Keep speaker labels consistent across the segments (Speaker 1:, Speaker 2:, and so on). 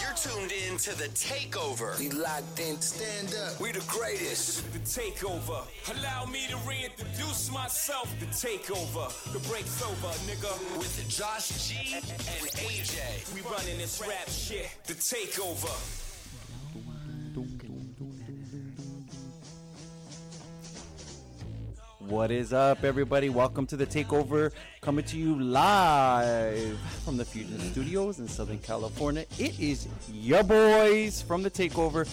Speaker 1: You're tuned in to The Takeover.
Speaker 2: We locked in. Stand up.
Speaker 1: We the greatest.
Speaker 3: The takeover. Allow me to reintroduce myself. The takeover. The break's over, nigga.
Speaker 1: With Josh G and AJ.
Speaker 3: We running this rap shit. The takeover.
Speaker 4: What is up, everybody? Welcome to the Takeover, coming to you live from the Fusion Studios in Southern California. It is your boys from the Takeover,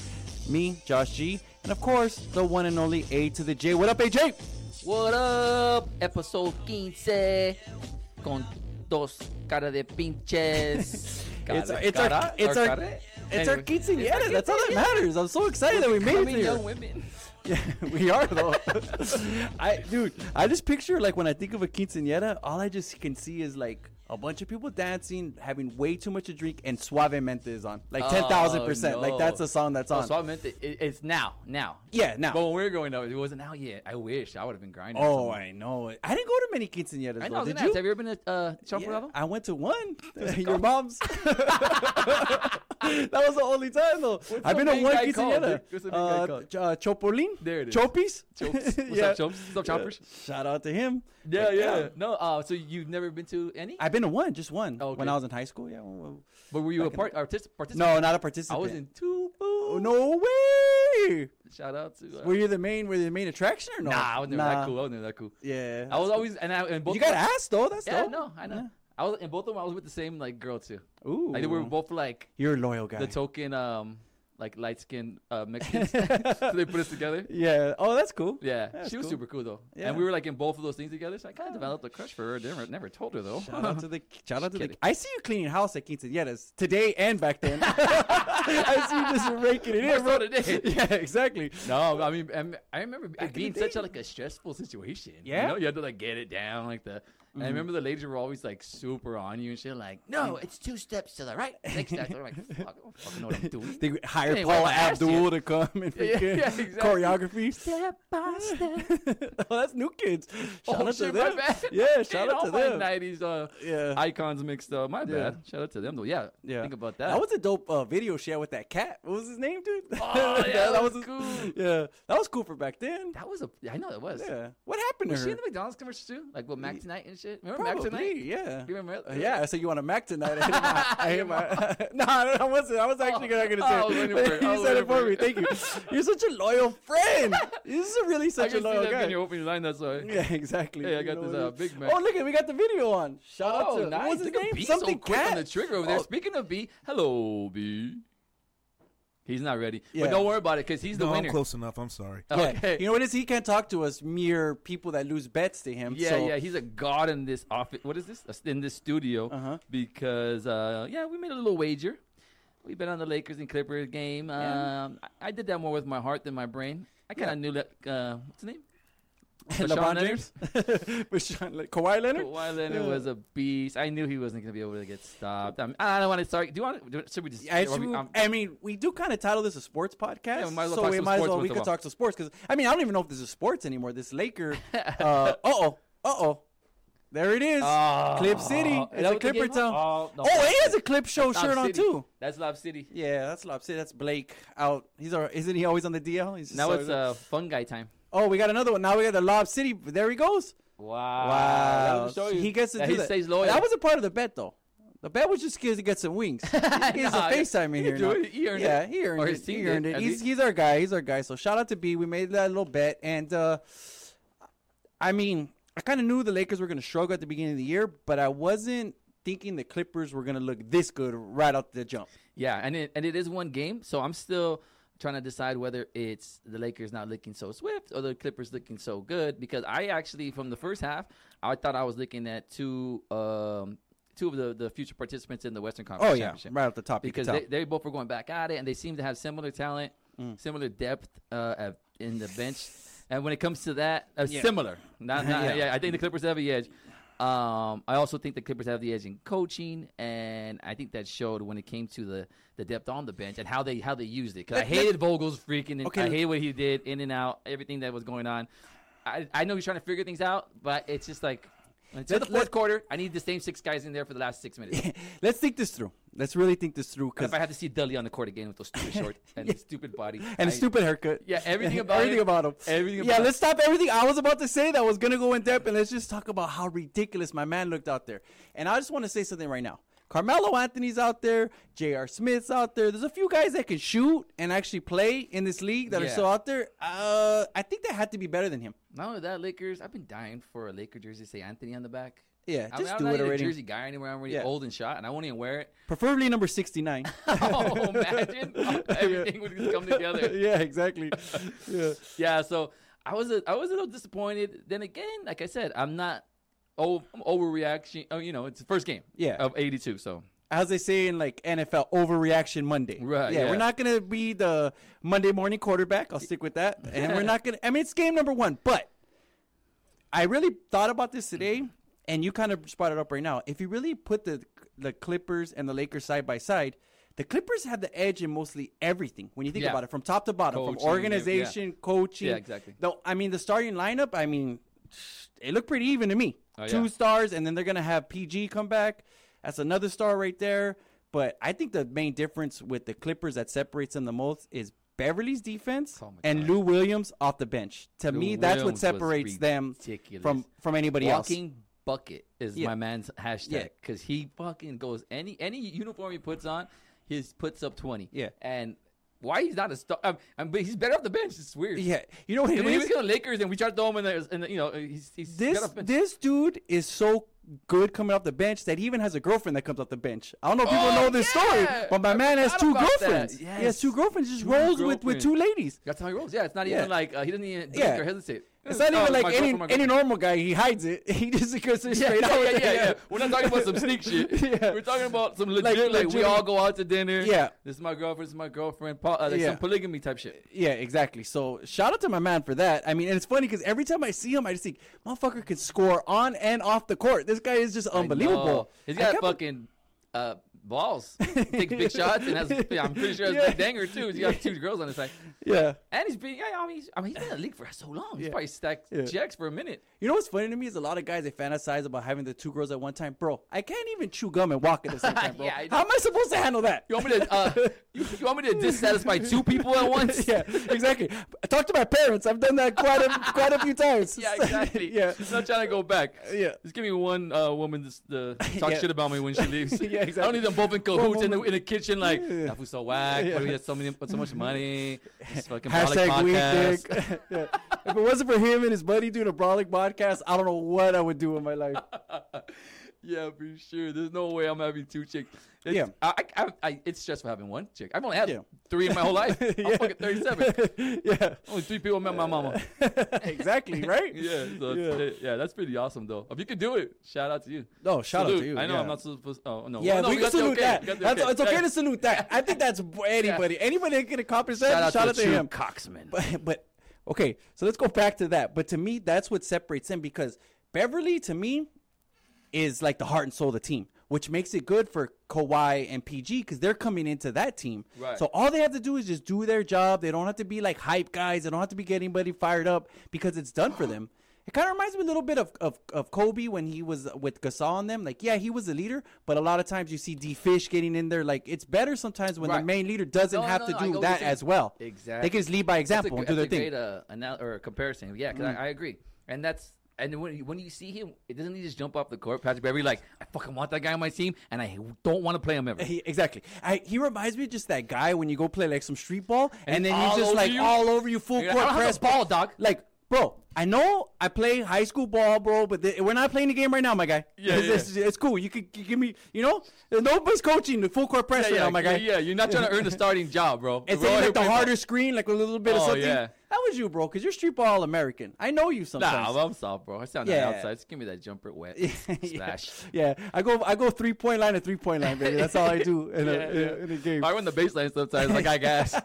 Speaker 4: me, Josh G, and of course, the one and only A to the J. What up, AJ?
Speaker 5: What up? Episode 15 con dos cara de pinches. Cara,
Speaker 4: It's, it's our
Speaker 5: cara,
Speaker 4: it's
Speaker 5: or
Speaker 4: our
Speaker 5: cara.
Speaker 4: it's our
Speaker 5: Anyway,
Speaker 4: quinceañera. That's all that matters. I'm so excited that we made
Speaker 5: Coming
Speaker 4: it
Speaker 5: young
Speaker 4: here.
Speaker 5: women.
Speaker 4: Yeah, we are though. I dude, I just picture like when I think of a quinceañera, all I just can see is like a bunch of people dancing, having way too much to drink, and Suavemente is on, like ten thousand percent.
Speaker 5: Oh,
Speaker 4: Like
Speaker 5: no.
Speaker 4: that's the song that's
Speaker 5: Oh,
Speaker 4: on.
Speaker 5: so I meant that it, it's now, now.
Speaker 4: yeah, now.
Speaker 5: But when we were growing up, it wasn't out yet. I wish I would have been grinding.
Speaker 4: oh,
Speaker 5: I,
Speaker 4: I know. it. I didn't go to many quinceañeras.
Speaker 5: I know.
Speaker 4: though.
Speaker 5: I was
Speaker 4: Did
Speaker 5: gonna ask,
Speaker 4: you?
Speaker 5: have you ever been to uh,
Speaker 4: Yeah,
Speaker 5: Chocolate
Speaker 4: I went to one. Your mom's. that was the only time though. I've been
Speaker 5: the
Speaker 4: to
Speaker 5: big
Speaker 4: one
Speaker 5: guy called,
Speaker 4: quinceañera.
Speaker 5: dude? What's the big guy
Speaker 4: uh,
Speaker 5: called?
Speaker 4: Ch- uh, Chopolin.
Speaker 5: There it is.
Speaker 4: Chopis.
Speaker 5: Chopes. What's up, Chopes? What's up, Choppers?
Speaker 4: Shout out to him.
Speaker 5: Yeah,
Speaker 4: But,
Speaker 5: yeah. No. Uh, so you've never been to any?
Speaker 4: I've been to one, just one.
Speaker 5: Oh,
Speaker 4: When
Speaker 5: okay.
Speaker 4: I was in high school, yeah. one- one-
Speaker 5: but were you a
Speaker 4: back in
Speaker 5: part artist? Participant?
Speaker 4: No, not a participant.
Speaker 5: I was in two.
Speaker 4: Oh,
Speaker 5: Boo.
Speaker 4: no way!
Speaker 5: Shout out to. Uh,
Speaker 4: Were you the main? Were you the main attraction or no?
Speaker 5: Nah, I was never
Speaker 4: Nah.
Speaker 5: that cool. I was never that cool.
Speaker 4: Yeah,
Speaker 5: I was always and I and both.
Speaker 4: You
Speaker 5: of
Speaker 4: got
Speaker 5: us-
Speaker 4: asked though. That's
Speaker 5: Yeah,
Speaker 4: dope.
Speaker 5: no, I know.
Speaker 4: Yeah.
Speaker 5: I was and both of them. I was with the same like girl too.
Speaker 4: Ooh,
Speaker 5: Like they were both like
Speaker 4: You're a loyal guy.
Speaker 5: the token um like light skinned uh, Mexicans. so they put us together.
Speaker 4: yeah. Oh, that's cool.
Speaker 5: Yeah,
Speaker 4: That's
Speaker 5: she was
Speaker 4: cool.
Speaker 5: super cool though,
Speaker 4: Yeah.
Speaker 5: and we were like in both of those things together. So I kind of developed a crush for her. Never, never told her though.
Speaker 4: Shout out to the shout out to the.
Speaker 5: kidding.
Speaker 4: I see you cleaning house at quinceañeras today and back then. I see you just raking it
Speaker 5: More
Speaker 4: in,
Speaker 5: so
Speaker 4: bro.
Speaker 5: today.
Speaker 4: Yeah, exactly.
Speaker 5: no, I mean, I'm- I remember it
Speaker 4: in
Speaker 5: being
Speaker 4: the
Speaker 5: such
Speaker 4: day.
Speaker 5: a, like a stressful situation.
Speaker 4: Yeah? Mm-hmm.
Speaker 5: you, know? you had to like get it down, like the. And I remember the ladies were always like super on you and shit. Like, no,
Speaker 4: Mm.
Speaker 5: it's two steps to the right, next step. I'm like, fuck, I don't fucking know what I'm doing.
Speaker 4: They hire
Speaker 5: Hey, why
Speaker 4: Paula
Speaker 5: I asked you?
Speaker 4: Abdul to come and
Speaker 5: Yeah, yeah,
Speaker 4: freaking
Speaker 5: yeah, exactly.
Speaker 4: choreography. Step by step. oh, that's new kids. Shout
Speaker 5: oh,
Speaker 4: out
Speaker 5: shit,
Speaker 4: to them.
Speaker 5: My bad.
Speaker 4: Yeah,
Speaker 5: Man,
Speaker 4: shout out
Speaker 5: all
Speaker 4: to
Speaker 5: my
Speaker 4: them.
Speaker 5: 90s uh,
Speaker 4: Yeah.
Speaker 5: icons mixed up. My
Speaker 4: Yeah.
Speaker 5: bad. Shout out to them, though. Yeah.
Speaker 4: Yeah,
Speaker 5: Think about that. Oh,
Speaker 4: That was a dope uh, video she had with that cat. What was his name, dude?
Speaker 5: yeah, that was
Speaker 4: his-
Speaker 5: cool.
Speaker 4: Yeah, that was cool for back then.
Speaker 5: that was a. yeah, I know it was.
Speaker 4: yeah, what happened
Speaker 5: Was
Speaker 4: to
Speaker 5: she
Speaker 4: her?
Speaker 5: in the McDonald's commercial too? Like, what, Mac Tonight and shit? Remember Mac
Speaker 4: Probably,
Speaker 5: Tonight?
Speaker 4: yeah.
Speaker 5: You remember?
Speaker 4: Uh, yeah, I said you want a Mac tonight. I hit my. I hit my no, no, I wasn't. I was actually not gonna
Speaker 5: oh, I was
Speaker 4: say.
Speaker 5: waiting for it.
Speaker 4: you
Speaker 5: I was
Speaker 4: said it
Speaker 5: waiting
Speaker 4: for
Speaker 5: for
Speaker 4: me.
Speaker 5: it.
Speaker 4: Thank you. You're such a loyal friend. This is really
Speaker 5: I
Speaker 4: such a
Speaker 5: can see
Speaker 4: loyal
Speaker 5: that
Speaker 4: guy.
Speaker 5: when you open your line. That's why.
Speaker 4: Yeah, exactly.
Speaker 5: Hey, I
Speaker 4: You
Speaker 5: got
Speaker 4: know
Speaker 5: this,
Speaker 4: what it
Speaker 5: uh,
Speaker 4: is.
Speaker 5: Big Mac.
Speaker 4: Oh, look at we got the video on. Shout out
Speaker 5: Oh,
Speaker 4: to
Speaker 5: nice.
Speaker 4: what was his
Speaker 5: Look at
Speaker 4: name?
Speaker 5: B
Speaker 4: Something
Speaker 5: so quick
Speaker 4: cat.
Speaker 5: on the trigger over there.
Speaker 4: Oh,
Speaker 5: Speaking of B, hello B. He's not ready,
Speaker 4: Yeah.
Speaker 5: but don't worry about it because he's the
Speaker 6: no,
Speaker 5: winner.
Speaker 6: I'm close enough. I'm sorry.
Speaker 4: yeah.
Speaker 5: Okay.
Speaker 4: You know what it is? He can't talk to us mere people that lose bets to him.
Speaker 5: Yeah,
Speaker 4: so
Speaker 5: yeah, he's a god in this office. What is this? In this studio,
Speaker 4: Uh-huh.
Speaker 5: because uh, yeah, we made a little wager. We bet on the Lakers and Clippers game.
Speaker 4: Yeah.
Speaker 5: Um, I, I did that more with my heart than my brain. I kind of knew that. Uh, what's his name?
Speaker 4: LeBron
Speaker 5: Kawhi
Speaker 4: James, But Sean Le- Kawhi Leonard.
Speaker 5: Kawhi Leonard was a beast. I knew he wasn't going to be able to get stopped. I, mean, I don't want to start. Do you want? to Should we just?
Speaker 4: I,
Speaker 5: are we-
Speaker 4: assume-
Speaker 5: um,
Speaker 4: I mean, we do kind of title this a sports podcast,
Speaker 5: Yeah, we might as well
Speaker 4: so
Speaker 5: talk
Speaker 4: we
Speaker 5: some
Speaker 4: might as
Speaker 5: sports
Speaker 4: well
Speaker 5: once
Speaker 4: we
Speaker 5: in a
Speaker 4: could
Speaker 5: while.
Speaker 4: talk to sports because I mean I don't even know if this is sports anymore. This Laker, uh oh, uh oh, there it is,
Speaker 5: Oh.
Speaker 4: Clip City.
Speaker 5: Is
Speaker 4: It's
Speaker 5: that
Speaker 4: a
Speaker 5: what the
Speaker 4: Clipper
Speaker 5: game was?
Speaker 4: town.
Speaker 5: Oh, no,
Speaker 4: oh, he has a Clip Show
Speaker 5: Lob
Speaker 4: shirt on
Speaker 5: City.
Speaker 4: too.
Speaker 5: That's Lob City.
Speaker 4: Yeah, that's Lopsy. That's Blake out. He's our, isn't he always on the DL? He's just
Speaker 5: Now
Speaker 4: so-
Speaker 5: it's uh, fun guy time.
Speaker 4: oh, we got another one. Now we got the Lob City. There he goes.
Speaker 5: Wow.
Speaker 4: Wow,
Speaker 5: That was to show you
Speaker 4: he gets to
Speaker 5: that
Speaker 4: do
Speaker 5: he
Speaker 4: that.
Speaker 5: stays loyal.
Speaker 4: That was a part of the bet though. The bet was just to get some wings. He's a
Speaker 5: Nah,
Speaker 4: FaceTime
Speaker 5: he
Speaker 4: in here.
Speaker 5: do
Speaker 4: now.
Speaker 5: it. He earned
Speaker 4: yeah,
Speaker 5: it.
Speaker 4: he earned
Speaker 5: Or
Speaker 4: it.
Speaker 5: his team
Speaker 4: he earned
Speaker 5: did,
Speaker 4: it.
Speaker 5: at
Speaker 4: He's,
Speaker 5: least.
Speaker 4: he's our guy. He's our guy. So shout out to B. We made that little bet, and uh, I mean, I kind of knew the Lakers were going to struggle at the beginning of the year, but I wasn't thinking the Clippers were going to look this good right out the jump.
Speaker 5: Yeah, and it and it is one game, so I'm still trying to decide whether it's the Lakers not looking so swift or the Clippers looking so good because I actually from the first half I thought I was looking at two um two of the, the future participants in the Western Conference
Speaker 4: Oh yeah,
Speaker 5: Championship
Speaker 4: right off the top.
Speaker 5: because
Speaker 4: you could
Speaker 5: they,
Speaker 4: tell. Mm.
Speaker 5: they both were going back at it and they seem to have similar talent, similar depth uh, at, in the bench. And when it comes to that, uh, similar. Not, not,
Speaker 4: Yeah.
Speaker 5: yeah. I think the Clippers have the edge. Um, I also think the Clippers have the edge in coaching, and I think that showed when it came to the, the depth on the bench and how they how they used it. Because I
Speaker 4: Let- let-
Speaker 5: hated Vogel's freaking.
Speaker 4: Okay.
Speaker 5: I hated what he did in and out, everything that was going on. I, I know he's trying to figure things out, but it's just like Until the fourth quarter, I need the same six guys in there for the last six minutes.
Speaker 4: Let's think this through. Let's really think this through
Speaker 5: if
Speaker 4: because
Speaker 5: I had to see Dudley on the court again with those stupid shorts and his stupid body
Speaker 4: and a
Speaker 5: I-
Speaker 4: stupid haircut.
Speaker 5: Yeah, everything about
Speaker 4: everything
Speaker 5: it-
Speaker 4: about him.
Speaker 5: everything
Speaker 4: yeah,
Speaker 5: about it.
Speaker 4: let's stop everything I was about to say that was gonna go in depth, and let's just talk about how ridiculous my man looked out there. And I just want to say something right now. Carmelo Anthony's out there, J.R. Smith's out there. There's a few guys that can shoot and actually play in this league that are
Speaker 5: Yeah.
Speaker 4: still out there. Uh, I think they had to be better than him.
Speaker 5: Not only that, Lakers. I've been dying for a Laker jersey. to Say Anthony on the back.
Speaker 4: Yeah,
Speaker 5: I
Speaker 4: just
Speaker 5: am
Speaker 4: do
Speaker 5: not
Speaker 4: it
Speaker 5: even
Speaker 4: already.
Speaker 5: a jersey guy anymore. I'm already
Speaker 4: Yeah.
Speaker 5: old and shot, and I won't even wear it.
Speaker 4: Preferably number 69.
Speaker 5: Oh, imagine how everything would just come together.
Speaker 4: yeah, exactly. Yeah.
Speaker 5: Yeah, so I was a, I was a little disappointed. Then again, like I said, I'm not oh I'm overreaction. Oh, you know, it's the first game.
Speaker 4: Yeah.
Speaker 5: of '82. So
Speaker 4: as they say in like NFL, overreaction Monday.
Speaker 5: Right,
Speaker 4: Yeah, we're
Speaker 5: yeah.
Speaker 4: not gonna be the Monday morning quarterback. I'll stick with that. And we're not gonna. I mean, it's game number one, but I really thought about this today, and you kind of brought it up right now. If you really put the the Clippers and the Lakers side by side. The Clippers have the edge in mostly everything when you think
Speaker 5: Yeah.
Speaker 4: about it, from top to bottom,
Speaker 5: Coaching,
Speaker 4: from
Speaker 5: yeah.
Speaker 4: organization, coaching.
Speaker 5: Yeah, exactly.
Speaker 4: Though I mean, the starting lineup. I mean, it looked pretty even to me.
Speaker 5: Oh,
Speaker 4: Two
Speaker 5: yeah.
Speaker 4: stars, and then they're gonna have PG come back. That's another star right there. But I think the main difference with the Clippers that separates them the most is Beverly's defense
Speaker 5: Oh, my
Speaker 4: and
Speaker 5: God.
Speaker 4: Lou Williams off the bench. To
Speaker 5: Lou
Speaker 4: me, that's what
Speaker 5: Williams was
Speaker 4: separates them
Speaker 5: ridiculous.
Speaker 4: from from anybody
Speaker 5: walking bucket is
Speaker 4: Yeah.
Speaker 5: my man's
Speaker 4: Yeah.
Speaker 5: hashtag because he fucking goes any any uniform he puts on, he puts up twenty.
Speaker 4: Yeah.
Speaker 5: and why he's not a star? Um, um, but he's better off the bench. It's weird.
Speaker 4: else. Yeah, you know what it
Speaker 5: When he was
Speaker 4: is.
Speaker 5: going to Lakers and we tried to throw him in there, and you know he's, he's
Speaker 4: This
Speaker 5: better off bench.
Speaker 4: this dude is so good coming off the bench that he even has a girlfriend that comes off the bench. I don't know if people
Speaker 5: Oh,
Speaker 4: know this
Speaker 5: yeah!
Speaker 4: story, but my
Speaker 5: I
Speaker 4: man has
Speaker 5: forgot
Speaker 4: two
Speaker 5: about that.
Speaker 4: girlfriends. He has
Speaker 5: Yes.
Speaker 4: two girlfriends. Just
Speaker 5: Two
Speaker 4: rolls with with
Speaker 5: girlfriends.
Speaker 4: two ladies.
Speaker 5: That's how he rolls. Yeah, it's not
Speaker 4: Yeah.
Speaker 5: even like uh, he doesn't even
Speaker 4: Yeah.
Speaker 5: blink or hesitate.
Speaker 4: It's not
Speaker 5: Oh,
Speaker 4: even like
Speaker 5: my
Speaker 4: any
Speaker 5: girlfriend, my
Speaker 4: any
Speaker 5: girlfriend.
Speaker 4: normal guy. He hides it. He just goes straight
Speaker 5: Yeah,
Speaker 4: out.
Speaker 5: yeah,
Speaker 4: with
Speaker 5: yeah,
Speaker 4: it.
Speaker 5: yeah, yeah. We're not talking about some sneak shit.
Speaker 4: Yeah.
Speaker 5: We're talking about some legit,
Speaker 4: Like,
Speaker 5: like, we
Speaker 4: legit-
Speaker 5: all go out to dinner.
Speaker 4: Yeah.
Speaker 5: This is my girlfriend, this is my girlfriend. Paul, uh, like
Speaker 4: Yeah.
Speaker 5: some polygamy type shit.
Speaker 4: Yeah, exactly. So shout out to my man for that. I mean, and it's funny because every time I see him, I just think, motherfucker could score on and off the court. This guy is just unbelievable.
Speaker 5: No. Oh, He's
Speaker 4: I
Speaker 5: got
Speaker 4: can't be-
Speaker 5: fucking uh, balls. Takes big shots and has, yeah, I'm pretty sure has
Speaker 4: Yeah.
Speaker 5: a big danger too. He's got two girls on his side.
Speaker 4: Yeah.
Speaker 5: And he's been, yeah, I mean, he's, I mean, he's been in the league for so long. He's
Speaker 4: Yeah.
Speaker 5: probably stacked
Speaker 4: Yeah.
Speaker 5: checks for a minute.
Speaker 4: You know what's funny to me is a lot of guys they fantasize about having the two girls at one time. Bro, I can't even chew gum and walk at the same time, bro.
Speaker 5: Yeah, I know.
Speaker 4: How am I supposed to handle that?
Speaker 5: You want me to, uh, you, you want me to dissatisfy two people at once?
Speaker 4: yeah, exactly. Talk to my parents. I've done that quite a quite a few times.
Speaker 5: Yeah, exactly.
Speaker 4: yeah.
Speaker 5: I'm not trying to go back.
Speaker 4: Yeah.
Speaker 5: Just give me one uh, woman to uh, talk
Speaker 4: Yeah.
Speaker 5: shit about me when she leaves.
Speaker 4: Yeah,
Speaker 5: I don't
Speaker 4: exactly.
Speaker 5: need them both in cahoots in the,
Speaker 4: woman-
Speaker 5: in the kitchen like,
Speaker 4: Yeah.
Speaker 5: that food's so whack.
Speaker 4: Yeah.
Speaker 5: Why do we have so, many, so much money? This fucking
Speaker 4: Hashtag
Speaker 5: brolic
Speaker 4: weak
Speaker 5: podcast."
Speaker 4: dick. yeah. If it wasn't for him and his buddy doing a brolic podcast, I don't know what I would do in my life.
Speaker 5: Yeah, for sure. There's no way I'm having two chicks. It's,
Speaker 4: Yeah.
Speaker 5: I, I, I, it's stressful having one chick. I've only had
Speaker 4: Yeah.
Speaker 5: three in my whole life. I'm fucking 37.
Speaker 4: yeah.
Speaker 5: Only three people met my mama.
Speaker 4: exactly, right?
Speaker 5: Yeah, so
Speaker 4: yeah.
Speaker 5: yeah. yeah, that's pretty awesome though. If you could do it, shout out to you.
Speaker 4: No, shout out to
Speaker 5: Salute.
Speaker 4: you,
Speaker 5: I know
Speaker 4: yeah.
Speaker 5: I'm not supposed. Oh no,
Speaker 4: Yeah,
Speaker 5: Oh, no,
Speaker 4: we, can
Speaker 5: got the
Speaker 4: salute
Speaker 5: okay.
Speaker 4: that.
Speaker 5: We got the
Speaker 4: That's, It's okay
Speaker 5: Yeah.
Speaker 4: to salute that. I think that's anybody. Anybody that can accomplish that, shout, out to,
Speaker 5: True
Speaker 4: him.
Speaker 5: Coxman.
Speaker 4: But, but okay, so let's go back to that. But to me, that's what separates them because Beverly, to me, is like the heart and soul of the team, which makes it good for Kawhi and PG because they're coming into that team.
Speaker 5: Right.
Speaker 4: So all they have to do is just do their job. They don't have to be like hype guys. They don't have to be getting anybody fired up because it's done for them. It kind of reminds me a little bit of, of, of Kobe when he was with Gasol and them. Like, yeah, he was the leader, but a lot of times you see D Fish getting in there. Like, it's better sometimes when the
Speaker 5: Right.
Speaker 4: main leader doesn't
Speaker 5: No,
Speaker 4: have
Speaker 5: no,
Speaker 4: to
Speaker 5: no, I get
Speaker 4: do
Speaker 5: what
Speaker 4: that
Speaker 5: you're
Speaker 4: as
Speaker 5: saying.
Speaker 4: well. They
Speaker 5: Exactly.
Speaker 4: can just lead by
Speaker 5: That's a
Speaker 4: example
Speaker 5: gr-
Speaker 4: and do their
Speaker 5: that's a
Speaker 4: thing. Mm.
Speaker 5: Great, uh, anal- or comparison. Yeah, 'cause I, I agree. And that's and when you- when you see him, it doesn't he just jump off the court, Patrick Beverly? Like I fucking want that guy on my team, and I don't want to play him ever.
Speaker 4: He, exactly. I, he reminds me of just that guy when you go play like some street ball, and,
Speaker 5: And
Speaker 4: then
Speaker 5: all
Speaker 4: he's just
Speaker 5: over
Speaker 4: like
Speaker 5: you?
Speaker 4: all over you, full
Speaker 5: You're like,
Speaker 4: court
Speaker 5: "I don't have
Speaker 4: press
Speaker 5: the ball, dog."
Speaker 4: Like, bro, I know I play high school ball, bro, but th- we're not playing the game right now, my guy.
Speaker 5: Yeah,
Speaker 4: it's,
Speaker 5: yeah.
Speaker 4: It's, it's cool. You could g- give me, you know, nobody's coaching the full court press right now, my guy.
Speaker 5: yeah, you're not trying to earn the starting job, bro.
Speaker 4: It's
Speaker 5: We're all
Speaker 4: like,
Speaker 5: here
Speaker 4: the
Speaker 5: playing ball.
Speaker 4: harder screen, like a little bit of
Speaker 5: Oh,
Speaker 4: something.
Speaker 5: yeah.
Speaker 4: That was you, bro, because you're street ball American. I know you sometimes.
Speaker 5: Nah, I'm soft, bro. I sound
Speaker 4: Yeah.
Speaker 5: yeah. outside. Just give me that jumper wet. Smash.
Speaker 4: yeah, I go, I go three point line to three point line, baby. That's all I do in, a, in, a, in a game.
Speaker 5: I run the baseline sometimes like I gas.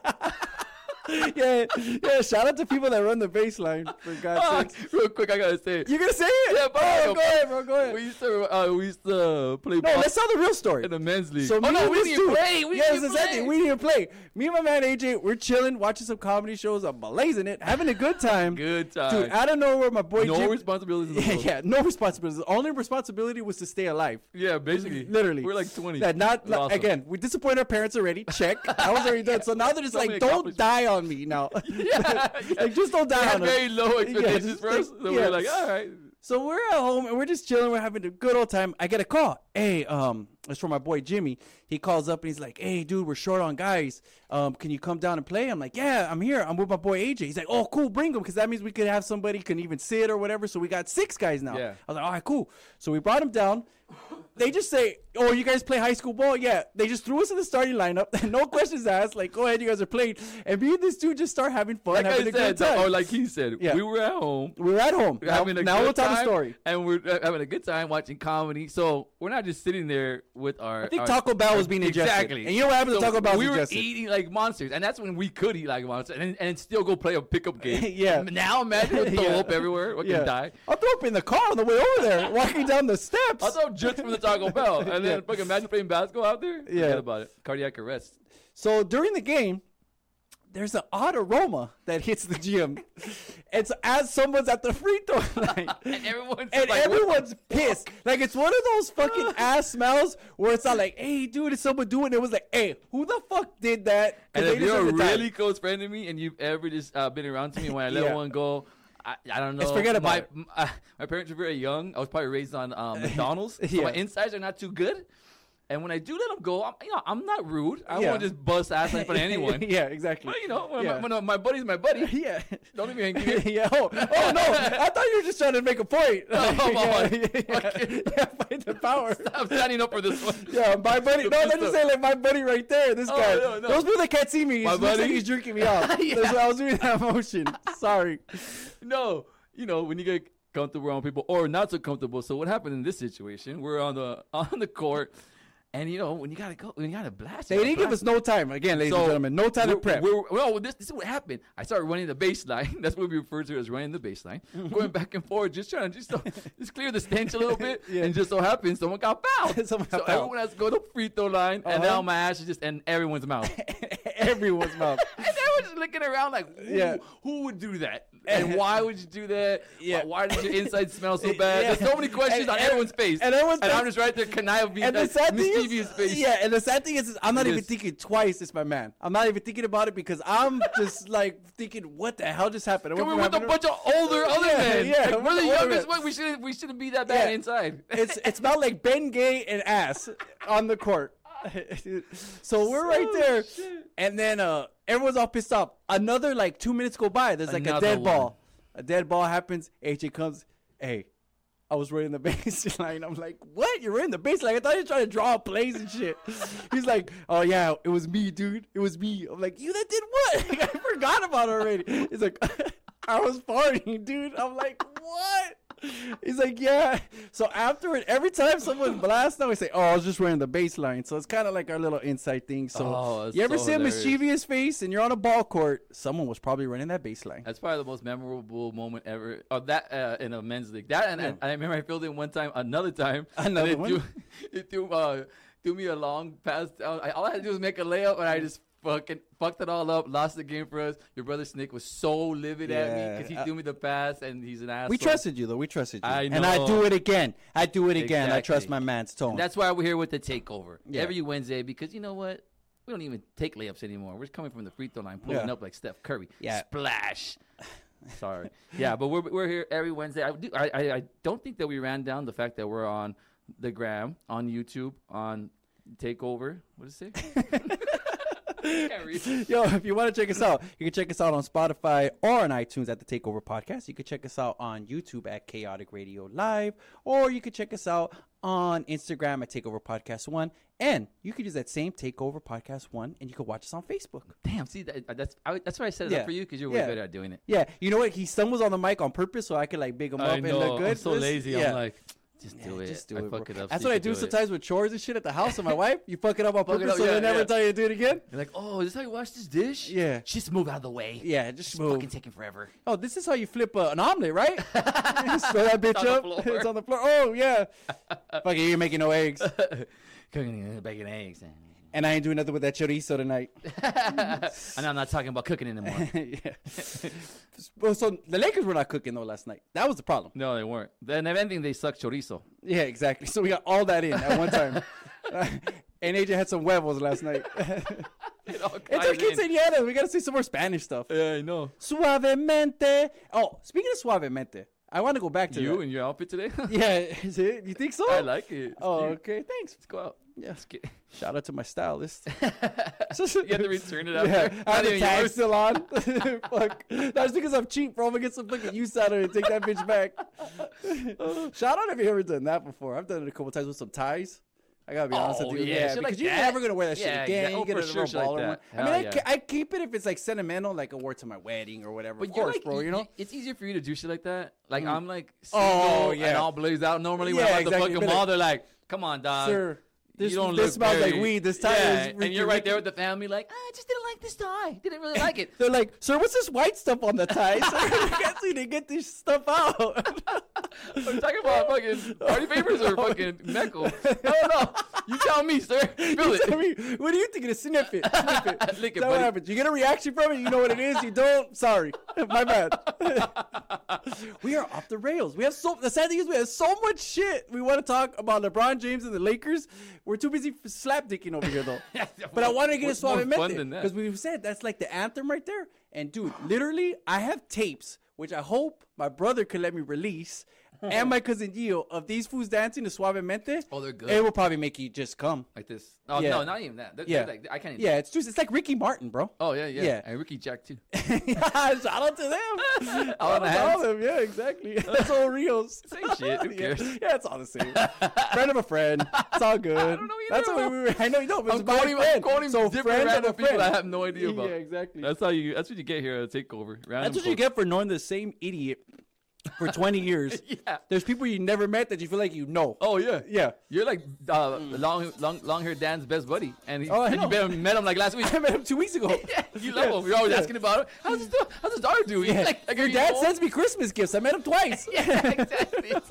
Speaker 4: yeah, yeah. Shout out to people that run the baseline. For God's sake,
Speaker 5: Real quick, I gotta say.
Speaker 4: you gonna say it?
Speaker 5: Yeah, bro,
Speaker 4: Oh,
Speaker 5: yo,
Speaker 4: go ahead, bro. Go ahead.
Speaker 5: We used to, uh, we used to play
Speaker 4: No,
Speaker 5: ball
Speaker 4: let's tell the real story.
Speaker 5: in the men's league.
Speaker 4: So
Speaker 5: oh,
Speaker 4: me
Speaker 5: no,
Speaker 4: and
Speaker 5: we
Speaker 4: this
Speaker 5: didn't even
Speaker 4: dude-
Speaker 5: play. We
Speaker 4: yes,
Speaker 5: didn't even
Speaker 4: exactly.
Speaker 5: play.
Speaker 4: We didn't play. Me and my man AJ, we're chilling, watching some comedy shows. I'm blazing it, having a good time.
Speaker 5: Good
Speaker 4: Dude,
Speaker 5: time.
Speaker 4: I don't know where my boy.
Speaker 5: no
Speaker 4: Jim-
Speaker 5: responsibilities. in the
Speaker 4: Yeah,
Speaker 5: world.
Speaker 4: yeah, no responsibility. The only responsibility was to stay alive.
Speaker 5: Yeah, basically.
Speaker 4: Literally,
Speaker 5: We're like 20.
Speaker 4: That not
Speaker 5: It's awesome.
Speaker 4: again. We disappoint our parents already. Check. I was already done. So now they're just
Speaker 5: So
Speaker 4: like,
Speaker 5: many
Speaker 4: don't
Speaker 5: accomplishments.
Speaker 4: die on me now.
Speaker 5: Yeah, yeah.
Speaker 4: like just don't
Speaker 5: We
Speaker 4: die
Speaker 5: had
Speaker 4: on us.
Speaker 5: very low expectations
Speaker 4: just
Speaker 5: for us.
Speaker 4: think-
Speaker 5: So
Speaker 4: yeah.
Speaker 5: we're like, all right.
Speaker 4: So we're at home and we're just chilling. We're having a good old time. I get a call. Hey, um, it's from my boy Jimmy. He calls up and he's like, "Hey, dude, we're short on guys. Um, can you come down and play?" I'm like, "Yeah, I'm here. I'm with my boy AJ." He's like, "Oh, cool. Bring him because that means we could have somebody can even sit or whatever. So we got six guys now."
Speaker 5: Yeah.
Speaker 4: I was like, "All right, cool." So we brought him down. They just say, "Oh, you guys play high school ball?" Yeah. They just threw us in the starting lineup. no questions asked. Like, go ahead, you guys are playing. And me and this dude just start having fun,
Speaker 5: Like
Speaker 4: having
Speaker 5: I
Speaker 4: a good
Speaker 5: said,
Speaker 4: time.
Speaker 5: or like he said,
Speaker 4: Yeah.
Speaker 5: we were at home.
Speaker 4: we were at home.
Speaker 5: we're
Speaker 4: Now,
Speaker 5: having a
Speaker 4: now
Speaker 5: good
Speaker 4: we'll tell
Speaker 5: time,
Speaker 4: the story.
Speaker 5: And we're uh, having a good time watching comedy. So we're not just sitting there with our.
Speaker 4: I think Taco Bell was being ingested.
Speaker 5: Exactly.
Speaker 4: And you know what happened to
Speaker 5: So
Speaker 4: Taco Bell was
Speaker 5: We were
Speaker 4: ingested?
Speaker 5: eating like monsters. And that's when we could eat like monsters and, and still go play a pickup game.
Speaker 4: Yeah.
Speaker 5: Now imagine with throw
Speaker 4: Yeah.
Speaker 5: up everywhere. We can die.
Speaker 4: I'll throw up in the car on the way over there, walking down the steps.
Speaker 5: I thought just from the Taco Bell. And
Speaker 4: Yeah.
Speaker 5: then fucking imagine playing basketball out there.
Speaker 4: Yeah.
Speaker 5: Forget about it. Cardiac arrest.
Speaker 4: So during the game, there's an odd aroma that hits the gym. it's as someone's at the free throw line.
Speaker 5: And everyone's
Speaker 4: And
Speaker 5: like, what the
Speaker 4: everyone's pissed. Like it's one of those fucking ass smells where it's not like, "Hey, dude, is someone doing?" It It was like, "Hey, who the fuck did that?" 'Cause
Speaker 5: And
Speaker 4: they
Speaker 5: if you're
Speaker 4: deserve
Speaker 5: a
Speaker 4: to die.
Speaker 5: really close friend to me and you've ever just uh, been around to me when I let
Speaker 4: Yeah.
Speaker 5: one go, I, I don't know.
Speaker 4: Just forget about
Speaker 5: my,
Speaker 4: it.
Speaker 5: m- uh, my parents were very young. I was probably raised on um, McDonald's, so
Speaker 4: Yeah.
Speaker 5: my insides are not too good. And when I do let them go, I'm, you know, I'm not rude. I
Speaker 4: Yeah.
Speaker 5: won't just bust ass in front of anyone.
Speaker 4: yeah, exactly.
Speaker 5: But you know, when,
Speaker 4: Yeah.
Speaker 5: my, when uh, my buddy's my buddy,
Speaker 4: Yeah.
Speaker 5: don't even get
Speaker 4: yeah. Oh, oh no! I thought you were just trying to make a point.
Speaker 5: Oh,
Speaker 4: yeah,
Speaker 5: my-
Speaker 4: yeah, yeah, yeah, fight the power.
Speaker 5: I'm standing up for this one.
Speaker 4: Yeah, my buddy. No, let's just
Speaker 5: Stop.
Speaker 4: say like my buddy right there. This
Speaker 5: Oh,
Speaker 4: guy.
Speaker 5: no, no.
Speaker 4: Those people that can't see me,
Speaker 5: My
Speaker 4: my buddy,
Speaker 5: buddy?
Speaker 4: he's jerking me out.
Speaker 5: Yeah.
Speaker 4: That's why I was doing that motion. Sorry.
Speaker 5: No, you know, when you get comfortable around people or not so comfortable. So what happened in this situation? We're on the on the court, and you know, when you gotta go, when you gotta blast.
Speaker 4: They
Speaker 5: you
Speaker 4: didn't
Speaker 5: gotta
Speaker 4: give us
Speaker 5: blast.
Speaker 4: no time. Again, ladies and gentlemen, no time to
Speaker 5: we're-
Speaker 4: prep.
Speaker 5: We're, well, this, this is what happened. I started running the baseline. That's what we refer to as running the baseline.
Speaker 4: Mm-hmm.
Speaker 5: going back and forth, just trying to just, so, just clear the stench a little bit.
Speaker 4: Yeah.
Speaker 5: And just so happens, someone got fouled.
Speaker 4: Someone
Speaker 5: so
Speaker 4: got fouled.
Speaker 5: everyone has to go to the free throw line, and
Speaker 4: Uh-huh.
Speaker 5: now my ass is just in everyone's mouth. and
Speaker 4: Everyone's mouth.
Speaker 5: everyone's just looking around like, who,
Speaker 4: Yeah.
Speaker 5: who would do that? And why would you do that?
Speaker 4: Yeah.
Speaker 5: Why, why did your inside smell so bad?
Speaker 4: Yeah.
Speaker 5: There's so many questions
Speaker 4: And-
Speaker 5: on
Speaker 4: and-
Speaker 5: everyone's face.
Speaker 4: and everyone's
Speaker 5: I'm
Speaker 4: face-
Speaker 5: just right there conniving
Speaker 4: And the
Speaker 5: at
Speaker 4: sad thing
Speaker 5: mischievous face.
Speaker 4: is, yeah. And the sad thing is, is I'm not
Speaker 5: It
Speaker 4: even
Speaker 5: is.
Speaker 4: thinking twice. It's my man. I'm not even thinking about it because I'm just like thinking, what the hell just happened? What
Speaker 5: Coming with a
Speaker 4: happened?
Speaker 5: bunch of older other
Speaker 4: Yeah,
Speaker 5: men.
Speaker 4: yeah,
Speaker 5: like, we're
Speaker 4: with
Speaker 5: the
Speaker 4: older
Speaker 5: youngest
Speaker 4: men.
Speaker 5: one. We shouldn't we shouldn't be that bad
Speaker 4: Yeah.
Speaker 5: inside.
Speaker 4: it's it smelled like Ben Gay and ass on the court. so we're right
Speaker 5: Oh,
Speaker 4: there, and then uh, everyone's all pissed off. Another like two minutes go by. There's like a
Speaker 5: Another
Speaker 4: dead
Speaker 5: one.
Speaker 4: ball. A dead ball happens. AJ comes. Hey, I was running the baseline. I'm like, what? You're running the baseline? I thought you were trying to draw plays and shit. He's like, oh yeah, it was me, dude. It was me. I'm like, you that did what? Like, I forgot about it already. He's like, I was farting, dude. I'm like, what? He's like, yeah. So afterward, every time someone blasts, now we say, oh, I was just running the baseline. So it's kind of like our little inside thing. So
Speaker 5: Oh, that's
Speaker 4: you ever
Speaker 5: so
Speaker 4: see
Speaker 5: hilarious.
Speaker 4: a mischievous face and you're on a ball court? Someone was probably running that baseline.
Speaker 5: That's probably the most memorable moment ever of that uh, in a men's league. That and
Speaker 4: Yeah.
Speaker 5: I, I remember I filled in one time, another time, and
Speaker 4: Another
Speaker 5: they
Speaker 4: one?
Speaker 5: Threw, they threw, uh, threw me a long pass. Down. I, all I had to do was make a layup, and I just fucking fucked it all up. Lost the game for us. Your brother Snake was so livid at me
Speaker 4: Yeah,
Speaker 5: because he
Speaker 4: uh,
Speaker 5: threw me the pass, and he's an asshole.
Speaker 4: We trusted you though. We trusted you.
Speaker 5: I
Speaker 4: And I do
Speaker 5: know.
Speaker 4: it again. I do it again. I trust
Speaker 5: Exactly.
Speaker 4: my man's tone.
Speaker 5: That's why we're here with the takeover
Speaker 4: Yeah.
Speaker 5: every Wednesday because you know what? We don't even take layups anymore. We're just coming from the free throw line, pulling
Speaker 4: Yeah.
Speaker 5: up like Steph Curry.
Speaker 4: Yeah.
Speaker 5: Splash. Sorry. yeah, but we're, we're here every Wednesday. I, do, I, I, I don't think that we ran down the fact that we're on the gram, on YouTube, on Takeover. What does it say? Can't read.
Speaker 4: Yo, if you want to check us out, you can check us out on Spotify or on iTunes at the Takeover Podcast. You can check us out on YouTube at Chaotic Radio Live, or you can check us out on Instagram at Takeover Podcast One, and you can use that same Takeover Podcast One, and you can watch us on Facebook.
Speaker 5: Damn, see, that, uh, that's I, that's why I set it
Speaker 4: Yeah.
Speaker 5: up for you because you're way
Speaker 4: Yeah.
Speaker 5: better at doing it.
Speaker 4: Yeah, you know what? He stumbles on the mic on purpose so I could like big him up and look good.
Speaker 5: I'm so
Speaker 4: This-
Speaker 5: lazy.
Speaker 4: yeah.
Speaker 5: I'm like, Just
Speaker 4: Yeah,
Speaker 5: do it.
Speaker 4: Just do
Speaker 5: I
Speaker 4: it. bro.
Speaker 5: fuck it up. so
Speaker 4: That's
Speaker 5: you
Speaker 4: what I
Speaker 5: can
Speaker 4: do
Speaker 5: it.
Speaker 4: sometimes with chores and shit at the house. And my wife, you fuck it up on
Speaker 5: Fuck it
Speaker 4: purpose,
Speaker 5: up,
Speaker 4: so
Speaker 5: yeah,
Speaker 4: they never
Speaker 5: yeah.
Speaker 4: tell you to do it again.
Speaker 5: You're like, oh, is this how you wash this dish?
Speaker 4: Yeah.
Speaker 5: Just move out of the way.
Speaker 4: Yeah, just
Speaker 5: It's
Speaker 4: move.
Speaker 5: fucking taking forever.
Speaker 4: Oh, this is how you flip uh, an omelet, right? Just throw that bitch
Speaker 5: on the
Speaker 4: up.
Speaker 5: floor.
Speaker 4: It's on the floor. Oh yeah. Fuck it, you're making no eggs,
Speaker 5: Cooking uh, bacon eggs. and-
Speaker 4: and I ain't doing nothing with that chorizo tonight.
Speaker 5: I know I'm not talking about cooking anymore.
Speaker 4: yeah. Well, so the Lakers were not cooking though last night. That was the problem.
Speaker 5: no, they weren't. Then if anything, they suck chorizo.
Speaker 4: Yeah, exactly. So we got all that in at one time. and AJ had some huevos last night.
Speaker 5: It all
Speaker 4: it's
Speaker 5: ties
Speaker 4: our
Speaker 5: in.
Speaker 4: quinceañeras. We gotta see some more Spanish stuff.
Speaker 5: Yeah, I know.
Speaker 4: Suavemente. Oh, speaking of suavemente, I want to go back to
Speaker 5: You
Speaker 4: that.
Speaker 5: and your outfit today?
Speaker 4: yeah, is it? You think so?
Speaker 5: I like it. It's
Speaker 4: Oh,
Speaker 5: cute.
Speaker 4: okay. Thanks.
Speaker 5: Let's go out.
Speaker 4: Yeah.
Speaker 5: Let's get-
Speaker 4: Shout out to my stylist.
Speaker 5: You had to return it
Speaker 4: Yeah,
Speaker 5: after.
Speaker 4: I
Speaker 5: Not
Speaker 4: have the
Speaker 5: even
Speaker 4: tag
Speaker 5: yours.
Speaker 4: still on. Fuck. That's because I'm cheap, bro. I'm gonna get some fucking use out of it and take that bitch back. Shout out if you ever done that before. I've done it a couple times with some ties. I gotta be honest
Speaker 5: Oh,
Speaker 4: with you.
Speaker 5: yeah, shit like
Speaker 4: because you're
Speaker 5: that.
Speaker 4: never gonna wear that shit
Speaker 5: Yeah,
Speaker 4: again.
Speaker 5: exact- oh,
Speaker 4: You get
Speaker 5: for
Speaker 4: a
Speaker 5: sure,
Speaker 4: little
Speaker 5: shit like
Speaker 4: baller
Speaker 5: that.
Speaker 4: one. I
Speaker 5: Hell
Speaker 4: mean, I,
Speaker 5: yeah.
Speaker 4: ca- I keep it if it's like sentimental, like a word to my wedding or whatever.
Speaker 5: But
Speaker 4: of
Speaker 5: you're
Speaker 4: course,
Speaker 5: like,
Speaker 4: bro. You know. Mm.
Speaker 5: it's easier for you to do shit like that. Like I'm like,
Speaker 4: Oh,
Speaker 5: oh yeah,
Speaker 4: yeah.
Speaker 5: and all blazed out. Normally when
Speaker 4: Yeah,
Speaker 5: I'm at
Speaker 4: exactly.
Speaker 5: the
Speaker 4: You'd be
Speaker 5: fucking mall,
Speaker 4: like,
Speaker 5: they're like, "Come on, dog,
Speaker 4: Sir, this-
Speaker 5: you don't
Speaker 4: this
Speaker 5: look
Speaker 4: smells like
Speaker 5: very-"
Speaker 4: weed. This tie
Speaker 5: yeah,
Speaker 4: is
Speaker 5: and you're right
Speaker 4: ridiculous.
Speaker 5: there with the family, like, "Ah, I just didn't like this tie. Didn't really like it.
Speaker 4: They're like, sir, what's this white stuff on the tie? Sir, I can't seem to get this stuff out.
Speaker 5: I'm talking about fucking party papers or fucking meckle. I don't know. You tell me, sir. Feel
Speaker 4: I
Speaker 5: it.
Speaker 4: mean, what do you think? Just Sniff it. Sniff it. That's
Speaker 5: Lick it,
Speaker 4: what
Speaker 5: buddy.
Speaker 4: happens. You get a reaction from it. You know what it is. You don't. Sorry. My bad. we are off the rails. We have so. The sad thing is, we have so much shit. We want to talk about LeBron James and the Lakers. We're too busy f- slap dicking over here, though. but I want to get a
Speaker 5: What's more
Speaker 4: suave
Speaker 5: fun than that?
Speaker 4: because we said that's like the anthem right there. And dude, literally, I have tapes which I hope my brother could let me release. and my cousin Gio of these fools dancing to Suavemente.
Speaker 5: Oh, they're good.
Speaker 4: It will probably make you just come.
Speaker 5: Like this. Oh
Speaker 4: Yeah.
Speaker 5: no, not even that. They're- they're
Speaker 4: Yeah,
Speaker 5: like- I can't. Even
Speaker 4: Yeah, it's true. It's like Ricky Martin, bro.
Speaker 5: Oh yeah, yeah,
Speaker 4: Yeah.
Speaker 5: And Ricky Jack too.
Speaker 4: Shout out to them.
Speaker 5: All
Speaker 4: Shout
Speaker 5: in the
Speaker 4: out
Speaker 5: hands.
Speaker 4: to them. Yeah, exactly. That's all Rios.
Speaker 5: Same shit. Who
Speaker 4: Yeah.
Speaker 5: cares?
Speaker 4: yeah, it's all the same. friend of a friend. It's all good.
Speaker 5: don't know either
Speaker 4: That's
Speaker 5: of
Speaker 4: what
Speaker 5: them.
Speaker 4: we were. I know you know, but
Speaker 5: I'm
Speaker 4: it's my
Speaker 5: calling,
Speaker 4: friend.
Speaker 5: I'm calling
Speaker 4: so
Speaker 5: different
Speaker 4: friend of
Speaker 5: random
Speaker 4: a
Speaker 5: people I
Speaker 4: friend.
Speaker 5: have no idea about.
Speaker 4: Yeah, exactly.
Speaker 5: That's how you. That's what you get here at a takeover. Random
Speaker 4: That's what you
Speaker 5: folks.
Speaker 4: get for knowing the same idiot for 20 years.
Speaker 5: Yeah.
Speaker 4: There's people you never met that you feel like you know.
Speaker 5: Oh yeah,
Speaker 4: Yeah. Mm.
Speaker 5: You're like uh, long, long, long haired Dan's best buddy, and he,
Speaker 4: Oh, I
Speaker 5: and you
Speaker 4: know.
Speaker 5: met him, met him like last week.
Speaker 4: I met him two weeks ago.
Speaker 5: yeah, you love him. You're always asking about him. How's his, do- how's his daughter doing?
Speaker 4: Yeah.
Speaker 5: Like, like, are
Speaker 4: Your
Speaker 5: you
Speaker 4: dad
Speaker 5: old?
Speaker 4: sends me Christmas gifts. I met him twice.
Speaker 5: yeah, exactly.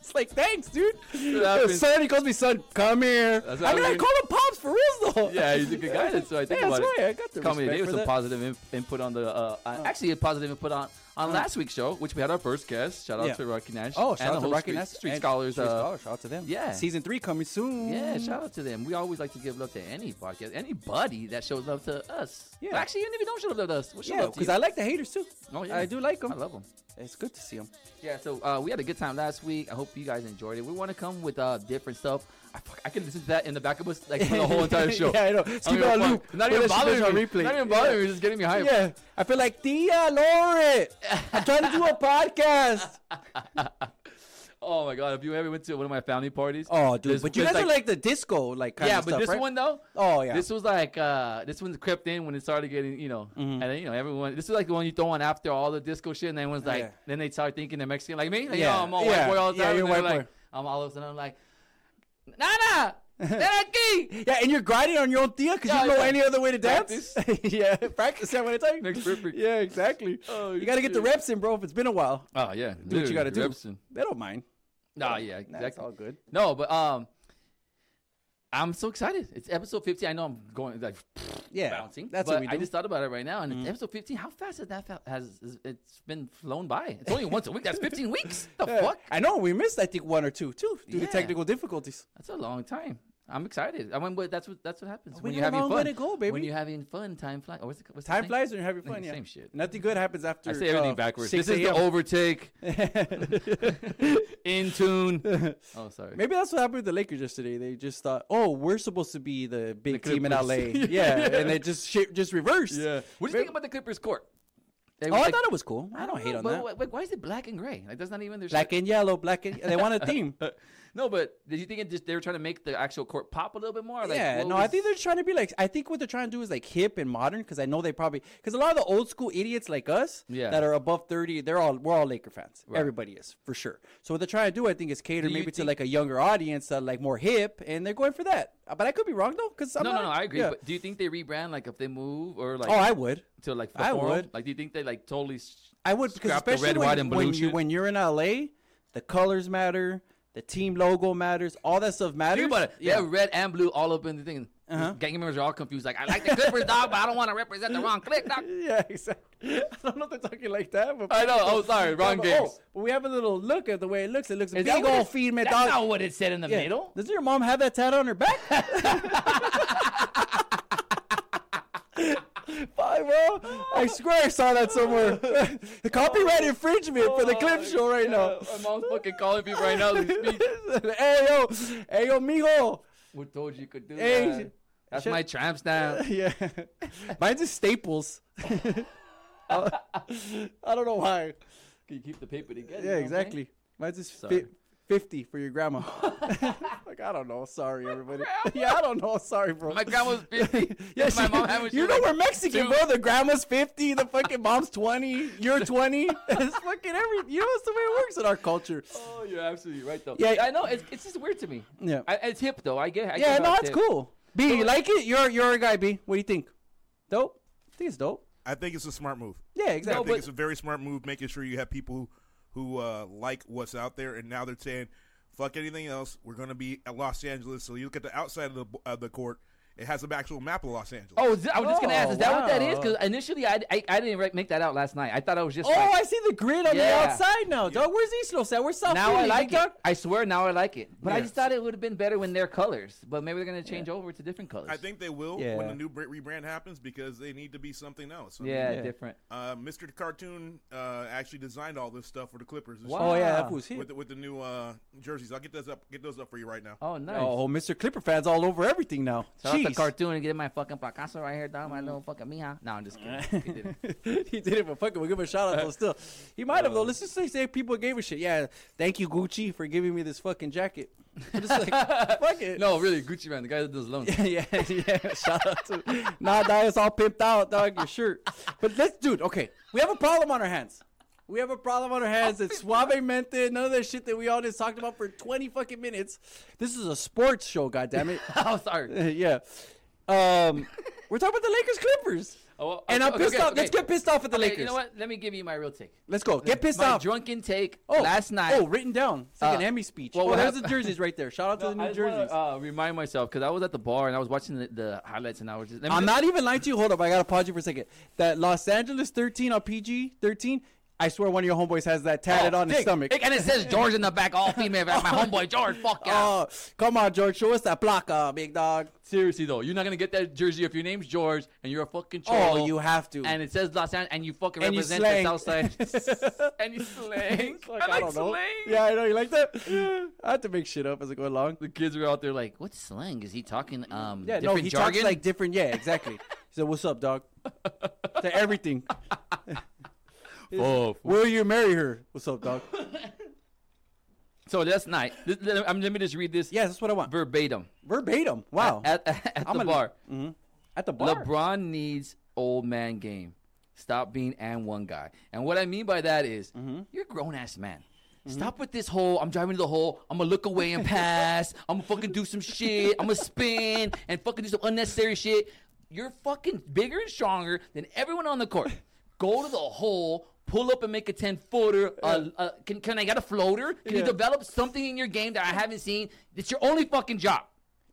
Speaker 4: It's like, thanks, dude.
Speaker 5: happens.
Speaker 4: Son, he calls me son. Come here.
Speaker 5: That's
Speaker 4: I
Speaker 5: how
Speaker 4: mean,
Speaker 5: we-
Speaker 4: I call him pops for real though.
Speaker 5: yeah, he's a good guy. That's why I think
Speaker 4: Yeah,
Speaker 5: about
Speaker 4: that's
Speaker 5: it.
Speaker 4: why I got the
Speaker 5: Call me today
Speaker 4: respect
Speaker 5: with
Speaker 4: for
Speaker 5: some
Speaker 4: that. Oh.
Speaker 5: positive in- input on the. Uh, uh, actually, a positive input on on last week's show, which we had our first guest. Shout out
Speaker 4: Yeah.
Speaker 5: to Rocky Nash.
Speaker 4: Oh,
Speaker 5: and
Speaker 4: shout
Speaker 5: the
Speaker 4: out to
Speaker 5: whole
Speaker 4: Rocky
Speaker 5: Street,
Speaker 4: Ness
Speaker 5: Street
Speaker 4: and
Speaker 5: Scholars.
Speaker 4: Street
Speaker 5: uh,
Speaker 4: Scholars. Mm-hmm. Shout out to them.
Speaker 5: yeah.
Speaker 4: season three coming soon.
Speaker 5: Yeah, shout out to them. We always like to give love to any podcast, anybody that shows love to us.
Speaker 4: Yeah.
Speaker 5: Well, actually, even if you don't show love to us, we show
Speaker 4: Yeah,
Speaker 5: love to
Speaker 4: because
Speaker 5: you.
Speaker 4: I like the haters too.
Speaker 5: Oh, yeah.
Speaker 4: I do like
Speaker 5: I
Speaker 4: them.
Speaker 5: love them.
Speaker 4: It's good to see them.
Speaker 5: Yeah, so uh, we had a good time last week. I hope you guys enjoyed it. We want to come with uh, different stuff. I, fuck, I could listen to that in the back of us like for the whole entire show.
Speaker 4: yeah, I know. Just
Speaker 5: I
Speaker 4: keep
Speaker 5: don't
Speaker 4: it on
Speaker 5: give a
Speaker 4: loop.
Speaker 5: fuck. Not even bothering
Speaker 4: on
Speaker 5: me.
Speaker 4: replay.
Speaker 5: Not even bothering me. It's Just getting me hyped.
Speaker 4: Yeah, I feel like Tia Lore. I'm trying to do a podcast.
Speaker 5: Oh my god, if you ever went to one of my family parties.
Speaker 4: Oh, dude,
Speaker 5: this-
Speaker 4: but you
Speaker 5: this,
Speaker 4: guys are like the disco, like kind
Speaker 5: yeah,
Speaker 4: of
Speaker 5: but
Speaker 4: stuff,
Speaker 5: this
Speaker 4: right?
Speaker 5: one though.
Speaker 4: Oh, yeah.
Speaker 5: This was like uh this one crept in when it started getting you know
Speaker 4: Mm-hmm.
Speaker 5: and then, you know everyone this is like the one you throw on after all the disco shit and everyone's like
Speaker 4: Yeah.
Speaker 5: then they start thinking they're Mexican like me like,
Speaker 4: Yeah,
Speaker 5: yeah I'm all
Speaker 4: yeah,
Speaker 5: white boy all the
Speaker 4: yeah,
Speaker 5: time and
Speaker 4: you're
Speaker 5: they're
Speaker 4: white
Speaker 5: like,
Speaker 4: boy.
Speaker 5: I'm all of a sudden I'm like Nana ven aquí
Speaker 4: Yeah, and you're grinding on your own Tia because
Speaker 5: Yeah,
Speaker 4: you don't know
Speaker 5: yeah.
Speaker 4: any other way to dance.
Speaker 5: Practice.
Speaker 4: yeah, practice that when I tell you.
Speaker 5: Makes perfect.
Speaker 4: Yeah, exactly.
Speaker 5: Oh,
Speaker 4: you got to get the
Speaker 5: shit.
Speaker 4: reps in, bro. If it's been a while,
Speaker 5: oh yeah
Speaker 4: do what you got to do.
Speaker 5: Jefferson.
Speaker 4: They don't mind.
Speaker 5: nah yeah exactly
Speaker 4: That's all good.
Speaker 5: no but um I'm so excited it's episode 50 I know I'm going like
Speaker 4: Yeah,
Speaker 5: bouncing.
Speaker 4: That's
Speaker 5: but
Speaker 4: what we do. Mm-hmm.
Speaker 5: I just thought about it right now, and it's episode 15. How fast has that fa- has is- it's been flown by? It's only once a week. That's 15 weeks. The
Speaker 4: Yeah.
Speaker 5: fuck?
Speaker 4: I know we missed. I think one or two too due to
Speaker 5: Yeah.
Speaker 4: technical difficulties.
Speaker 5: That's a long time. I'm excited. I mean, but that's what that's what happens
Speaker 4: we
Speaker 5: when you're
Speaker 4: got a
Speaker 5: having
Speaker 4: long
Speaker 5: fun.
Speaker 4: way to go, baby.
Speaker 5: When you're having fun, time flies. Or what's it, what's the
Speaker 4: Time
Speaker 5: saying?
Speaker 4: flies when you're having fun. Yeah,
Speaker 5: Same shit.
Speaker 4: Nothing good happens after.
Speaker 5: I say everything
Speaker 4: uh,
Speaker 5: backwards.
Speaker 4: 6
Speaker 5: This is the
Speaker 4: a.m..
Speaker 5: overtake. In tune. Oh, sorry.
Speaker 4: Maybe that's what happened with the Lakers yesterday. They just thought, "Oh, we're supposed to be the big team in LA."
Speaker 5: Clippers.
Speaker 4: yeah, and they just shit just reversed.
Speaker 5: What do you
Speaker 4: Maybe-
Speaker 5: think about the Clippers court? They
Speaker 4: Oh,
Speaker 5: were
Speaker 4: I
Speaker 5: like-
Speaker 4: thought it was cool. I don't hate
Speaker 5: know,
Speaker 4: on
Speaker 5: but
Speaker 4: that.
Speaker 5: wh- wh- why is it black and gray? Like that's not even their
Speaker 4: Black
Speaker 5: shit.
Speaker 4: and yellow, black and they want a theme.
Speaker 5: No, but did you think it just they were trying to make the actual court pop a little bit more? Like,
Speaker 4: yeah,
Speaker 5: what
Speaker 4: no, I
Speaker 5: was-
Speaker 4: think they're trying to be like. I think what they're trying to do is like hip and modern because I know they probably because a lot of the old school idiots like us
Speaker 5: Yeah.
Speaker 4: that are above thirty, they're all we're all Laker fans.
Speaker 5: Right.
Speaker 4: Everybody is for sure. So what they're trying to do, I think, is cater
Speaker 5: Do you
Speaker 4: maybe to
Speaker 5: think-
Speaker 4: like a younger audience that like more hip, and they're going for that. Uh, But I could be wrong though, because
Speaker 5: no, no, no, I agree. But do you think they rebrand like if they move or like
Speaker 4: oh, I would.
Speaker 5: to like the
Speaker 4: I
Speaker 5: forum?
Speaker 4: would.
Speaker 5: Like, do you think they like totally? s-
Speaker 4: I would because
Speaker 5: Scrap the
Speaker 4: especially
Speaker 5: red,
Speaker 4: when,
Speaker 5: white, and blue
Speaker 4: when you
Speaker 5: shit.
Speaker 4: when you're in LA, the colors matter, the team logo matters, all that stuff matters.
Speaker 5: Think about it. They
Speaker 4: Yeah. Uh-huh.
Speaker 5: have red and blue all up in the thing. Gang members are all confused. Like, I like the Clippers, dog, but I don't want to represent the wrong click, dog.
Speaker 4: Yeah, exactly. I don't know if they're talking like that, but
Speaker 5: I know. Oh, sorry, wrong
Speaker 4: Yeah, but-
Speaker 5: games.
Speaker 4: but we have a little look at the way it looks. It looks
Speaker 5: Is
Speaker 4: big
Speaker 5: that what
Speaker 4: old
Speaker 5: it-
Speaker 4: feed me
Speaker 5: That's
Speaker 4: dog.
Speaker 5: not what it said in the
Speaker 4: Yeah.
Speaker 5: middle.
Speaker 4: Does your mom have that tat on her back? Bye, bro. I swear I saw that somewhere. the copyright infringement for the
Speaker 5: Oh,
Speaker 4: clip show right now.
Speaker 5: My mom's fucking calling people right now. as we speak.
Speaker 4: hey yo, hey yo, mijo.
Speaker 5: Who told you you could do
Speaker 4: Hey,
Speaker 5: that?
Speaker 4: sh-
Speaker 5: That's
Speaker 4: shut-
Speaker 5: my tramp stamp.
Speaker 4: Yeah, mine's just Staples. I I don't know why.
Speaker 5: Can you keep the paper together?
Speaker 4: Yeah,
Speaker 5: okay?
Speaker 4: exactly. Mine's just fi-
Speaker 5: Sorry.
Speaker 4: 50 for your grandma. like, I don't know. Sorry, everybody. yeah, I don't know. Sorry, bro.
Speaker 5: My grandma's 50.
Speaker 4: yeah,
Speaker 5: my
Speaker 4: she-
Speaker 5: mom had when she
Speaker 4: You
Speaker 5: was
Speaker 4: know,
Speaker 5: like
Speaker 4: we're Mexican,
Speaker 5: two.
Speaker 4: bro. The grandma's 50, the fucking mom's 20, you're 20. it's fucking every. You know, it's the way it works in our culture.
Speaker 5: Oh, you're absolutely right, though.
Speaker 4: Yeah.
Speaker 5: I know. It's, it's just weird to me.
Speaker 4: Yeah.
Speaker 5: I, it's hip, though. I get
Speaker 4: yeah,
Speaker 5: I get how
Speaker 4: no, it's
Speaker 5: hip.
Speaker 4: cool. B, you like it? You're, you're a guy, B. What do you think? Dope? I think it's dope.
Speaker 6: I think it's a smart move.
Speaker 4: Yeah,
Speaker 6: I
Speaker 4: exactly.
Speaker 6: think it's a very smart move, making sure you have people who, who uh, like what's out there, and now they're saying, "Fuck anything else, we're going to be at Los Angeles." So you look at the outside of the of the court; it has an actual map of Los Angeles.
Speaker 5: Oh, is it- I was just gonna ask, is that what that is?
Speaker 4: wow.
Speaker 5: Because initially, I, I I didn't re- make that out last night. I thought I was just.
Speaker 4: Oh,
Speaker 5: like,
Speaker 4: I see the grid on
Speaker 5: Yeah.
Speaker 4: the outside now, dog. Where's East Los at? Where's South
Speaker 5: now
Speaker 4: Philly?
Speaker 5: I like
Speaker 4: dog?
Speaker 5: it. I swear, now I like it. But I
Speaker 6: Yeah.
Speaker 5: just thought it would have been better when their colors. But maybe they're gonna change over to different colors.
Speaker 6: I think they will
Speaker 4: Yeah.
Speaker 6: when the new br- rebrand happens because they need to be something else. I
Speaker 5: Yeah,
Speaker 6: mean,
Speaker 5: different.
Speaker 6: uh, Mr. Cartoon uh, actually designed all this stuff for the Clippers. this
Speaker 5: Wow.
Speaker 4: Oh,
Speaker 6: year
Speaker 4: yeah,
Speaker 5: Ah.
Speaker 4: that was here.
Speaker 6: With the, with the new uh, jerseys, I'll get those up. Get those up for you right now.
Speaker 5: Oh, nice.
Speaker 4: Oh, Mr. Clipper fans all over everything now.
Speaker 5: Shout out the
Speaker 4: Jeez. Mm.
Speaker 5: cartoon and get my fucking Picasso right here, dog. My little fucking mija. No, I'm just kidding. He didn't.
Speaker 4: he did it, but fuck it, we'll give him a shout out though. Still, he might have though. Let's just say, say people gave a shit. Yeah, thank you Gucci for giving me this fucking jacket. Just like, fuck it.
Speaker 5: no, really, Gucci man, the guy that does loans.
Speaker 4: yeah, yeah. Shout out to nah, dog. It's all pimped out, dog. Your shirt. But let's, dude. Okay, we have a problem on our hands. We have a problem on our hands. It's suavemente. None of that shit that we all just talked about for twenty fucking minutes. This is a sports show. God damn it.
Speaker 5: oh, sorry.
Speaker 4: yeah. Um, we're talking about the Lakers Clippers.
Speaker 5: Oh, well,
Speaker 4: and I'm
Speaker 5: okay,
Speaker 4: pissed
Speaker 5: okay,
Speaker 4: off. Let's
Speaker 5: okay.
Speaker 4: get pissed off at the
Speaker 5: Okay,
Speaker 4: Lakers.
Speaker 5: You know what? Let me give you my real take.
Speaker 4: Let's go. Get pissed
Speaker 5: my
Speaker 4: off.
Speaker 5: drunken take last night.
Speaker 4: Oh, written down. It's like an
Speaker 5: Uh,
Speaker 4: Emmy speech.
Speaker 5: well,
Speaker 4: Well,
Speaker 5: what
Speaker 4: oh, there's
Speaker 5: hap-
Speaker 4: the jerseys right there. Shout out to the
Speaker 5: I
Speaker 4: New
Speaker 5: just wanna,
Speaker 4: Jerseys.
Speaker 5: uh, remind myself because I was at the bar and I was watching the, the highlights and I was just. Let me
Speaker 4: I'm
Speaker 5: just-
Speaker 4: not even lying to you. Hold up. I got to pause you for a second. That Los Angeles 13 on PG 13, I swear one of your homeboys has that tatted
Speaker 5: Oh,
Speaker 4: on his
Speaker 5: dick,
Speaker 4: stomach.
Speaker 5: dick, and it says George in the back, all female. like my homeboy George. Fuck yeah.
Speaker 4: Oh, come on, George. Show us that placa, big dog.
Speaker 5: Seriously though, you're not gonna get that jersey if your name's George and you're a fucking cholo.
Speaker 4: Oh, you have to.
Speaker 5: And it says Los Angeles, and you fucking
Speaker 4: And you
Speaker 5: represent
Speaker 4: slang.
Speaker 5: the South Side. and you slang.
Speaker 4: It's like,
Speaker 5: I like
Speaker 4: know.
Speaker 5: slang.
Speaker 4: Yeah, I know. You like that? I have to make shit up as I go along.
Speaker 5: The kids were out there like, "What's slang? Is he talking um
Speaker 4: Yeah, no,
Speaker 5: different
Speaker 4: he
Speaker 5: jargon?"
Speaker 4: talks like different. Yeah, exactly. he said, "What's up, dog?" to everything.
Speaker 5: oh, f-
Speaker 4: Will you marry her? What's up, dog?
Speaker 5: so that's night. This, let, um, let me just read this
Speaker 4: Yeah, that's what I want.
Speaker 5: verbatim.
Speaker 4: Verbatim. Wow. At,
Speaker 5: At, at, at the
Speaker 4: gonna-
Speaker 5: bar.
Speaker 4: the bar.
Speaker 5: LeBron needs old man game. Stop being and one guy. And what I mean by that is,
Speaker 4: Mm-hmm.
Speaker 5: you're a grown ass man. Stop with this whole I'm driving to the hole, I'm gonna look away and pass, I'm gonna fucking do some shit, I'm gonna spin and fucking do some unnecessary shit. You're fucking bigger and stronger than everyone on the court. Go to the hole, pull up and make a 10 footer. Uh, uh, can, can I get a floater? Can you
Speaker 4: Yeah.
Speaker 5: develop something in your game that I haven't seen? It's your only fucking job.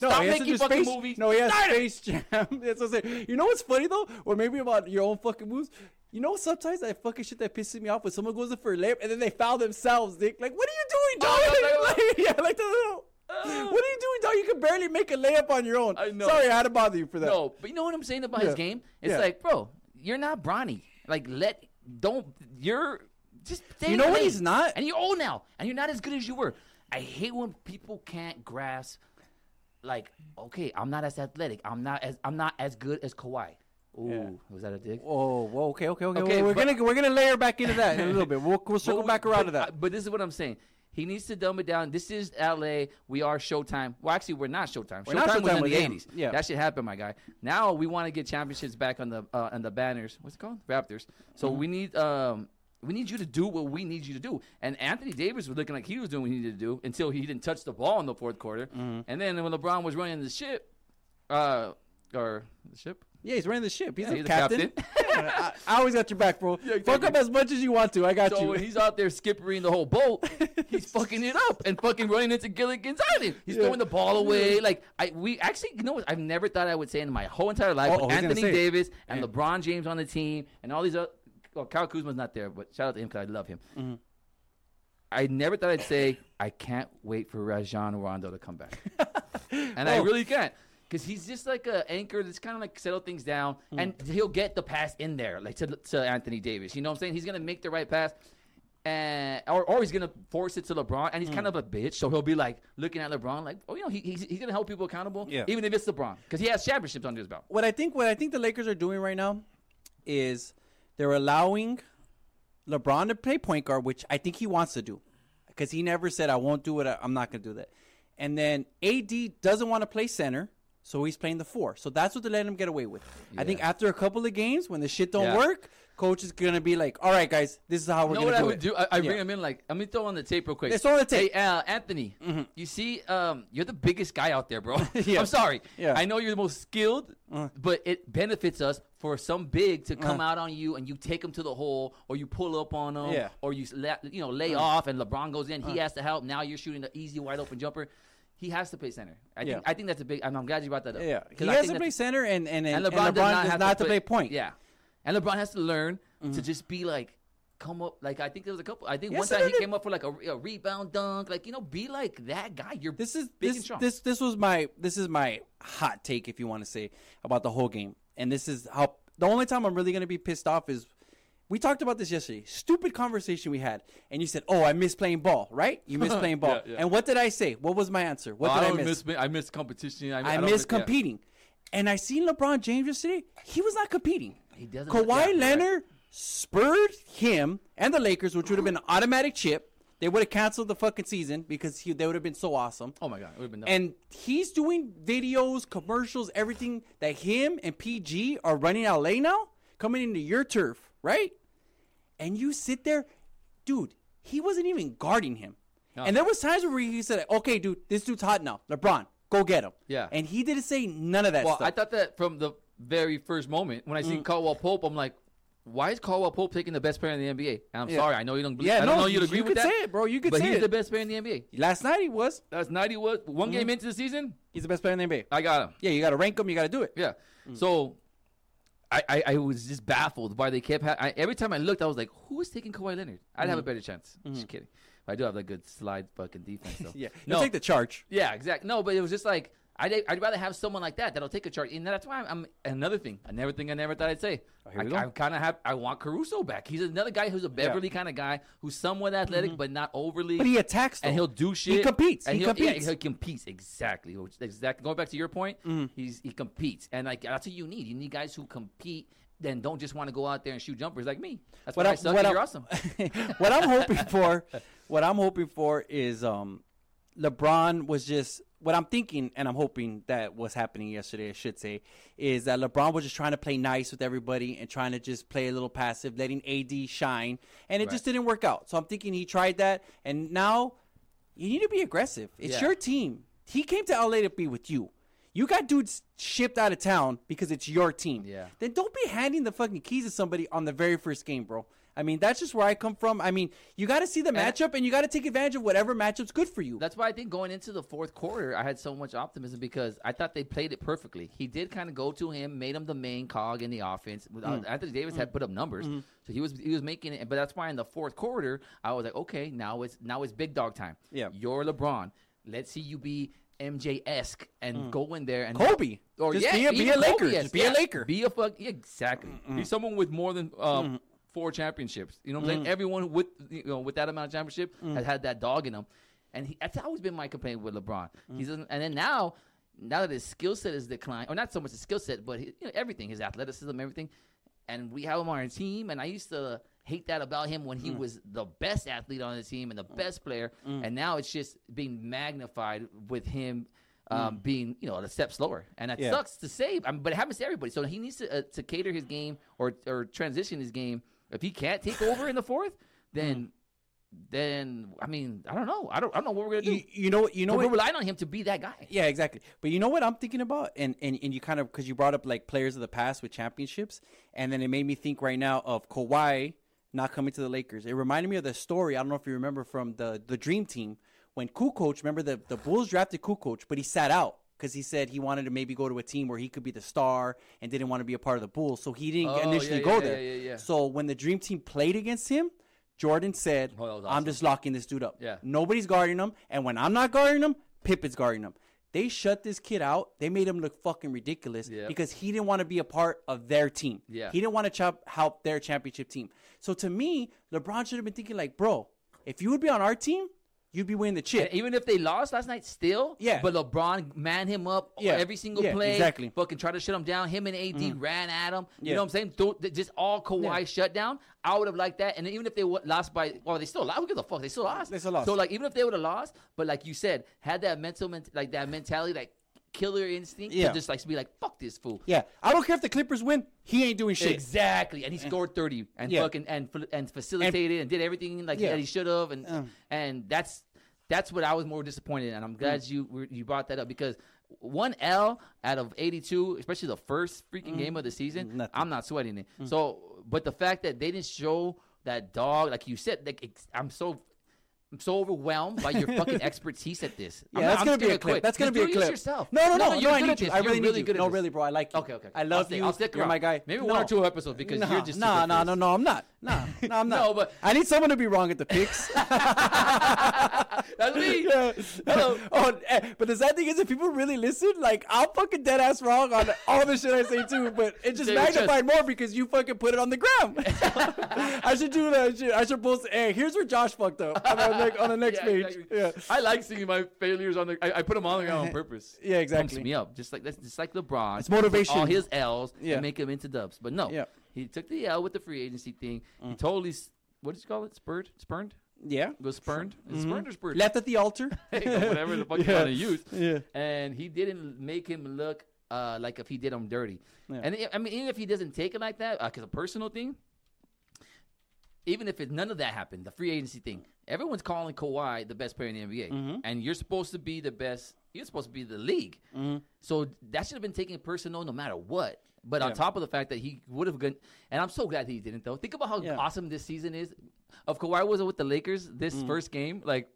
Speaker 4: No,
Speaker 5: Stop
Speaker 4: he has to
Speaker 5: making
Speaker 4: do
Speaker 5: fucking
Speaker 4: space.
Speaker 5: movies.
Speaker 4: No, he has
Speaker 5: Start it.
Speaker 4: Space Jam. That's what I'm saying. You know what's funny though, or maybe about your own fucking moves. You know sometimes that fucking shit that pisses me off when someone goes in for a layup and then they foul themselves. Dick, like what are you doing, dog?
Speaker 5: Oh,
Speaker 4: like, yeah, like no, no, no. what are you doing, dog? You can barely make a layup on your own.
Speaker 5: I know.
Speaker 4: Sorry, I had to bother you for that.
Speaker 5: No, but you know what I'm saying about his
Speaker 4: Yeah.
Speaker 5: game? It's
Speaker 4: Yeah.
Speaker 5: like, bro, you're not Bronny. Like, let don't you're just stay
Speaker 4: You know
Speaker 5: in your
Speaker 4: what
Speaker 5: lane.
Speaker 4: he's not?
Speaker 5: and you're old now, and you're not as good as you were. I hate when people can't grasp, like, okay, I'm not as athletic. I'm not as I'm not as good as Kawhi. Ooh, was that a dig?
Speaker 4: Oh, whoa, okay, okay, okay.
Speaker 5: Okay,
Speaker 4: well, we're
Speaker 5: but-
Speaker 4: gonna we're gonna layer back into that in a little bit. We'll, we'll circle
Speaker 5: But-
Speaker 4: back around
Speaker 5: but,
Speaker 4: to that.
Speaker 5: uh, But this is what I'm saying. He needs to dumb it down. This is LA. We are Showtime. Well, actually, we're not Showtime.
Speaker 4: We're
Speaker 5: Showtime,
Speaker 4: not
Speaker 5: was
Speaker 4: Showtime
Speaker 5: in
Speaker 4: with
Speaker 5: the
Speaker 4: him.
Speaker 5: '80s.
Speaker 4: Yeah.
Speaker 5: that shit happened, my guy. Now we want to get championships back on the uh, on the banners. What's it called? Raptors. So
Speaker 4: Mm-hmm.
Speaker 5: we need um we need you to do what we need you to do. And Anthony Davis was looking like he was doing what he needed to do until he didn't touch the ball in the fourth quarter.
Speaker 4: Mm-hmm.
Speaker 5: And then when LeBron was running the ship, uh, or the ship.
Speaker 4: Yeah, he's running the ship. He's
Speaker 5: Yeah,
Speaker 4: the
Speaker 5: he's the
Speaker 4: captain. I, I always got your back, bro. Fuck
Speaker 5: exactly.
Speaker 4: up as much as you want to. I got
Speaker 5: So
Speaker 4: you.
Speaker 5: when he's out there skippering the whole boat, he's fucking it up and fucking running into Gilligan's Island. He's throwing the ball away. Like I, we actually, you know, what? I've never thought I would say in my whole entire life.
Speaker 4: Oh,
Speaker 5: with
Speaker 4: I was gonna
Speaker 5: Anthony
Speaker 4: say it.
Speaker 5: Davis and LeBron James on the team, and all these other. Well, Kyle Kuzma's not there, but shout out to him because I love him.
Speaker 4: Mm-hmm.
Speaker 5: I never thought I'd say I can't wait for Rajon Rondo to come back, and I
Speaker 4: Oh.
Speaker 5: really can't. Cause he's just like a anchor that's kind of like settle things down,
Speaker 4: Hmm.
Speaker 5: and he'll get the pass in there, like to, to Anthony Davis. You know what I'm saying? He's gonna make the right pass, and or, or he's gonna force it to LeBron, and he's
Speaker 4: Hmm.
Speaker 5: kind of a bitch, so he'll be like looking at LeBron, like, oh, you know, he, he's, he's gonna hold people accountable,
Speaker 4: Yeah.
Speaker 5: even if it's LeBron, because he has championships under his belt.
Speaker 4: what I think what I think the Lakers are doing right now is they're allowing LeBron to play point guard, which I think he wants to do because he never said I won't do it. I- I'm not going to do that. And then AD doesn't want to play center, so he's playing the four. So that's what they're letting him get away with. I think after a couple of games, when the shit don't
Speaker 5: Yeah.
Speaker 4: work, coach is going to be like, "All right, guys, this is how we're
Speaker 5: You
Speaker 4: going
Speaker 5: know what
Speaker 4: to
Speaker 5: I
Speaker 4: do
Speaker 5: would
Speaker 4: it."
Speaker 5: do? I, I bring
Speaker 4: Yeah.
Speaker 5: him in like, let me throw on the tape real quick.
Speaker 4: Let's throw on the tape. Mm-hmm.
Speaker 5: Hey, uh, Anthony, you see, um, you're the biggest guy out there, bro.
Speaker 4: Yeah.
Speaker 5: I'm sorry.
Speaker 4: Yeah. Mm.
Speaker 5: I know you're the most skilled, but it benefits us for some big to come out on you and you take him to the hole or you pull up on him
Speaker 4: Yeah. Mm.
Speaker 5: or you s- la- you know lay off and LeBron goes in. He has to help. Now you're shooting the easy wide open jumper. He has to play center. I,
Speaker 4: Yeah.
Speaker 5: think, I think that's a big. I'm, I'm glad you brought that up.
Speaker 4: Yeah,
Speaker 5: 'Cause
Speaker 4: he
Speaker 5: I
Speaker 4: has
Speaker 5: think
Speaker 4: to
Speaker 5: that's-
Speaker 4: play center, and and, and,
Speaker 5: and LeBron,
Speaker 4: and LeBron
Speaker 5: does not, have
Speaker 4: to play point. Mm-hmm.
Speaker 5: Yeah, and LeBron has to learn to just be like, come up. Like I think there was a couple. I think
Speaker 4: Yes,
Speaker 5: one time
Speaker 4: and
Speaker 5: he
Speaker 4: it-
Speaker 5: came up for like a, a rebound dunk. Like you know, be like that guy. You're
Speaker 4: this is
Speaker 5: big
Speaker 4: this,
Speaker 5: and strong.
Speaker 4: this this was my this is my hot take if you want to say about the whole game and this is how the only time i'm really going to be pissed off is we talked about this yesterday stupid conversation we had and you said oh i miss playing ball right you miss playing ball
Speaker 5: Yeah, yeah.
Speaker 4: and what did i say what was my answer what did i, miss,
Speaker 5: I miss competition.
Speaker 4: i,
Speaker 5: don't
Speaker 4: miss
Speaker 5: yeah.
Speaker 4: competing and i seen lebron james yesterday he was not competing
Speaker 5: He doesn't- yeah,
Speaker 4: Kawhi
Speaker 5: you're right.
Speaker 4: leonard spurred him and the lakers which would have been an automatic chip they would have canceled the fucking season because he, they would have been so awesome
Speaker 5: Oh my god, it would've been dope.
Speaker 4: and he's doing videos, commercials, everything that him and PG are running LA now, coming into your turf, right? And you sit there, dude, he wasn't even guarding him. And there was times where he said, okay, dude, this dude's hot now. LeBron, go get him.
Speaker 5: Yeah.
Speaker 4: And he didn't say none of that
Speaker 5: Well,
Speaker 4: stuff. Mm.
Speaker 5: I thought that from the very first moment when I seen Caldwell Pope, I'm like, why is Caldwell Pope taking the best player in the NBA? And I'm
Speaker 4: Yeah.
Speaker 5: sorry, I know you don't. Believe,
Speaker 4: Yeah,
Speaker 5: I don't
Speaker 4: no,
Speaker 5: know you'd
Speaker 4: you-
Speaker 5: agree
Speaker 4: you
Speaker 5: with
Speaker 4: could
Speaker 5: that,
Speaker 4: say it, bro. You could
Speaker 5: but
Speaker 4: say
Speaker 5: he's
Speaker 4: it.
Speaker 5: the best player in the NBA.
Speaker 4: Last night he was.
Speaker 5: That's not he was one
Speaker 4: Mm-hmm.
Speaker 5: game into the season.
Speaker 4: He's the best player in the NBA.
Speaker 5: I got him.
Speaker 4: yeah, you got to rank him. You got to do it.
Speaker 5: Yeah. So I, I, I was just baffled why they kept. Ha- I, every time I looked, I was like, who is taking Kawhi Leonard? I'd have a better chance. Just kidding. I do have that good slide fucking defense, though.
Speaker 4: Yeah.
Speaker 5: No.
Speaker 4: He'll take the charge.
Speaker 5: yeah, exactly. No, but it was just like, I'd, I'd rather have someone like that that'll take a charge. And that's why I'm, another thing, another thing I never thought I'd say.
Speaker 4: Oh, here
Speaker 5: I,
Speaker 4: we go.
Speaker 5: I kind of have, I want Caruso back. He's another guy who's a Beverly kind of guy who's somewhat athletic, but not overly.
Speaker 4: Mm-hmm. But he attacks,
Speaker 5: And
Speaker 4: though.
Speaker 5: he'll do
Speaker 4: He
Speaker 5: shit.
Speaker 4: competes.
Speaker 5: And
Speaker 4: He
Speaker 5: he'll- yeah,
Speaker 4: competes. Mm-hmm.
Speaker 5: he competes exactly. which- Exactly. Going back to your point, he's he competes, and like that's what you need. You need guys who compete, then don't just want to go out there and shoot jumpers like me. That's what, I suck. and you're awesome.
Speaker 4: what I'm hoping for, what I'm hoping for is um, LeBron was just what I'm thinking, and I'm hoping that what's happening yesterday, I should say, is that LeBron was just trying to play nice with everybody and trying to just play a little passive, letting AD shine, and it just didn't work out. So I'm thinking he tried that, and now you need to be aggressive. It's
Speaker 5: Yeah.
Speaker 4: your team. He came to LA to be with you. You got dudes shipped out of town because it's your team.
Speaker 5: Yeah.
Speaker 4: Then don't be handing the fucking keys to somebody on the very first game, bro. I mean, that's just where I come from. I mean, you got to see the matchup and you got to take advantage of whatever matchup's good for you.
Speaker 5: That's why I think going into the fourth quarter, I had so much optimism because I thought they played it perfectly. He did kind of go to him, made him the main cog in the offense. With-
Speaker 4: Mm.
Speaker 5: uh, Anthony Davis had put up numbers,
Speaker 4: Mm-hmm.
Speaker 5: so he was he was making it. But that's why in the fourth quarter, I was like, okay, now it's now it's big dog time.
Speaker 4: Yeah.
Speaker 5: you're LeBron. Let's see you be MJ esque and go in there and
Speaker 4: Mm. Kobe.
Speaker 5: or
Speaker 4: Just
Speaker 5: yeah,
Speaker 4: Oh, be a- be
Speaker 5: even
Speaker 4: a Laker.
Speaker 5: Kobe-esque,
Speaker 4: Just be a Laker.
Speaker 5: Be a fuck yeah, exactly. Be someone with more than um, four championships. You know what I'm saying? Everyone with you know with that amount of championship has had that dog in him, and he, that's always been my complaint with LeBron. He's an, and then now now that his skill set is declined, or not so much his skill set, but his, you know, everything, his athleticism, everything, and we have him on our team, and I used to hate that about him when he was the best athlete on the team and the best player, and now it's just being magnified with him. Um, Being you know a step slower, and that
Speaker 4: Yeah.
Speaker 5: sucks to say, I mean, but it happens to everybody. So he needs to uh, to cater his game or or transition his game. If he can't take over in the fourth, then then I mean I don't know I don't I don't know what we're gonna do.
Speaker 4: Hmm. You, you know what? You know
Speaker 5: But
Speaker 4: what?
Speaker 5: we're relying on him to be that guy.
Speaker 4: Yeah, exactly. But you know what I'm thinking about, and and, and you kind of because you brought up like players of the past with championships, and then it made me think right now of Kawhi not coming to the Lakers. It reminded me of the story. I don't know if you remember from the the Dream Team when Kukoc. Remember the the Bulls drafted Kukoc, but he sat out. Because he said he wanted to maybe go to a team where he could be the star and didn't want to be a part of the Bulls, so he didn't
Speaker 5: Oh, yeah,
Speaker 4: initially
Speaker 5: yeah,
Speaker 4: go
Speaker 5: yeah,
Speaker 4: there.
Speaker 5: yeah, yeah.
Speaker 4: So when the Dream Team played against him, Jordan said,
Speaker 5: Oh, that was
Speaker 4: "I'm
Speaker 5: awesome.
Speaker 4: just locking this dude up.
Speaker 5: Yeah.
Speaker 4: Nobody's guarding him. And when I'm not guarding him, Pippen's guarding him. They shut this kid out. They made him look fucking ridiculous
Speaker 5: Yep.
Speaker 4: because he didn't want to be a part of their team.
Speaker 5: Yeah.
Speaker 4: He didn't want to chop, help their championship team. So to me, LeBron should have been thinking like, bro, if you would be on our team, you'd be winning the chip.
Speaker 5: And even if they lost last night, still,
Speaker 4: Yeah.
Speaker 5: But LeBron man him up
Speaker 4: Yeah,
Speaker 5: every single
Speaker 4: yeah,
Speaker 5: play,
Speaker 4: exactly. Mm-hmm.
Speaker 5: Fucking try to shut him down. Him and AD ran at him. You
Speaker 4: Yeah.
Speaker 5: know what I'm saying? Throw- th- just all Kawhi
Speaker 4: Yeah.
Speaker 5: shut down. I would have liked that. And even if they w- lost by, well, they still lost. Who gives a fuck? They still lost.
Speaker 4: They still lost.
Speaker 5: So like, even if they would have lost, but like you said, had that mental, ment- like that mentality, like killer instinct,
Speaker 4: Yeah.
Speaker 5: to just like be like, fuck this fool.
Speaker 4: yeah. I don't care if the Clippers win. He ain't doing shit.
Speaker 5: Exactly, and he scored thirty and
Speaker 4: Yeah.
Speaker 5: fucking and fl- and facilitated and, did everything like
Speaker 4: Yeah. Um.
Speaker 5: that he should have, and and that's that's what I was more disappointed in, and
Speaker 4: Mm.
Speaker 5: I'm glad you were- you brought that up because one L out of eighty two, especially the first freaking game of the season,
Speaker 4: Mm. Nothing. Mm.
Speaker 5: I'm not sweating it. So, but the fact that they didn't show that dog, like you said, like it's, I'm so. I'm so overwhelmed by your fucking expertise at this.
Speaker 4: Yeah, that's gonna be a
Speaker 5: just
Speaker 4: clip.
Speaker 5: quit.
Speaker 4: That's gonna
Speaker 5: Just
Speaker 4: be
Speaker 5: do
Speaker 4: a
Speaker 5: this
Speaker 4: clip.
Speaker 5: yourself.
Speaker 4: No, no, no, no.
Speaker 5: you're
Speaker 4: I
Speaker 5: good
Speaker 4: need
Speaker 5: at
Speaker 4: you.
Speaker 5: this.
Speaker 4: I
Speaker 5: You're
Speaker 4: really need you.
Speaker 5: good at
Speaker 4: No,
Speaker 5: this.
Speaker 4: really, bro. I like you.
Speaker 5: Okay, okay.
Speaker 4: I love
Speaker 5: I'll stay-
Speaker 4: you.
Speaker 5: I'll stick
Speaker 4: You're
Speaker 5: around.
Speaker 4: my guy.
Speaker 5: Maybe
Speaker 4: no.
Speaker 5: one or two episodes because
Speaker 4: nah,
Speaker 5: you're just
Speaker 4: nah,
Speaker 5: super
Speaker 4: nah,
Speaker 5: fierce.
Speaker 4: no, no. I'm not. Nah, no, I'm not.
Speaker 5: No, but-
Speaker 4: I need someone to be wrong at the picks.
Speaker 5: That's me.
Speaker 4: Yeah.
Speaker 5: Hello.
Speaker 4: Oh, eh, but the sad thing is, if people really listen, like I'm fucking dead ass wrong on all the shit I say too. But it just
Speaker 5: Dude,
Speaker 4: magnified more because you fucking put it on the ground. I should do that. Shit. I should post. Hey, here's where Josh fucked up on, our next- on the next
Speaker 5: Yeah,
Speaker 4: page.
Speaker 5: exactly.
Speaker 4: Yeah.
Speaker 5: I like seeing my failures on the. I, I put them on the ground on purpose.
Speaker 4: Yeah, exactly.
Speaker 5: Pumps me up, just like that's just like LeBron.
Speaker 4: It's motivation.
Speaker 5: Take All his L's
Speaker 4: Yeah.
Speaker 5: and make him into dubs, but no,
Speaker 4: Yeah. Mm.
Speaker 5: he took the L with the free agency thing. He totally s- what did you call it? Spurred, spurned,
Speaker 4: Yeah.
Speaker 5: was spurned, Is it spurned or spurred?
Speaker 4: Mm-hmm. Left at the altar.
Speaker 5: whatever the fuck you
Speaker 4: Yeah.
Speaker 5: want to use.
Speaker 4: Yeah.
Speaker 5: And he didn't make him look uh, like if he did him dirty. And I- I mean, even if he doesn't take it like that, because a personal thing, even if it, none of that happened, the free agency thing, everyone's calling Kawhi the best player in the NBA,
Speaker 4: Mm-hmm.
Speaker 5: and you're supposed to be the best. You're supposed to be the league.
Speaker 4: Mm-hmm.
Speaker 5: So that should have been taken personal, no matter what. But on top of the fact that he would have gone, and I'm so glad he didn't though. Think about how
Speaker 4: Yeah.
Speaker 5: awesome this season is. If Kawhi wasn't with the Lakers this
Speaker 4: Mm-hmm.
Speaker 5: first game, like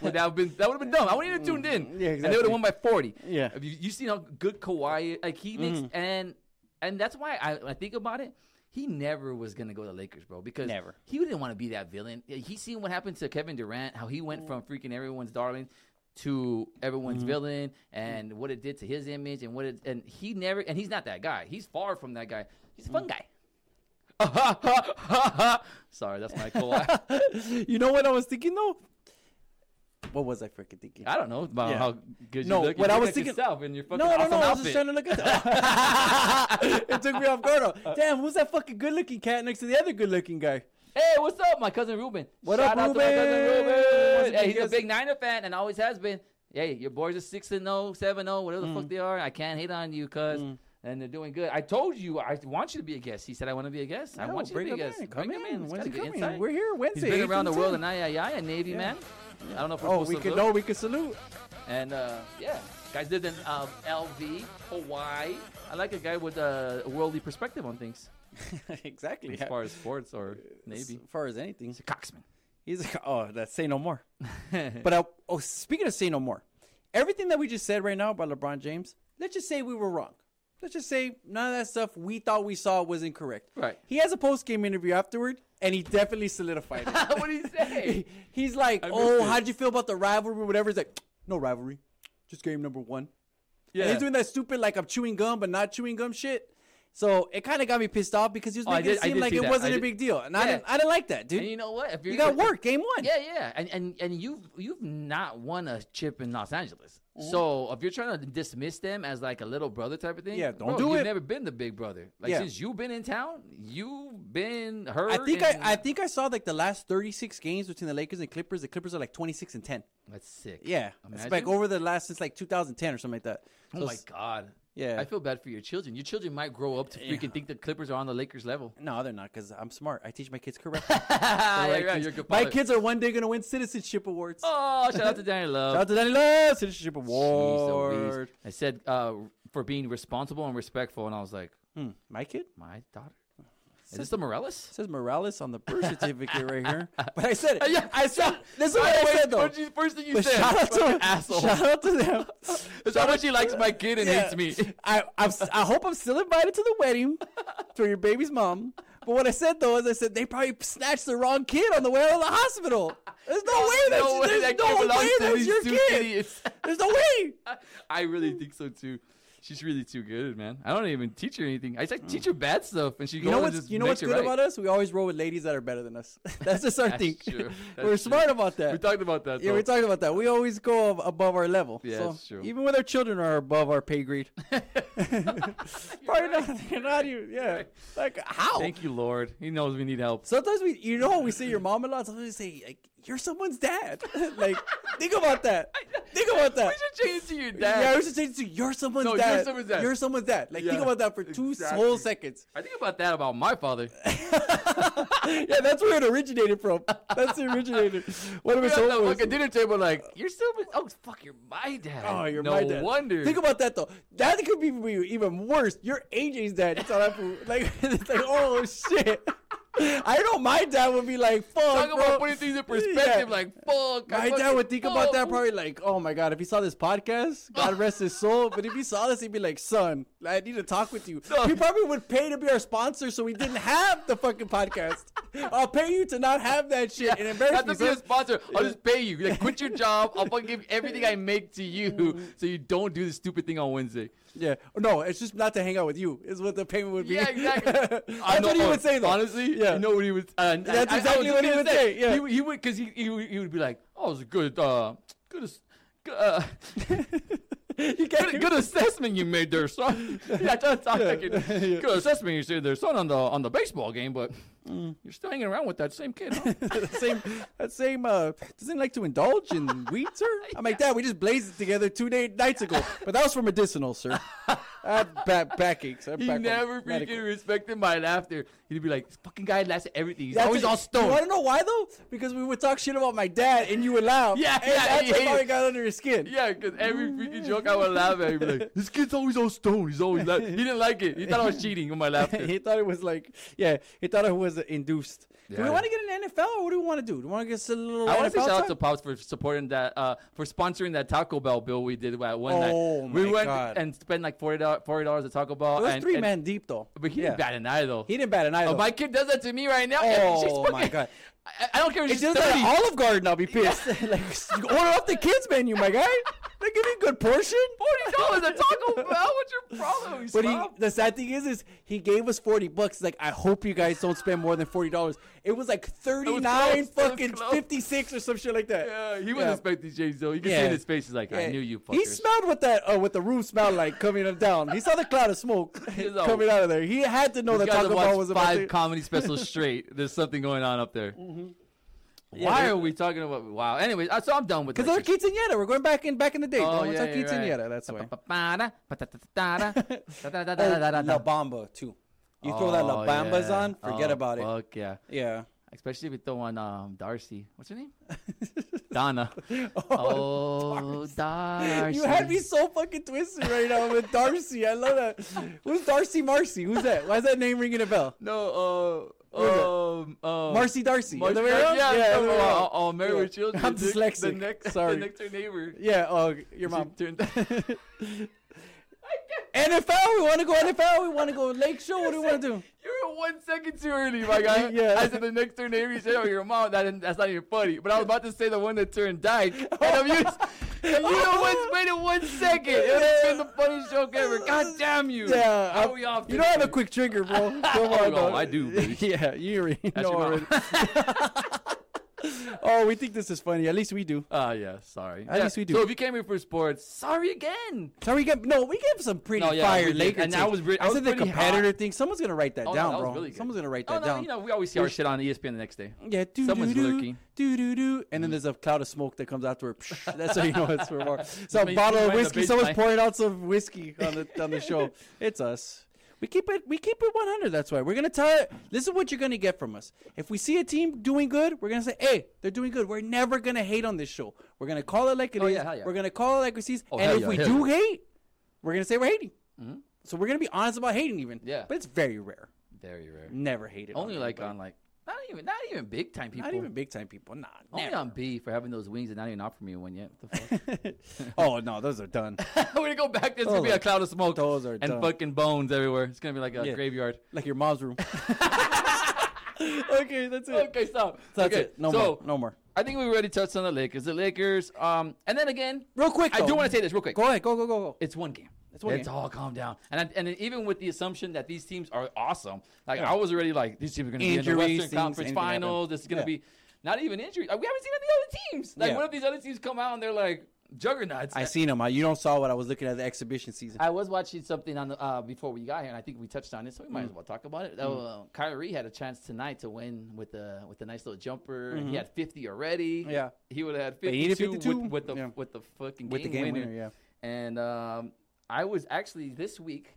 Speaker 5: would that have been that would have been dumb. I wouldn't even tuned in.
Speaker 4: Mm-hmm. Yeah,
Speaker 5: And they would
Speaker 4: exactly.
Speaker 5: have won by 40.
Speaker 4: Yeah. Mm-hmm.
Speaker 5: Have you, you seen how good Kawhi like he makes and and that's why I, when I think about it. He never was gonna go to the Lakers, bro, because
Speaker 4: Never.
Speaker 5: he didn't want to be that villain. He seen what happened to Kevin Durant, how he went from freaking everyone's darling to everyone's
Speaker 4: Mm-hmm.
Speaker 5: villain, and what it did to his image, and what it and he never and he's not that guy. He's far from that guy. He's a
Speaker 4: Mm.
Speaker 5: fun guy. Sorry, that's my Kawhi.
Speaker 4: you know what I was thinking though? What was I freaking thinking?
Speaker 5: I don't know about
Speaker 4: Yeah.
Speaker 5: how good you
Speaker 4: No,
Speaker 5: look. You
Speaker 4: what I
Speaker 5: look
Speaker 4: was
Speaker 5: like
Speaker 4: thinking-
Speaker 5: yourself in your fucking
Speaker 4: No, no,
Speaker 5: awesome
Speaker 4: no. I was
Speaker 5: outfit.
Speaker 4: just trying to look at It took me off guard.
Speaker 5: Uh,
Speaker 4: though. Damn, who's that fucking good looking cat next to the other good looking guy?
Speaker 5: Hey, what's up, my cousin Ruben?
Speaker 4: What
Speaker 5: Shout
Speaker 4: up,
Speaker 5: out To my cousin
Speaker 4: Ruben? Once
Speaker 5: Ruben.
Speaker 4: again,
Speaker 5: Hey, he's
Speaker 4: yes.
Speaker 5: a big Niner fan and always has been. Hey, your boys are six and 0, 7 0, whatever
Speaker 4: Mm.
Speaker 5: the fuck they are. I can't hate on you, cuz. And they're doing good. I told you I want you to be a guest. He said I want to be a guest. I
Speaker 4: No,
Speaker 5: want you
Speaker 4: bring
Speaker 5: to be a
Speaker 4: him
Speaker 5: guest.
Speaker 4: in. Come
Speaker 5: Bring him
Speaker 4: in.
Speaker 5: He's
Speaker 4: When's
Speaker 5: got
Speaker 4: he
Speaker 5: a good
Speaker 4: coming?
Speaker 5: insight.
Speaker 4: We're here Wednesday,
Speaker 5: He's
Speaker 4: 8
Speaker 5: been around the
Speaker 4: till
Speaker 5: world
Speaker 4: 10.
Speaker 5: and I, I, I, a Navy man. I don't know if we're
Speaker 4: Oh,
Speaker 5: supposed
Speaker 4: we
Speaker 5: to
Speaker 4: could
Speaker 5: look.
Speaker 4: no, we could salute.
Speaker 5: And uh, yeah, guys lived in um, LV, Hawaii. I like a guy with a worldly perspective on things,
Speaker 4: exactly.
Speaker 5: as far as sports or
Speaker 4: as
Speaker 5: Navy.
Speaker 4: far as anything,
Speaker 5: He's a coxman.
Speaker 4: he's like, oh, that's say no more. but I, oh, speaking of say no more, everything that we just said right now about LeBron James, let's just say we were wrong. Let's just say none of that stuff we thought we saw was incorrect.
Speaker 5: Right.
Speaker 4: He has a post game interview afterward, and he definitely solidified it.
Speaker 5: what did he say?
Speaker 4: He's like, oh, how would you feel about the rivalry? Whatever. He's like, no rivalry, just game number one. And he's doing that stupid like I'm chewing gum but not chewing gum shit. So it kind of got me pissed off because he was
Speaker 5: Oh, I
Speaker 4: making
Speaker 5: did-
Speaker 4: it
Speaker 5: I
Speaker 4: seem
Speaker 5: did
Speaker 4: like
Speaker 5: see
Speaker 4: it
Speaker 5: that.
Speaker 4: wasn't
Speaker 5: I
Speaker 4: a
Speaker 5: did-
Speaker 4: big deal, and I
Speaker 5: Yeah.
Speaker 4: didn't I didn't like that, dude.
Speaker 5: And you know what? If
Speaker 4: You got
Speaker 5: gonna-
Speaker 4: work game one.
Speaker 5: Yeah, yeah, and and and you you've not won a chip in Los Angeles.
Speaker 4: Mm-hmm.
Speaker 5: So if you're trying to dismiss them as like a little brother type of thing,
Speaker 4: Yeah, don't
Speaker 5: bro,
Speaker 4: do
Speaker 5: you've
Speaker 4: it.
Speaker 5: Never been the big brother. Like
Speaker 4: Yeah.
Speaker 5: since you've been in town, you've been hurt.
Speaker 4: I think I,
Speaker 5: and-
Speaker 4: I think I saw like the last 36 games between the Lakers and Clippers. The Clippers are like 26 and 10.
Speaker 5: that's sick.
Speaker 4: Yeah, it's
Speaker 5: Imagine.
Speaker 4: like over the last since like 2010 or something like that. So
Speaker 5: Oh my
Speaker 4: it's-
Speaker 5: god.
Speaker 4: Yeah.
Speaker 5: I feel bad for your children. Your children might grow up to freaking think the Clippers are on the Lakers level.
Speaker 4: No, they're not because I'm smart. I teach my kids correctly.
Speaker 5: Ah,
Speaker 4: Right,
Speaker 5: you're right,
Speaker 4: kids.
Speaker 5: you're a good
Speaker 4: my
Speaker 5: father.
Speaker 4: kids are one day gonna win citizenship awards.
Speaker 5: Oh, shout out to Danny Love.
Speaker 4: Shout out to Danny Love, citizenship
Speaker 5: Jeez
Speaker 4: award.
Speaker 5: Louise. I said uh, for being responsible and respectful, and I was like,
Speaker 4: Hmm, my kid
Speaker 5: my daughter. Is this the Morellis?
Speaker 4: says Morales on the birth certificate right here, but I said it.
Speaker 5: Yeah,
Speaker 4: I said this is what I
Speaker 5: Wait,
Speaker 4: said though.
Speaker 5: what you- first thing you
Speaker 4: But
Speaker 5: said.
Speaker 4: shout out
Speaker 5: fucking
Speaker 4: to
Speaker 5: asshole.
Speaker 4: shout out to them.
Speaker 5: It's how much he likes my kid and
Speaker 4: Yeah.
Speaker 5: hates me.
Speaker 4: I I'm, s- I hope I'm still invited to the wedding for your baby's mom. But what I said though is I said they probably snatched the wrong kid on the way out of the hospital. There's no, way that's
Speaker 5: No way
Speaker 4: there's
Speaker 5: that kid
Speaker 4: no
Speaker 5: belongs
Speaker 4: way
Speaker 5: to
Speaker 4: that's
Speaker 5: these
Speaker 4: your
Speaker 5: two
Speaker 4: kid.
Speaker 5: idiots.
Speaker 4: There's no way.
Speaker 5: I really think so too. She's really too good, man. I don't even teach her anything. I just like, teach her bad stuff, and she
Speaker 4: Hmm. You know what's you know what's good
Speaker 5: right.
Speaker 4: about us? We always roll with ladies that are better than us. That's just our
Speaker 5: That's
Speaker 4: thing.
Speaker 5: true. That's
Speaker 4: We're
Speaker 5: true.
Speaker 4: smart about that.
Speaker 5: We talked about that.
Speaker 4: yeah, we
Speaker 5: though.
Speaker 4: talked about that. We always go ab- above our level.
Speaker 5: Yeah,
Speaker 4: so
Speaker 5: that's true.
Speaker 4: Even with our children are above our pay grade. Probably not. They're not even. Yeah. Like how?
Speaker 5: Thank you, Lord. He knows we need help.
Speaker 4: Sometimes we, you know, we say your mom a lot. Sometimes we say like, "You're someone's dad." like, think about that. Think about that.
Speaker 5: We should change it to your dad.
Speaker 4: Yeah, we should change it to "You're someone's
Speaker 5: No, you're
Speaker 4: dad."
Speaker 5: someone's dad.
Speaker 4: You're someone's dad. Like, think
Speaker 5: Yeah,
Speaker 4: about that for two
Speaker 5: exactly.
Speaker 4: whole seconds.
Speaker 5: I think about that about my father.
Speaker 4: Yeah, that's where it originated from. That's the originator. What if
Speaker 5: We're
Speaker 4: it's
Speaker 5: at the
Speaker 4: over?
Speaker 5: fucking dinner table, like you're still. Oh fuck, you're my dad.
Speaker 4: Oh, you're
Speaker 5: no
Speaker 4: my dad.
Speaker 5: wonder.
Speaker 4: Think about that though. That could be be even worse. You're AJ's dad. It's all that food. Like, it's like, oh shit. I know my dad would be like, "Fuck,
Speaker 5: Talk
Speaker 4: bro.
Speaker 5: about putting things in
Speaker 4: Yeah.
Speaker 5: perspective. Like fuck.
Speaker 4: My
Speaker 5: I
Speaker 4: dad
Speaker 5: fucking-
Speaker 4: would think about that
Speaker 5: oh.
Speaker 4: probably like, oh my god, if he saw this podcast, God rest his soul. But if he saw this, he'd be like, son, I need to talk with you. He probably would pay to be our sponsor, so we didn't have the fucking podcast. I'll pay you to not have that shit and embarrass
Speaker 5: Not
Speaker 4: me.
Speaker 5: to be a
Speaker 4: son.
Speaker 5: sponsor. I'll just pay you. Like, quit your job. I'll fucking give everything I make to you,
Speaker 4: Mm.
Speaker 5: so you don't do this stupid thing on Wednesday.
Speaker 4: Yeah, no, it's just not to hang out with you. Is what the payment would be.
Speaker 5: Yeah, exactly. I
Speaker 4: That's
Speaker 5: know-
Speaker 4: what he
Speaker 5: oh,
Speaker 4: would say though.
Speaker 5: Honestly,
Speaker 4: yeah,
Speaker 5: you know what he would. Uh,
Speaker 4: That's exactly what he would say, yeah.
Speaker 5: He, would- he would because he, he would- he would be like, "Oh, it was a good, uh, good, ass- good, uh,
Speaker 4: you can't.
Speaker 5: good, good assessment you made there, son." yeah, I tried to talk like it.
Speaker 4: Yeah.
Speaker 5: Good assessment you said there, son, on the on the baseball game, but you're still hanging around with that same kid. Huh?
Speaker 4: that same, that same. Uh, doesn't he like to indulge in weed, sir. I'm like, Dad, we just blazed it together two day, nights ago, but that was for medicinal, sir. I back backaches. I have
Speaker 5: He
Speaker 4: back
Speaker 5: never freaking
Speaker 4: medical.
Speaker 5: respected my laughter. He'd be like, "This fucking guy laughs at everything. He's
Speaker 4: That's
Speaker 5: always
Speaker 4: it.
Speaker 5: all
Speaker 4: You
Speaker 5: stoned."
Speaker 4: want to know why though? Because we would talk shit about my dad, and you would laugh.
Speaker 5: Yeah,
Speaker 4: and
Speaker 5: yeah,
Speaker 4: That's
Speaker 5: he
Speaker 4: like
Speaker 5: hated-
Speaker 4: how it got under his skin.
Speaker 5: Yeah, because every freaking joke I would laugh at, he'd be like, "This kid's always on stone. He's always la-" he didn't like it. He thought I was cheating with my laughter.
Speaker 4: he thought it was like, yeah, he thought it was induced. Do we
Speaker 5: Yeah.
Speaker 4: want to get an NFL, or what do we want to do? Do we want to get a little?
Speaker 5: I want to say
Speaker 4: NFL
Speaker 5: shout out
Speaker 4: time?
Speaker 5: to Pops for supporting that, uh, for sponsoring that Taco Bell bill we did at one night.
Speaker 4: Oh,
Speaker 5: we
Speaker 4: my
Speaker 5: went
Speaker 4: God.
Speaker 5: and spent like forty dollars, forty dollars at Taco Bell.
Speaker 4: It was
Speaker 5: and,
Speaker 4: three
Speaker 5: and-
Speaker 4: man deep though.
Speaker 5: but he
Speaker 4: Yeah.
Speaker 5: didn't bat an eye though.
Speaker 4: He didn't bat an eye.
Speaker 5: Oh,
Speaker 4: though.
Speaker 5: my kid does that to me right now. she's
Speaker 4: Oh, my
Speaker 5: fucking-
Speaker 4: God.
Speaker 5: I, I don't care. if
Speaker 4: It's
Speaker 5: She's
Speaker 4: just
Speaker 5: thirty.
Speaker 4: at Olive Garden. I'll be pissed. like, you order off the kids menu, my guy. They give you a good portion.
Speaker 5: Forty dollars at Taco Bell. What's your problem? He's
Speaker 4: But he,
Speaker 5: small.
Speaker 4: the sad thing is, is he gave us forty bucks. Like, I hope you guys don't spend more than forty dollars. It was like thirty nine,
Speaker 5: close. It was
Speaker 4: fucking
Speaker 5: close.
Speaker 4: fifty six or some shit like that.
Speaker 5: yeah, he
Speaker 4: Yeah.
Speaker 5: wasn't expecting change though. You can see
Speaker 4: Yeah.
Speaker 5: in his face. He's like, I
Speaker 4: Yeah.
Speaker 5: knew you. Fuckers.
Speaker 4: He smelled what that uh, what the room smelled like coming up down. He saw the cloud of smoke
Speaker 5: He's all-
Speaker 4: coming out of there. He had to know that
Speaker 5: You guys
Speaker 4: Taco
Speaker 5: have
Speaker 4: Bell
Speaker 5: watched
Speaker 4: was about
Speaker 5: five
Speaker 4: to.
Speaker 5: comedy specials straight. There's something going on up there. Why
Speaker 4: they-
Speaker 5: are we talking about? Wow. Anyways, uh, so I'm done with
Speaker 4: Because
Speaker 5: this.
Speaker 4: they're quinceanera. We're going back in back in the day.
Speaker 5: Oh,
Speaker 4: Don't
Speaker 5: yeah,
Speaker 4: talk
Speaker 5: you're right.
Speaker 4: quinceanera. That's why. Oh, La
Speaker 5: You
Speaker 4: Bamba too. You throw that La Bamba's on, forget about it.
Speaker 5: Oh, Fuck yeah.
Speaker 4: Yeah.
Speaker 5: Especially if you throw on um, Darcy. What's her name? Donna. Oh, Darcy.
Speaker 4: You had me so fucking twisted right now with Darcy. I love that. Who's Darcy Marcy? Who's that? Why is that name ringing a bell?
Speaker 5: No, uh,
Speaker 4: is it?
Speaker 5: um, um,
Speaker 4: Marcy Darcy.
Speaker 5: Marcy
Speaker 4: Other way around?
Speaker 5: Darcy. Yeah, yeah,
Speaker 4: other way
Speaker 5: yeah.
Speaker 4: around.
Speaker 5: Oh, Mary
Speaker 4: Yeah.
Speaker 5: with Children.
Speaker 4: I'm
Speaker 5: the- The
Speaker 4: dyslexic.
Speaker 5: next,
Speaker 4: Sorry.
Speaker 5: The next door neighbor.
Speaker 4: Yeah, oh, your mom.
Speaker 5: She turned-
Speaker 4: NFL, we want to go NFL. We want to go Lake Show. What do we want to do?
Speaker 5: You were one second too early, my guy.
Speaker 4: Yeah.
Speaker 5: I said the next turn neighbor. You said, "Oh, your mom." That, that's not even funny. But I was about to say the one that turned dyke. And I'm used. If you have wait- waited one second, it would have been the funniest joke ever. God damn you.
Speaker 4: Yeah,
Speaker 5: How
Speaker 4: I'm-
Speaker 5: are we off
Speaker 4: You don't have a quick trigger, bro. Come on,
Speaker 5: Oh, no,
Speaker 4: dog.
Speaker 5: I do, baby.
Speaker 4: yeah, you already know
Speaker 5: your
Speaker 4: already.
Speaker 5: mom.
Speaker 4: oh, we think this is funny. At least we do.
Speaker 5: Oh, yeah, sorry.
Speaker 4: At
Speaker 5: Yeah,
Speaker 4: least we do.
Speaker 5: So if you came here for sports, sorry again.
Speaker 4: Sorry, we get no. We gave some pretty
Speaker 5: No, yeah, we
Speaker 4: fire
Speaker 5: did.
Speaker 4: Laker.
Speaker 5: And that
Speaker 4: takes.
Speaker 5: was re- I was
Speaker 4: said the
Speaker 5: pretty
Speaker 4: competitor thing. Someone's gonna write that
Speaker 5: Oh, no,
Speaker 4: down,
Speaker 5: that was
Speaker 4: bro.
Speaker 5: really good.
Speaker 4: Someone's gonna write
Speaker 5: Oh,
Speaker 4: that
Speaker 5: no,
Speaker 4: down.
Speaker 5: you know, we always see our shit on E ESPN the next day.
Speaker 4: Yeah, doo
Speaker 5: Someone's
Speaker 4: doo doo,
Speaker 5: lurking. Mm.
Speaker 4: Doo doo doo, and then there's a cloud of smoke that comes afterward. Psh, That's how you know it's for more. Some
Speaker 5: Basically,
Speaker 4: bottle
Speaker 5: we're in
Speaker 4: of
Speaker 5: the
Speaker 4: whiskey. Someone's
Speaker 5: baseline.
Speaker 4: pouring out some whiskey on the on the show. It's us. We keep it. We keep it 100. That's why we're gonna tell it. This is what you're gonna get from us. If we see a team doing good, we're gonna say, "Hey, they're doing good." We're never gonna hate on this show. We're gonna call it like it
Speaker 5: Oh,
Speaker 4: is.
Speaker 5: yeah, hell yeah.
Speaker 4: We're gonna call it like we see.
Speaker 5: Oh,
Speaker 4: and
Speaker 5: hell
Speaker 4: if
Speaker 5: yeah,
Speaker 4: we
Speaker 5: hell
Speaker 4: do
Speaker 5: yeah. Mm-hmm.
Speaker 4: hate, we're gonna say we're hating. So we're gonna be honest about hating, even.
Speaker 5: Yeah.
Speaker 4: But it's very rare.
Speaker 5: Very rare.
Speaker 4: Never hated.
Speaker 5: Only like on like not even not even big time people.
Speaker 4: Not even big time people. Nah.
Speaker 5: Only
Speaker 4: never.
Speaker 5: on B for having those wings and not even offering me one yet. What the fuck?
Speaker 4: oh no, those are done.
Speaker 5: We're gonna go back. There's gonna be
Speaker 4: Those
Speaker 5: a
Speaker 4: are-
Speaker 5: cloud of smoke.
Speaker 4: those are
Speaker 5: and
Speaker 4: done.
Speaker 5: fucking bones everywhere. It's gonna be like a
Speaker 4: Yeah.
Speaker 5: graveyard.
Speaker 4: like your mom's room. okay, that's it.
Speaker 5: Okay, stop.
Speaker 4: That's
Speaker 5: okay,
Speaker 4: it. No
Speaker 5: so,
Speaker 4: more. No more.
Speaker 5: I think we already touched on the Lakers. The Lakers. Um, and then again,
Speaker 4: Real quick,
Speaker 5: I do
Speaker 4: though.
Speaker 5: want to say this real quick.
Speaker 4: Go ahead. Go go go go.
Speaker 5: It's one game. It's
Speaker 4: one
Speaker 5: It's
Speaker 4: game.
Speaker 5: all calm down. And I, and even with the assumption that these teams are awesome, like I was already like these teams are going to be in the
Speaker 4: Injuries,
Speaker 5: Western
Speaker 4: things,
Speaker 5: Conference
Speaker 4: anything happen.
Speaker 5: Finals. This is going
Speaker 4: Yeah.
Speaker 5: to be not even injuries. Like, we haven't seen any other teams. Like
Speaker 4: Yeah.
Speaker 5: what if these other teams come out and they're like juggernauts?
Speaker 4: I seen them. You don't saw what I was looking at the exhibition season.
Speaker 5: I was watching something on the, uh, before we got here, and I think we touched on it, so we
Speaker 4: Mm.
Speaker 5: might as well talk about it. Uh, Kyrie had a chance tonight to win with a with a nice little jumper, and he had 50 already.
Speaker 4: Mm-hmm. Yeah.
Speaker 5: he would have had
Speaker 4: he needed
Speaker 5: 52,
Speaker 4: 52.
Speaker 5: With, with the
Speaker 4: Yeah.
Speaker 5: with the fucking game
Speaker 4: With the game
Speaker 5: winner.
Speaker 4: winner, yeah.
Speaker 5: And um, I was actually this week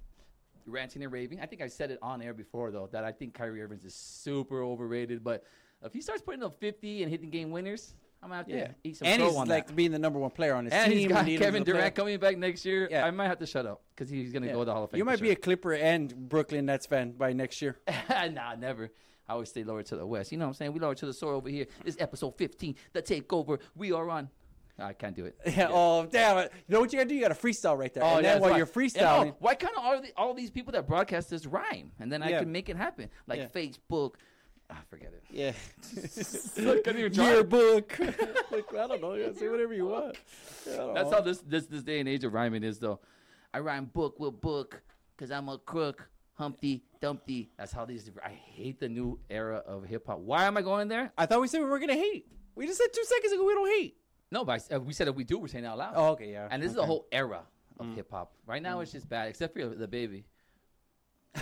Speaker 5: ranting and raving. I think I said it on air before though that I think Kyrie Irving is super overrated, but if he starts putting up 50 and hitting game winners, I'm out there eat some
Speaker 4: and
Speaker 5: crow
Speaker 4: he's
Speaker 5: on
Speaker 4: like
Speaker 5: that.
Speaker 4: being the number one player on his
Speaker 5: And
Speaker 4: team.
Speaker 5: he's got
Speaker 4: leading
Speaker 5: Kevin
Speaker 4: the playoff.
Speaker 5: Durant coming back next year.
Speaker 4: Yeah.
Speaker 5: I might have to shut up because he's going to
Speaker 4: Yeah.
Speaker 5: go to the Hall of Fame.
Speaker 4: You
Speaker 5: for
Speaker 4: might
Speaker 5: sure.
Speaker 4: be a Clipper and Brooklyn Nets fan by next year.
Speaker 5: nah, never. I always stay lower to the west. You know what I'm saying? We lower to the soil over here. This is episode 15, the takeover. We are on. I can't do it. Oh,
Speaker 4: Yeah. Oh damn it! You know what you gotta do? You gotta freestyle right there. and then
Speaker 5: that's
Speaker 4: while
Speaker 5: right.
Speaker 4: you're
Speaker 5: Yeah,
Speaker 4: freestyling,
Speaker 5: no, why can't all the, all these people that broadcast this rhyme and then I
Speaker 4: Yeah.
Speaker 5: can make it happen? Like
Speaker 4: Yeah.
Speaker 5: Facebook. Ah, forget it.
Speaker 4: yeah,
Speaker 5: I couldn't even try.
Speaker 4: yearbook. like, I don't know. You say whatever you want. Yeah, I don't
Speaker 5: That's
Speaker 4: know.
Speaker 5: how this, this this day and age of rhyming is, though. I rhyme book with book because I'm a crook, Humpty Dumpty. That's how these. I hate the new era of hip hop. Why am I going there?
Speaker 4: I thought we said we were gonna hate. We just said two seconds ago we don't hate.
Speaker 5: No, but I s- uh, we said if we do, we're saying it out loud.
Speaker 4: Oh, okay, Mm. yeah.
Speaker 5: And this is the whole era of hip hop. Right now, it's just bad, except for the baby.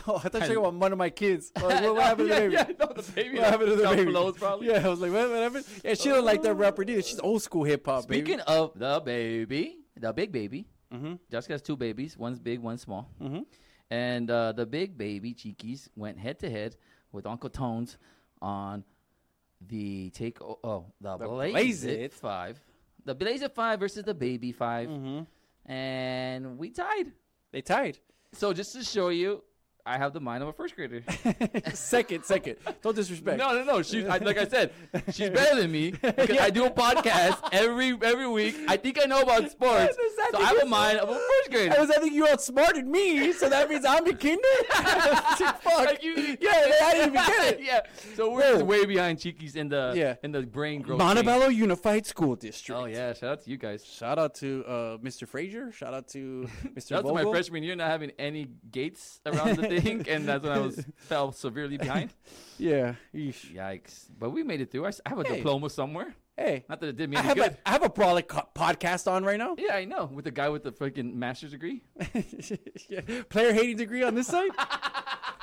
Speaker 4: Oh, I thought you were talking about one of my kids. I was Like, what,
Speaker 5: No,
Speaker 4: what happened
Speaker 5: yeah,
Speaker 4: to the baby?
Speaker 5: Yeah, no, the baby.
Speaker 4: What happened to the baby?
Speaker 5: Blows probably.
Speaker 4: Yeah, I was like, what, what happened? Yeah, she don't like that rapper dude. She's old school hip hop. baby.
Speaker 5: Speaking of the baby, the big baby, Jessica has two babies. One's big, one's small. And uh, the big baby, Cheekies, went head to head with Uncle Tones on the take. Oh, oh, the, Blaze,
Speaker 4: Blaze
Speaker 5: It
Speaker 4: It.
Speaker 5: Five. The Blaze It Five versus the Baby 5 And we tied.
Speaker 4: they tied.
Speaker 5: So just to show you, I have the mind of a first grader.
Speaker 4: second, second. Don't disrespect.
Speaker 5: No, no, no. She's I, like I said, she's better than me because I do a podcast every every week. I think I know about
Speaker 4: Yes,
Speaker 5: sports,
Speaker 4: I
Speaker 5: so
Speaker 4: think
Speaker 5: I have a
Speaker 4: it's-
Speaker 5: mind of a first
Speaker 4: I
Speaker 5: grader.
Speaker 4: was. I think you outsmarted me, so that means I'm the kinder. Fuck.
Speaker 5: Like, you didn't
Speaker 4: yeah, they, I didn't even get it.
Speaker 5: yeah, so we're
Speaker 4: Whoa.
Speaker 5: just way behind Cheekies in the
Speaker 4: Yeah.
Speaker 5: in the brain growth. rate.
Speaker 4: Montebello Unified School District.
Speaker 5: Oh yeah, shout out to you guys.
Speaker 4: Shout out to uh, Mr. Frazier. Shout out to Mr.
Speaker 5: Shout out to
Speaker 4: Vogel.
Speaker 5: my freshman year not having any gates around the thing, and that's when I was fell severely behind.
Speaker 4: Yeah. Yeesh.
Speaker 5: Yikes! But we made it through. I, s- I have a
Speaker 4: Hey.
Speaker 5: diploma somewhere.
Speaker 4: Hey,
Speaker 5: Not that it did me
Speaker 4: I
Speaker 5: any
Speaker 4: have
Speaker 5: good.
Speaker 4: a I have a brolic co- podcast on right now.
Speaker 5: yeah, I know. With the guy with the freaking master's degree.
Speaker 4: Yeah. Player hating degree on this side?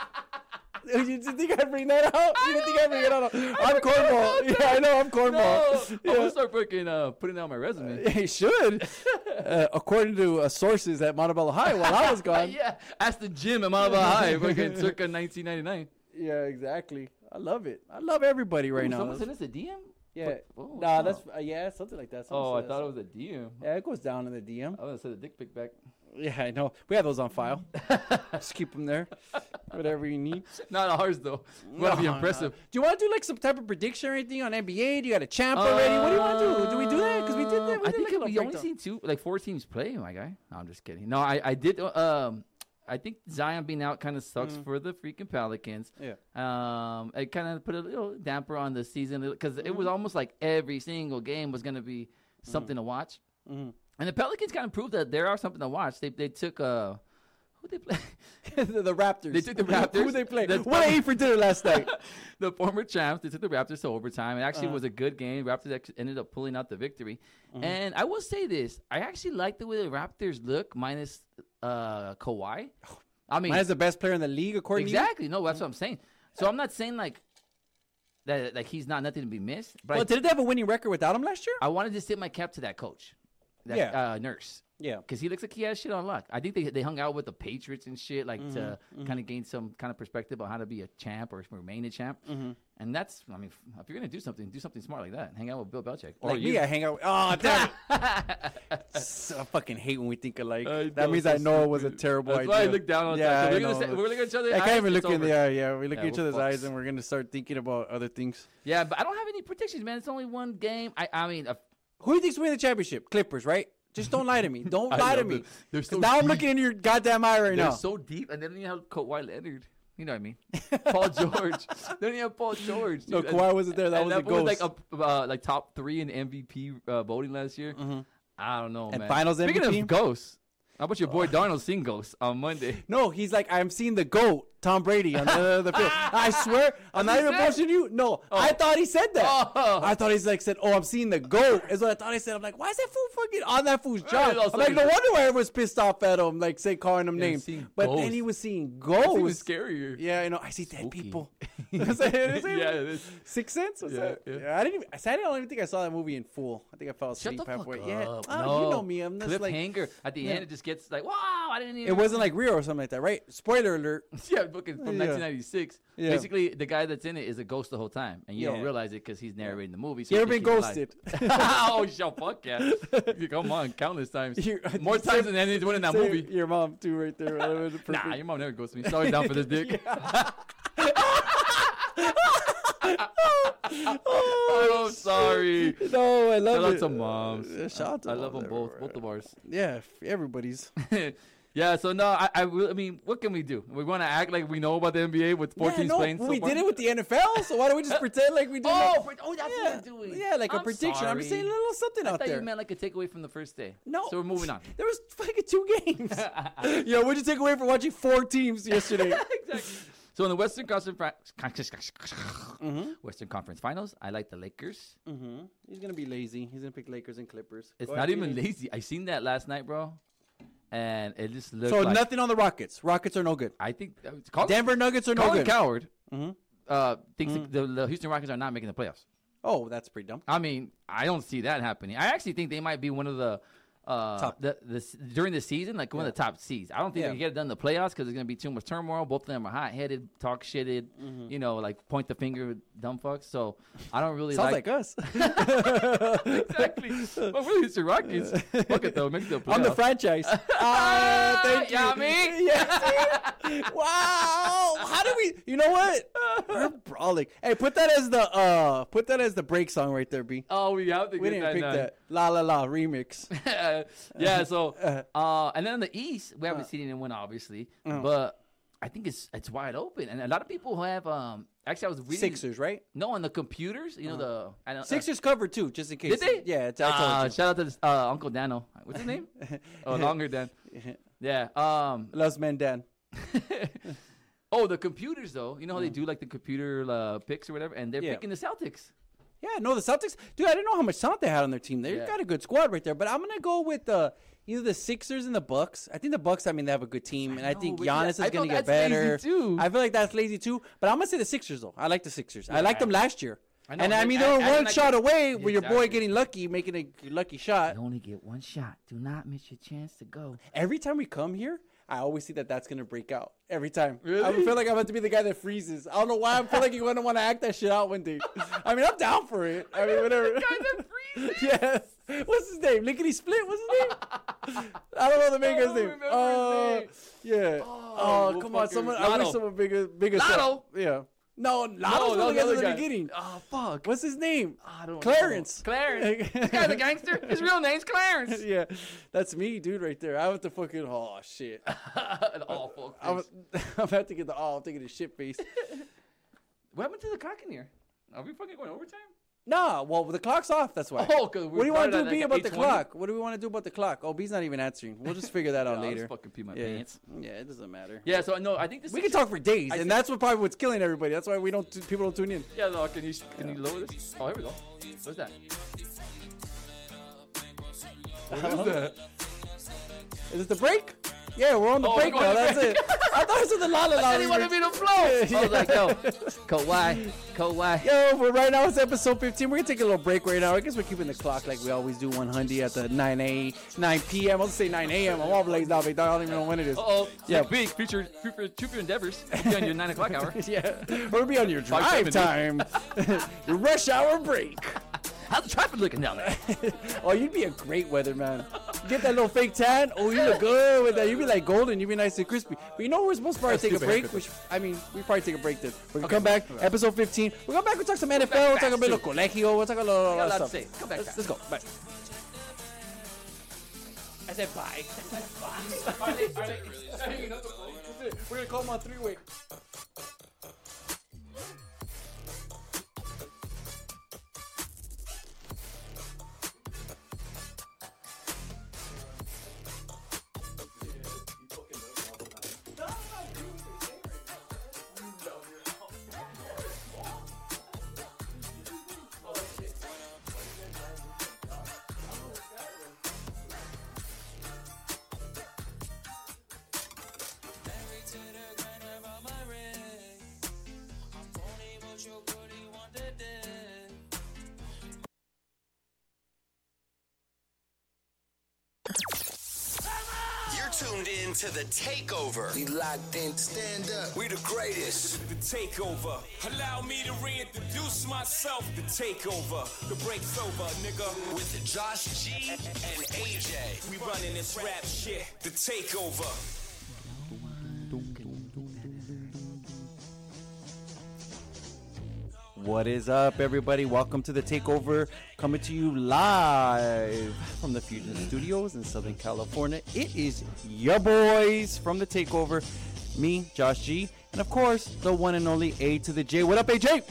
Speaker 4: you didn't think I'd bring that out? You didn't think I'd bring it out? I'm cornball. Yeah, I know I'm cornball.
Speaker 5: I'm
Speaker 4: Yeah.
Speaker 5: gonna start freaking uh, putting down my resume.
Speaker 4: He should, uh, according to uh, sources at Montebello High while I was gone. yeah.
Speaker 5: yeah, ask the gym at Mamba High, fucking circa 1999.
Speaker 4: exactly. I love it. I love everybody right
Speaker 5: Ooh,
Speaker 4: now.
Speaker 5: someone sent us a DM.
Speaker 4: yeah,
Speaker 5: Oh, what's
Speaker 4: nah,
Speaker 5: up?
Speaker 4: that's uh, yeah, something like that. Someone
Speaker 5: Oh, I
Speaker 4: said that.
Speaker 5: thought it was Oh. a DM.
Speaker 4: Yeah, it goes down in the DM.
Speaker 5: I was gonna send a dick pic back.
Speaker 4: Yeah, I know. We have those on file. Just keep them there. Whatever you need.
Speaker 5: Not ours though. That'd be
Speaker 4: No, no.
Speaker 5: impressive.
Speaker 4: Do you want to do like some type of prediction or anything on NBA? Do you got a champ already? What do you want to do? Do we do that? Because we did that.
Speaker 5: Um,
Speaker 4: We
Speaker 5: I
Speaker 4: did
Speaker 5: think
Speaker 4: like a
Speaker 5: we
Speaker 4: little
Speaker 5: only
Speaker 4: breakdown.
Speaker 5: seen two, like four teams play. My guy. No, I'm just kidding. No, I, I did. uh, Um, I think Zion being out kind of sucks for the freaking Pelicans.
Speaker 4: Mm. Yeah.
Speaker 5: Um, it kind of put a little damper on
Speaker 4: Mm. Mm-hmm.
Speaker 5: the season because it was almost like every single game was going to be something to watch. And the Pelicans kind of proved that there are something to watch. They they took uh who they play
Speaker 4: the, the Raptors.
Speaker 5: They took the Raptors.
Speaker 4: Who they play?
Speaker 5: That's
Speaker 4: What I ate for dinner last night. Uh.
Speaker 5: the former champs. They took the Raptors to overtime. It actually was a good game. Raptors actually ended up pulling out the victory.
Speaker 4: Mm-hmm.
Speaker 5: And I will say this: I actually like the way the Raptors look, minus uh Kawhi.
Speaker 4: Oh,
Speaker 5: I mean,
Speaker 4: Mine is the best player in the league, according
Speaker 5: exactly. No,
Speaker 4: Mm-hmm.
Speaker 5: that's what I'm saying. So I'm not saying like that. Like he's not nothing to be missed.
Speaker 4: to you.
Speaker 5: But I
Speaker 4: Well, did they have a winning record without him last year?
Speaker 5: I wanted to tip my cap to that coach, that
Speaker 4: Yeah.
Speaker 5: uh, nurse.
Speaker 4: Yeah.
Speaker 5: Because he looks like he has shit on lock. I think they, they hung out with the Patriots and shit, like to
Speaker 4: Mm-hmm.
Speaker 5: kind of gain some kind of perspective on how to be a champ or remain a champ.
Speaker 4: Mm-hmm.
Speaker 5: And that's, I mean, if you're going to do something, do something smart like that. Hang out with Bill Belichick.
Speaker 4: Like
Speaker 5: or
Speaker 4: me,
Speaker 5: you.
Speaker 4: I hang out. With, oh, damn it. so, I fucking hate when we think alike.
Speaker 5: I
Speaker 4: that
Speaker 5: know,
Speaker 4: means
Speaker 5: so
Speaker 4: I know it was a
Speaker 5: stupid.
Speaker 4: terrible
Speaker 5: That's
Speaker 4: idea.
Speaker 5: why I look down on that, 'cause
Speaker 4: I
Speaker 5: we're gonna
Speaker 4: know.
Speaker 5: say- we're looking at each other in
Speaker 4: I
Speaker 5: the
Speaker 4: can't
Speaker 5: eyes,
Speaker 4: even
Speaker 5: it's
Speaker 4: look in the
Speaker 5: over.
Speaker 4: eye. Yeah, we look
Speaker 5: Yeah,
Speaker 4: at each
Speaker 5: we're
Speaker 4: other's eyes,
Speaker 5: fucks.
Speaker 4: and we're gonna start thinking about other things.
Speaker 5: yeah, but I don't have any predictions, man. It's only one game. I, I mean, uh,
Speaker 4: Who do you think's winning the championship? Clippers, right? Just don't lie to me. Don't
Speaker 5: I
Speaker 4: lie to
Speaker 5: love
Speaker 4: me.
Speaker 5: it. They're
Speaker 4: 'Cause
Speaker 5: so
Speaker 4: now I'm
Speaker 5: deep.
Speaker 4: looking in your goddamn eye right
Speaker 5: they're
Speaker 4: now.
Speaker 5: so deep, and they don't even have Kawhi Leonard. You know what I mean? Paul George. they don't even have Paul George.
Speaker 4: no,
Speaker 5: dude. And-
Speaker 4: Kawhi wasn't there. That
Speaker 5: and
Speaker 4: was a
Speaker 5: that boy
Speaker 4: ghost.
Speaker 5: was like a, uh, like top three in MVP uh, voting last year. I don't know,
Speaker 4: Mm-hmm. And
Speaker 5: man.
Speaker 4: finals
Speaker 5: Speaking
Speaker 4: MVP?
Speaker 5: of ghosts, how about your
Speaker 4: Uh.
Speaker 5: boy Darnold sing ghosts on Monday?
Speaker 4: No, he's like, I'm seeing the goat, Tom Brady, on the other end of the field. I swear, I'm not
Speaker 5: That's
Speaker 4: even
Speaker 5: what he said?
Speaker 4: bullshitting you. No, I thought he said that.
Speaker 5: Oh.
Speaker 4: I thought he's like said, oh, I'm seeing the goat. Is what I thought he said. I'm like, why is that fool fucking on that fool's job?
Speaker 5: also
Speaker 4: I'm like, no
Speaker 5: is-
Speaker 4: wonder why everyone's pissed off at him, like say calling him
Speaker 5: Yeah,
Speaker 4: names.
Speaker 5: seeing
Speaker 4: But then
Speaker 5: ghosts.
Speaker 4: he was seeing
Speaker 5: It's even
Speaker 4: ghosts.
Speaker 5: scarier.
Speaker 4: Yeah, you know, I see dead
Speaker 5: Spooky.
Speaker 4: people. Is that- is it?
Speaker 5: Yeah, it is.
Speaker 4: Six cents? Was
Speaker 5: Yeah,
Speaker 4: that?
Speaker 5: yeah.
Speaker 4: I didn't. Even, I said I don't even think I saw that movie in full. I think I fell
Speaker 5: Shut
Speaker 4: asleep
Speaker 5: the fuck
Speaker 4: halfway.
Speaker 5: up.
Speaker 4: Yeah. Oh,
Speaker 5: no.
Speaker 4: you know me. I'm just like
Speaker 5: cliffhanger. At the
Speaker 4: Yeah.
Speaker 5: end, it just gets like, wow, I didn't even.
Speaker 4: It wasn't like Rio or something like that, right? Spoiler alert.
Speaker 5: yeah, fucking from
Speaker 4: Yeah.
Speaker 5: 1996.
Speaker 4: Yeah.
Speaker 5: Basically, the guy that's in it is a ghost the whole time, and you
Speaker 4: Yeah.
Speaker 5: don't realize it because he's narrating the movie. So
Speaker 4: You
Speaker 5: you
Speaker 4: ever been
Speaker 5: think he's alive.
Speaker 4: ghosted?
Speaker 5: oh, shit, fuck yeah! Come on, countless times,
Speaker 4: You-
Speaker 5: more times than anyone in that
Speaker 4: Say
Speaker 5: movie.
Speaker 4: Your mom too, right there. That was
Speaker 5: Nah,
Speaker 4: perfect.
Speaker 5: your mom never goes to me. Sorry, down for this dick. oh, I'm sorry.
Speaker 4: no, I love
Speaker 5: Shout out
Speaker 4: it.
Speaker 5: to moms.
Speaker 4: Uh, shout out to
Speaker 5: I love
Speaker 4: moms
Speaker 5: them both,
Speaker 4: everywhere.
Speaker 5: both of ours.
Speaker 4: Yeah, f- everybody's.
Speaker 5: yeah, so no, I, I, will- I mean, what can we do? We want to act like we know about the NBA with 14
Speaker 4: yeah, no,
Speaker 5: planes. so
Speaker 4: we
Speaker 5: far?
Speaker 4: did it with the NFL, so why don't we just pretend like we did?
Speaker 5: Oh,
Speaker 4: like,
Speaker 5: but- oh, that's
Speaker 4: yeah,
Speaker 5: what you're doing.
Speaker 4: Yeah, like a
Speaker 5: I'm
Speaker 4: prediction. I'm just saying a
Speaker 5: sorry.
Speaker 4: little something
Speaker 5: I
Speaker 4: out
Speaker 5: thought
Speaker 4: there.
Speaker 5: you meant like a takeaway from the first day.
Speaker 4: no,
Speaker 5: So we're moving on.
Speaker 4: There was fucking two games. Yo, what'd you take away from watching four teams yesterday?
Speaker 5: exactly. So in the Western Conference, Western Conference Finals, I like the Lakers.
Speaker 4: mm-hmm. He's gonna be lazy. He's gonna pick Lakers and Clippers.
Speaker 5: It's
Speaker 4: Go
Speaker 5: not
Speaker 4: ahead,
Speaker 5: even
Speaker 4: Jimmy.
Speaker 5: lazy. I seen that last night, bro, and it just looked
Speaker 4: So
Speaker 5: like
Speaker 4: nothing on the Rockets. Rockets are no good.
Speaker 5: I think uh, Colin,
Speaker 4: Denver Mm-hmm. Nuggets are no
Speaker 5: Colin
Speaker 4: good.
Speaker 5: Coward uh, thinks The, the Houston Rockets are not making the playoffs.
Speaker 4: oh, that's pretty dumb.
Speaker 5: I mean, I don't see that happening. I actually think they might be one of the uh,
Speaker 4: Top.
Speaker 5: The, the s- during the season, like one of the top seeds. I don't think
Speaker 4: Yeah.
Speaker 5: they can get it done in the playoffs because there's gonna be too much turmoil. Both of them are hot headed, talk shitted,
Speaker 4: Mm-hmm.
Speaker 5: you know, like point the finger, dumb fucks. So I don't really
Speaker 4: Sounds like
Speaker 5: like,
Speaker 4: us.
Speaker 5: exactly. but really, it's the Rockets. Fuck it though, make the playoffs.
Speaker 4: I'm the franchise. Ah, thank you.
Speaker 5: Yeah, me?
Speaker 4: Yeah, see? wow. How do we? You know what? We're brawling. Hey, put that as the uh, put that as the break song right there, B.
Speaker 5: oh, we have to
Speaker 4: we
Speaker 5: get
Speaker 4: didn't
Speaker 5: that
Speaker 4: pick
Speaker 5: done.
Speaker 4: that. La la la remix.
Speaker 5: yeah, so
Speaker 4: Uh-huh.
Speaker 5: uh, and then in the East, we haven't seen anyone obviously, but I think it's it's wide open, and a lot of people who have um actually I was reading
Speaker 4: Sixers, right?
Speaker 5: no on the computers, you know the I don't,
Speaker 4: Sixers covered too, just in case.
Speaker 5: Did they?
Speaker 4: Uh-huh. Yeah, it's,
Speaker 5: Uh,
Speaker 4: I told
Speaker 5: shout out to this, uh, Uncle Dano. What's his name? oh, longer Dan. Yeah. Um.
Speaker 4: you. Loves Mandan.
Speaker 5: Oh, the computers though. You know how they do like the computer uh, picks or whatever, and they're
Speaker 4: Mm. Yeah.
Speaker 5: picking the Celtics.
Speaker 4: Yeah, no, the Celtics. Dude, I didn't know how much talent they had on their team. They
Speaker 5: Yeah.
Speaker 4: got a good squad right there. But I'm gonna go with uh, either the Sixers and the Bucks. I think the Bucks. I mean, they have a good team, and I
Speaker 5: know,
Speaker 4: think
Speaker 5: but yeah,
Speaker 4: Giannis
Speaker 5: I
Speaker 4: is
Speaker 5: feel
Speaker 4: gonna get
Speaker 5: that's lazy,
Speaker 4: better.
Speaker 5: too.
Speaker 4: I feel like that's lazy too. But I'm gonna say the Sixers though. I like the Sixers. I liked them last year.
Speaker 5: I know,
Speaker 4: and I
Speaker 5: but
Speaker 4: mean,
Speaker 5: I-
Speaker 4: they were
Speaker 5: I didn't
Speaker 4: one
Speaker 5: like
Speaker 4: shot
Speaker 5: the-
Speaker 4: away with your boy
Speaker 5: Exactly.
Speaker 4: getting lucky, making a lucky shot.
Speaker 5: You only get one shot. Do not miss your chance to go.
Speaker 4: Every time we come here, I always see that that's gonna break out. Every time, I
Speaker 5: Really?
Speaker 4: feel like I'm about to be the guy that freezes. I don't know why. I feel like you're gonna want to act that shit out one day. I mean, I'm down for it. I mean, whatever. yes. What's his name? Lickety Split. What's his name? I don't know the main
Speaker 5: I
Speaker 4: guy's
Speaker 5: don't
Speaker 4: name.
Speaker 5: remember his
Speaker 4: Yeah. Oh,
Speaker 5: Oh,
Speaker 4: come on,
Speaker 5: motherfucker.
Speaker 4: someone. I wish
Speaker 5: Lotto.
Speaker 4: someone bigger, bigger. said-
Speaker 5: Lotto?
Speaker 4: Yeah. No, Lotto's
Speaker 5: that
Speaker 4: no,
Speaker 5: was
Speaker 4: the guy
Speaker 5: the
Speaker 4: at the
Speaker 5: other guy.
Speaker 4: beginning.
Speaker 5: Oh fuck.
Speaker 4: What's his name?
Speaker 5: I don't know.
Speaker 4: Clarence.
Speaker 5: Clarence. this guy's a gangster. His real name's Clarence.
Speaker 4: yeah, that's me, dude, right there. I have to fucking. Oh shit.
Speaker 5: An awful.
Speaker 4: I was, I'm about to get the. Oh, I'm thinking the shit face.
Speaker 5: what happened to the Cockanier? Are we fucking going overtime?
Speaker 4: Nah, well the clock's off. That's why.
Speaker 5: Oh, 'cause we
Speaker 4: what do you want
Speaker 5: started
Speaker 4: to do, B,
Speaker 5: at, like,
Speaker 4: about the
Speaker 5: 8:20?
Speaker 4: clock? What do we want to do about the clock? Oh, B's not even answering. We'll just figure that out
Speaker 5: I'll just
Speaker 4: later.
Speaker 5: fucking pee my
Speaker 4: yeah.
Speaker 5: pants.
Speaker 4: Yeah, it doesn't matter.
Speaker 5: Yeah, so no, I think this
Speaker 4: We can talk for days, and
Speaker 5: I think-
Speaker 4: that's what probably what's killing everybody. That's why we don't people don't tune in.
Speaker 5: Yeah, no, can you can you lower this? Oh, here we go. What's that?
Speaker 4: Is it the break? Yeah, we're on the
Speaker 5: Oh,
Speaker 4: break
Speaker 5: we're going
Speaker 4: now.
Speaker 5: to
Speaker 4: That's
Speaker 5: break.
Speaker 4: it. I thought it was the la la la.
Speaker 5: I didn't want to be the flow. I was like, yo, Kawhi, Kawhi.
Speaker 4: Yo, but right now it's episode 15. We're gonna take a little break right now. I guess we're keeping the clock like we always do, 100 at the 9 a 9 p.m. I'll say 9 a.m. I'm all blazed out, big dog. I don't even know when it is.
Speaker 5: Uh-oh.
Speaker 4: Yeah.
Speaker 5: Yeah, big future, future, future endeavors. You'll be on your nine o'clock hour.
Speaker 4: Yeah, we're gonna be on your drive
Speaker 5: Five, seven,
Speaker 4: time, your rush hour break.
Speaker 5: How's the traffic looking down there?
Speaker 4: Oh, you'd be a great weatherman. You get that little fake tan. Oh, you look good with that. You'd be like golden. You'd be nice and crispy. But you know, we're supposed to probably take a
Speaker 5: stupid
Speaker 4: break.
Speaker 5: haircut.
Speaker 4: Which I mean, we probably take a break then. We're gonna come back. Episode 15. We're gonna back. We'll talk some NFL. We'll talk a
Speaker 5: fast,
Speaker 4: bit of colegio. We'll talk a lot
Speaker 5: got a
Speaker 4: of
Speaker 5: lot to
Speaker 4: stuff.
Speaker 5: say. Come back
Speaker 4: Let's,
Speaker 5: fast.
Speaker 4: let's go. Bye. I said bye. We're gonna call him on three way.
Speaker 1: You're tuned in to the takeover.
Speaker 2: We locked in. Stand up.
Speaker 1: We the greatest.
Speaker 3: The takeover. Allow me to reintroduce myself. The takeover. The break's over, nigga.
Speaker 1: With Josh G and AJ.
Speaker 3: We running this rap shit. The takeover.
Speaker 4: What is up, everybody? Welcome to the Takeover, coming to you live from the Fusion Studios in Southern California. It is your boys from the Takeover, me, Josh G, and of course, the one and only A to the J. What up, AJ?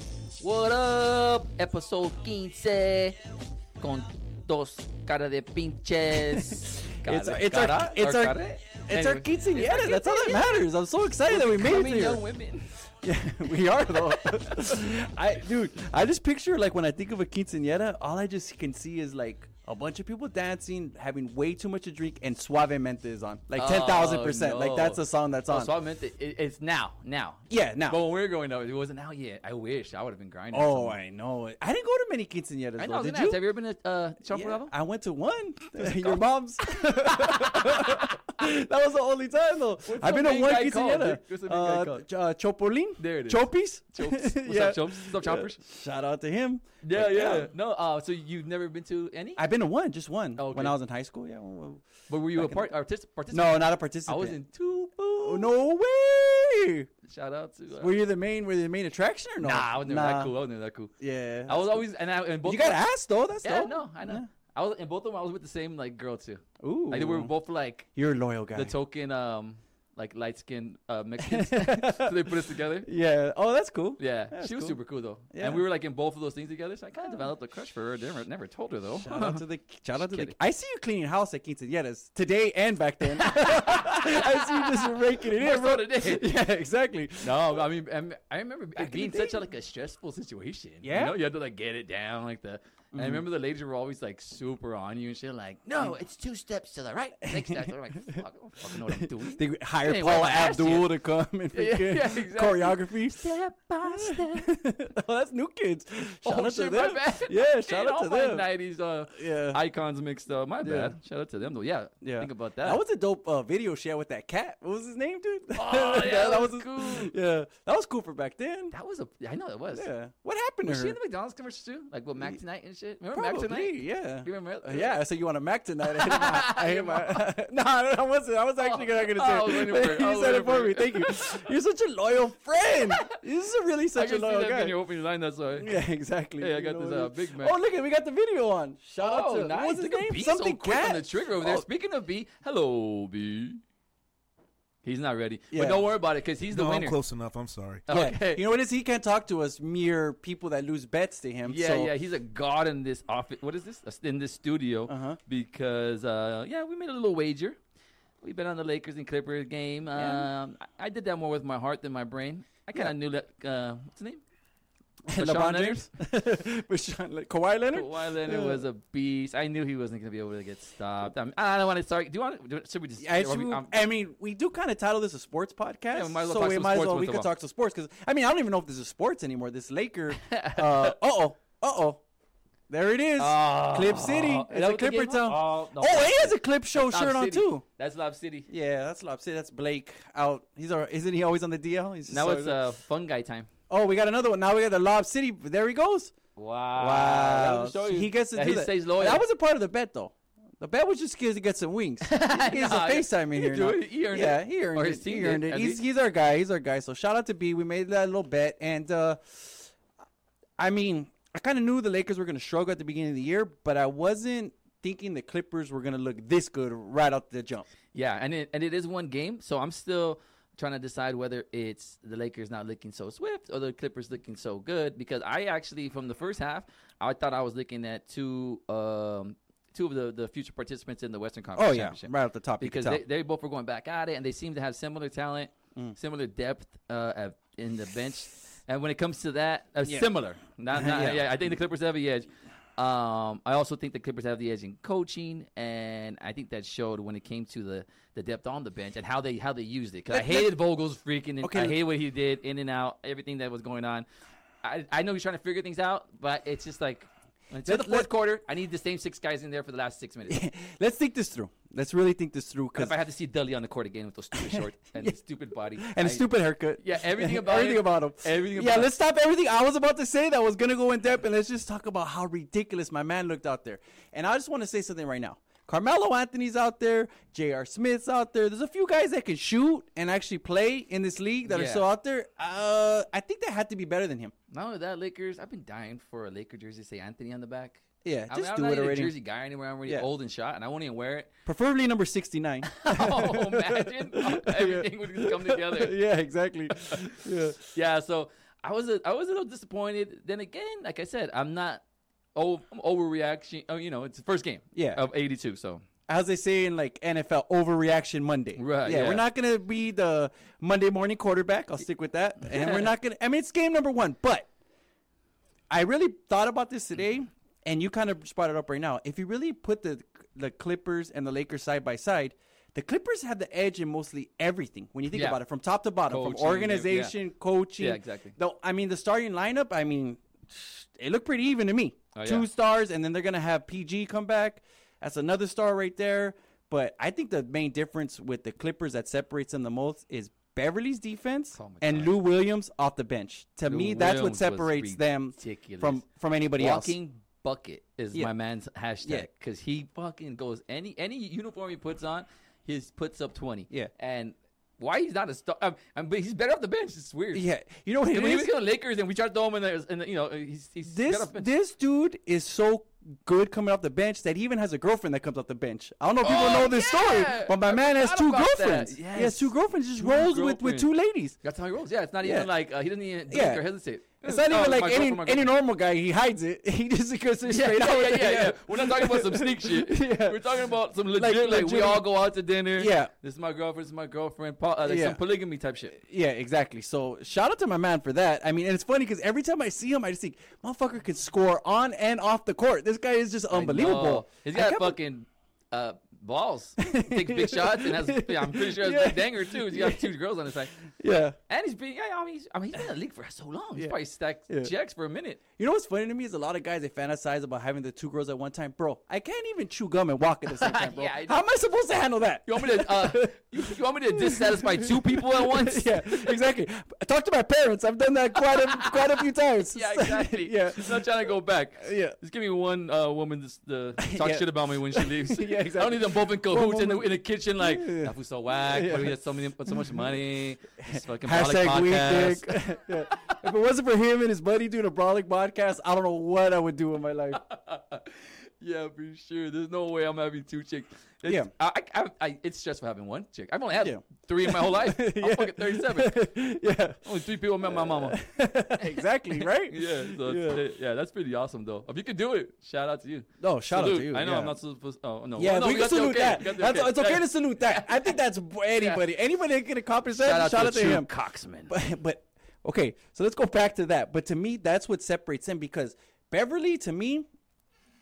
Speaker 5: What up? Episode 15 con dos cara de pinches.
Speaker 4: It's, it's our it's our it's our quinceañera. That's all that matters. I'm so excited that we made it
Speaker 5: Coming
Speaker 4: here.
Speaker 5: young women.
Speaker 4: Yeah, we are though. I dude, I just picture like when I think of a quinceañera, all I just can see is like a bunch of people dancing, having way too much to drink, and Suavemente is on, like ten thousand percent.
Speaker 5: Oh,
Speaker 4: Like
Speaker 5: no.
Speaker 4: that's the song that's
Speaker 5: Oh,
Speaker 4: on.
Speaker 5: so I meant that it, it's now, now.
Speaker 4: yeah,
Speaker 5: But when
Speaker 4: now.
Speaker 5: we were growing up, it wasn't out yet. I wish I would have been grinding.
Speaker 4: Oh,
Speaker 5: somewhere.
Speaker 4: I know. it. I didn't go to many quinceañeras.
Speaker 5: I know. I
Speaker 4: though.
Speaker 5: was
Speaker 4: Did
Speaker 5: gonna ask,
Speaker 4: you?
Speaker 5: have you ever been at uh, Chump
Speaker 4: Yeah,
Speaker 5: Bravo?
Speaker 4: I went to one. Your mom's. that was the only time though. I've
Speaker 5: the
Speaker 4: been to
Speaker 5: main
Speaker 4: one
Speaker 5: guy called,
Speaker 4: quinceañera.
Speaker 5: dude? What's the main guy
Speaker 4: Uh,
Speaker 5: called?
Speaker 4: Ch- uh, Chopolin.
Speaker 5: There it is.
Speaker 4: Chopis.
Speaker 5: Chopes. What's up, Chopes? What's up, Choppers?
Speaker 4: Shout out to him.
Speaker 5: Yeah,
Speaker 4: But,
Speaker 5: yeah. No, uh, so you've never been to any?
Speaker 4: I've been to one, just one.
Speaker 5: Oh,
Speaker 4: When
Speaker 5: okay.
Speaker 4: I was in high school, yeah. one- one-
Speaker 5: but were you a
Speaker 4: back in
Speaker 5: part artist? Participant?
Speaker 4: No, not a participant.
Speaker 5: I was in two.
Speaker 4: Oh,
Speaker 5: Boo.
Speaker 4: no way!
Speaker 5: Shout out to. Uh,
Speaker 4: Were you the main? Were you the main attraction or no?
Speaker 5: Nah, I was never
Speaker 4: Nah.
Speaker 5: that cool. I was never that cool.
Speaker 4: Yeah,
Speaker 5: I was always and I and both.
Speaker 4: You
Speaker 5: of
Speaker 4: got
Speaker 5: us-
Speaker 4: asked though. That's
Speaker 5: Yeah,
Speaker 4: dope.
Speaker 5: no, I know.
Speaker 4: Yeah.
Speaker 5: I was in both of them. I was with the same like girl too.
Speaker 4: Ooh,
Speaker 5: Like they were both like
Speaker 4: You're a loyal guy.
Speaker 5: the token um like light skinned uh, Mexicans. so they put us together.
Speaker 4: yeah. Oh, that's cool.
Speaker 5: Yeah,
Speaker 4: That's
Speaker 5: she was
Speaker 4: cool.
Speaker 5: super cool though,
Speaker 4: Yeah.
Speaker 5: and we were like in both of those things together. So I kind of developed a crush for her. Never, never told her though.
Speaker 4: Shout out to the shout out to the.
Speaker 5: kidding.
Speaker 4: I see you cleaning house at quinceañeras today and back then. I see you just raking it in,
Speaker 5: More so
Speaker 4: bro.
Speaker 5: today.
Speaker 4: Yeah, exactly.
Speaker 5: No, I mean, I'm- I remember
Speaker 4: in
Speaker 5: it
Speaker 4: the
Speaker 5: being such
Speaker 4: day.
Speaker 5: a, like a stressful situation.
Speaker 4: Yeah? Mm-hmm.
Speaker 5: you, know, you had to like get it down like the. And I remember the ladies were always like super on you and shit. Like, no,
Speaker 4: Mm.
Speaker 5: it's two steps to the right, next step. I'm like, fuck, I don't fucking know what I'm doing.
Speaker 4: They hire
Speaker 5: Hey, why
Speaker 4: Paula
Speaker 5: I asked you?
Speaker 4: Abdul to come and
Speaker 5: Yeah,
Speaker 4: freaking
Speaker 5: yeah, exactly.
Speaker 4: choreography. oh, that's new kids. Shout
Speaker 5: oh,
Speaker 4: out
Speaker 5: shit,
Speaker 4: to them.
Speaker 5: My bad.
Speaker 4: Yeah,
Speaker 5: Shit,
Speaker 4: shout out
Speaker 5: all
Speaker 4: to
Speaker 5: my
Speaker 4: them.
Speaker 5: '90s uh,
Speaker 4: Yeah.
Speaker 5: icons mixed up. My
Speaker 4: Yeah.
Speaker 5: bad. Shout out to them though. Yeah,
Speaker 4: Yeah.
Speaker 5: Think about that.
Speaker 4: That was a dope uh, video she had with that cat. What was his name, dude?
Speaker 5: Oh, yeah, that was
Speaker 4: his-
Speaker 5: cool.
Speaker 4: Yeah, that was cool for back then.
Speaker 5: that was a. I know it was.
Speaker 4: yeah. What happened
Speaker 5: Was
Speaker 4: to
Speaker 5: she
Speaker 4: her?
Speaker 5: in the McDonald's commercials too? Like with Mac Tonight and shit. Remember Mac
Speaker 4: Probably,
Speaker 5: Tonight?
Speaker 4: yeah.
Speaker 5: You remember?
Speaker 4: Uh, yeah, I said you want a Mac tonight. I hit my, I hit my no, no, I wasn't. I was actually not gonna
Speaker 5: oh, I
Speaker 4: say.
Speaker 5: was
Speaker 4: it.
Speaker 5: waiting for it. I
Speaker 4: you
Speaker 5: was
Speaker 4: said it
Speaker 5: waiting
Speaker 4: for
Speaker 5: for
Speaker 4: me.
Speaker 5: it.
Speaker 4: Thank you. You're such a loyal friend. This is really
Speaker 5: I
Speaker 4: such a
Speaker 5: can see
Speaker 4: loyal
Speaker 5: that
Speaker 4: guy.
Speaker 5: when you open your line. That's why.
Speaker 4: Yeah, exactly.
Speaker 5: Hey, I
Speaker 4: You
Speaker 5: got
Speaker 4: know
Speaker 5: this,
Speaker 4: what it
Speaker 5: uh,
Speaker 4: is.
Speaker 5: Big Mac.
Speaker 4: Oh, look at we got the video on. Shout out
Speaker 5: Oh,
Speaker 4: to
Speaker 5: nice.
Speaker 4: what was his
Speaker 5: Look at
Speaker 4: name? Oh.
Speaker 5: B so
Speaker 4: Something
Speaker 5: quick on
Speaker 4: cat.
Speaker 5: the trigger over there.
Speaker 4: Oh,
Speaker 5: Speaking of B, hello B. He's not ready.
Speaker 4: Yeah.
Speaker 5: But don't worry about it because he's the
Speaker 6: No, I'm
Speaker 5: winner.
Speaker 6: close enough. I'm sorry.
Speaker 4: Oh, Yeah.
Speaker 5: Okay.
Speaker 4: You know what it is? He can't talk to us mere people that lose bets to him.
Speaker 5: Yeah,
Speaker 4: so
Speaker 5: yeah, he's a god in this office. What is this? In this studio,
Speaker 4: Uh-huh.
Speaker 5: because uh, yeah, we made a little wager. We bet on the Lakers and Clippers game.
Speaker 4: Yeah.
Speaker 5: Um, I, I did that more with my heart than my brain. I kind of knew that. Uh, what's his name?
Speaker 4: LeBron
Speaker 5: Kawhi
Speaker 4: James. But Sean Le- Kawhi Leonard?
Speaker 5: Kawhi Leonard was a beast. I knew he wasn't going to be able to get stopped. I, mean, I don't want to start. Do you want? to Should we just?
Speaker 4: Yeah, I,
Speaker 5: are we-
Speaker 4: should-
Speaker 5: um,
Speaker 4: I mean, we do kind of title this a sports podcast,
Speaker 5: Yeah, we might as well
Speaker 4: so
Speaker 5: talk
Speaker 4: we
Speaker 5: some
Speaker 4: might as
Speaker 5: sports
Speaker 4: well
Speaker 5: once
Speaker 4: we
Speaker 5: in a
Speaker 4: could
Speaker 5: while.
Speaker 4: talk to sports because I mean I don't even know if this is sports anymore. This Laker, uh oh, uh oh, there it is,
Speaker 5: Oh.
Speaker 4: Clip City.
Speaker 5: Is
Speaker 4: It's
Speaker 5: that
Speaker 4: a
Speaker 5: what the
Speaker 4: Clipper
Speaker 5: game was?
Speaker 4: town.
Speaker 5: Oh, no,
Speaker 4: oh,
Speaker 5: Lob
Speaker 4: he has a Clip Show
Speaker 5: Lob
Speaker 4: shirt on
Speaker 5: City.
Speaker 4: too.
Speaker 5: That's Lob City.
Speaker 4: Yeah, that's Lopsy. That's Blake out. He's all, isn't he always on the DL? He's just
Speaker 5: Now
Speaker 4: so-
Speaker 5: it's uh, fun guy time.
Speaker 4: oh, we got another one. Now we got the Lob City. There he goes.
Speaker 5: Wow.
Speaker 4: Wow,
Speaker 5: Show you.
Speaker 4: he gets to
Speaker 5: Yeah,
Speaker 4: do
Speaker 5: he
Speaker 4: that.
Speaker 5: stays loyal.
Speaker 4: That was a part of the bet though. The bet was just to get some wings. He's a
Speaker 5: Nah,
Speaker 4: FaceTime
Speaker 5: he
Speaker 4: in here.
Speaker 5: do
Speaker 4: now.
Speaker 5: it. He earned
Speaker 4: yeah,
Speaker 5: it.
Speaker 4: he earned
Speaker 5: Or
Speaker 4: it.
Speaker 5: his team
Speaker 4: He
Speaker 5: did,
Speaker 4: earned it.
Speaker 5: at
Speaker 4: He's,
Speaker 5: least.
Speaker 4: he's our guy. He's our guy. So shout out to B. We made that little bet, and uh, I mean, I kind of knew the Lakers were going to struggle at the beginning of the year, but I wasn't thinking the Clippers were going to look this good right off the jump.
Speaker 5: Yeah, and it, and it is one game, so I'm still trying to decide whether it's the Lakers not looking so swift or the Clippers looking so good because I actually from the first half I thought I was looking at two um two of the, the future participants in the Western Conference.
Speaker 4: Oh yeah,
Speaker 5: Championship
Speaker 4: right off the top.
Speaker 5: because
Speaker 4: you could
Speaker 5: they,
Speaker 4: tell. Mm.
Speaker 5: they both were going back at it, and they seem to have similar talent, similar depth uh, at, in the bench. And when it comes to that, uh, similar. Not, not,
Speaker 4: Yeah.
Speaker 5: yeah. I think the Clippers have the edge. Um, I also think the Clippers have the edge in coaching, and I think that showed when it came to the, the depth on the bench and how they how they used it. Because I
Speaker 4: Let- let-
Speaker 5: hated Vogel's freaking. and
Speaker 4: Okay,
Speaker 5: I
Speaker 4: let-
Speaker 5: hated what he did in and out, everything that was going on. I, I know he's trying to figure things out, but it's just like until
Speaker 4: Let-
Speaker 5: the fourth
Speaker 4: let-
Speaker 5: quarter, I need the same six guys in there for the last six minutes.
Speaker 4: Let's think this through. Let's really think this through
Speaker 5: If
Speaker 4: because
Speaker 5: I had to see Dudley on the court again with those stupid shorts and his stupid body
Speaker 4: and a
Speaker 5: I-
Speaker 4: stupid haircut.
Speaker 5: Yeah, everything about
Speaker 4: everything
Speaker 5: it-
Speaker 4: about him.
Speaker 5: everything
Speaker 4: Yeah,
Speaker 5: about
Speaker 4: let's stop everything I was about to say that was gonna go in depth, and let's just talk about how ridiculous my man looked out there. And I just want to say something right now. Carmelo Anthony's out there, J.R. Smith's out there. There's a few guys that can shoot and actually play in this league that are
Speaker 5: Yeah.
Speaker 4: still out there. Uh, I think they had to be better than him.
Speaker 5: Not only that, Lakers. I've been dying for a Laker jersey. to Say Anthony on the back.
Speaker 4: Yeah,
Speaker 5: I
Speaker 4: just
Speaker 5: am
Speaker 4: do
Speaker 5: not
Speaker 4: it
Speaker 5: even
Speaker 4: already.
Speaker 5: a jersey guy anymore. I'm already
Speaker 4: Yeah.
Speaker 5: old and shot, and I won't even wear it.
Speaker 4: Preferably number 69.
Speaker 5: Oh, imagine how everything would just come together.
Speaker 4: yeah, exactly. Yeah.
Speaker 5: Yeah, so I was a, I was a little disappointed. Then again, like I said, I'm not oh I'm overreaction. Oh, you know, it's the first game.
Speaker 4: Yeah.
Speaker 5: of '82. So
Speaker 4: as they say in like NFL, overreaction Monday.
Speaker 5: Right,
Speaker 4: Yeah, we're
Speaker 5: yeah.
Speaker 4: not gonna be the Monday morning quarterback. I'll stick with that. And we're not gonna. I mean, it's game number one, but I really thought about this today, and you kind of brought it up right now. If you really put the the Clippers and the Lakers side by side. The Clippers have the edge in mostly everything when you think
Speaker 5: Yeah.
Speaker 4: about it, from top to bottom,
Speaker 5: Coaching,
Speaker 4: from
Speaker 5: yeah.
Speaker 4: organization, coaching.
Speaker 5: Yeah, exactly.
Speaker 4: Though I mean, the starting lineup. I mean, it looked pretty even to me.
Speaker 5: Oh,
Speaker 4: Two
Speaker 5: yeah.
Speaker 4: stars, and then they're gonna have PG come back. That's another star right there. But I think the main difference with the Clippers that separates them the most is Beverly's defense
Speaker 5: Oh, my
Speaker 4: and
Speaker 5: God.
Speaker 4: Lou Williams off the bench. To
Speaker 5: Lou
Speaker 4: me, that's what
Speaker 5: Williams was
Speaker 4: separates them
Speaker 5: ridiculous.
Speaker 4: from from anybody
Speaker 5: walking bucket is
Speaker 4: Yeah.
Speaker 5: my man's
Speaker 4: Yeah.
Speaker 5: hashtag because he fucking goes any any uniform he puts on, his puts up twenty.
Speaker 4: Yeah.
Speaker 5: and why he's not a star? Um, um, but he's better off the bench. It's weird.
Speaker 4: else. Yeah, you know what it
Speaker 5: When he was
Speaker 4: is.
Speaker 5: going to Lakers and we tried to throw him in there, and you know he's, he's better
Speaker 4: This
Speaker 5: off bench.
Speaker 4: this dude is so good coming off the bench that he even has a girlfriend that comes off the bench. I don't know if people
Speaker 5: Oh,
Speaker 4: know this
Speaker 5: yeah!
Speaker 4: story, but my
Speaker 5: I
Speaker 4: man has
Speaker 5: forgot
Speaker 4: two
Speaker 5: about that.
Speaker 4: girlfriends. He has
Speaker 5: Yes.
Speaker 4: two girlfriends. Just
Speaker 5: Two
Speaker 4: rolls with with
Speaker 5: girlfriends.
Speaker 4: two ladies.
Speaker 5: That's how he rolls. Yeah, it's not
Speaker 4: Yeah.
Speaker 5: even like uh, he doesn't even
Speaker 4: Yeah.
Speaker 5: blink or hesitate.
Speaker 4: It's not
Speaker 5: Oh,
Speaker 4: even like
Speaker 5: my
Speaker 4: any
Speaker 5: girlfriend, my
Speaker 4: any
Speaker 5: girlfriend.
Speaker 4: normal guy. He hides it. He just goes straight
Speaker 5: Yeah,
Speaker 4: out.
Speaker 5: yeah,
Speaker 4: with
Speaker 5: yeah,
Speaker 4: it.
Speaker 5: yeah, yeah. We're not talking about some sneak shit.
Speaker 4: Yeah.
Speaker 5: We're talking about some legit,
Speaker 4: Like-
Speaker 5: like, we
Speaker 4: legit-
Speaker 5: all go out to dinner.
Speaker 4: Yeah.
Speaker 5: This is my girlfriend, this is my girlfriend. Paul, uh, like
Speaker 4: Yeah.
Speaker 5: some polygamy type shit.
Speaker 4: Yeah, exactly. So shout out to my man for that. I mean, and it's funny because every time I see him, I just think, motherfucker can score on and off the court. This guy is just unbelievable.
Speaker 5: No. Oh, He's
Speaker 4: I
Speaker 5: got
Speaker 4: can't be-
Speaker 5: fucking uh, balls. Takes big shots and has. yeah, I'm pretty sure has
Speaker 4: Yeah.
Speaker 5: a danger too. He's got two girls on his side,
Speaker 4: Yeah.
Speaker 5: and he's being. Yeah, I mean, he's, I mean, he's been in the league for so long. He's
Speaker 4: Yeah.
Speaker 5: probably stacked
Speaker 4: Yeah.
Speaker 5: checks for a minute.
Speaker 4: You know what's funny to me is a lot of guys they fantasize about having the two girls at one time. Bro, I can't even chew gum and walk at the same time, bro.
Speaker 5: Yeah, I know.
Speaker 4: How am I supposed to handle that?
Speaker 5: You want me to? Uh, you, you want me to dissatisfy two people at once?
Speaker 4: yeah, exactly. I talk to my parents. I've done that quite a quite a few times.
Speaker 5: Yeah, exactly.
Speaker 4: yeah.
Speaker 5: I'm not trying to go back.
Speaker 4: Yeah.
Speaker 5: Just give me one uh, woman to uh, talk
Speaker 4: Yeah.
Speaker 5: shit about me when she leaves.
Speaker 4: Yeah,
Speaker 5: I
Speaker 4: exactly.
Speaker 5: don't need them both in cahoots in the,
Speaker 4: woman-
Speaker 5: in the kitchen like,
Speaker 4: Yeah.
Speaker 5: that food's so whack.
Speaker 4: Yeah.
Speaker 5: Why do we have so, many, so much money? This fucking
Speaker 4: Hashtag
Speaker 5: brolic podcast."
Speaker 4: weak dick. yeah. If it wasn't for him and his buddy doing a brolic podcast, I don't know what I would do in my life.
Speaker 5: Yeah, for sure. There's no way I'm having two chicks. It's,
Speaker 4: Yeah.
Speaker 5: I, I, I, it's stressful having one chick. I've only had
Speaker 4: Yeah.
Speaker 5: three in my whole life. I'm fucking 37.
Speaker 4: yeah.
Speaker 5: Only three people met my mama.
Speaker 4: exactly, right?
Speaker 5: Yeah, so it's-
Speaker 4: yeah.
Speaker 5: it- yeah, that's pretty awesome though. If you could do it, shout out to you.
Speaker 4: No, shout out to
Speaker 5: Salute.
Speaker 4: you,
Speaker 5: I know
Speaker 4: yeah.
Speaker 5: I'm not supposed. Oh no,
Speaker 4: Yeah,
Speaker 5: Oh, no,
Speaker 4: we, can
Speaker 5: got the
Speaker 4: salute
Speaker 5: okay.
Speaker 4: that.
Speaker 5: We got the
Speaker 4: That's, It's okay
Speaker 5: Yeah.
Speaker 4: to salute that. I think that's anybody. Anybody that can accomplish that, shout, out, to
Speaker 5: true
Speaker 4: him.
Speaker 5: Coxman.
Speaker 4: But, but okay, so let's go back to that. But to me, that's what separates him because Beverly, to me,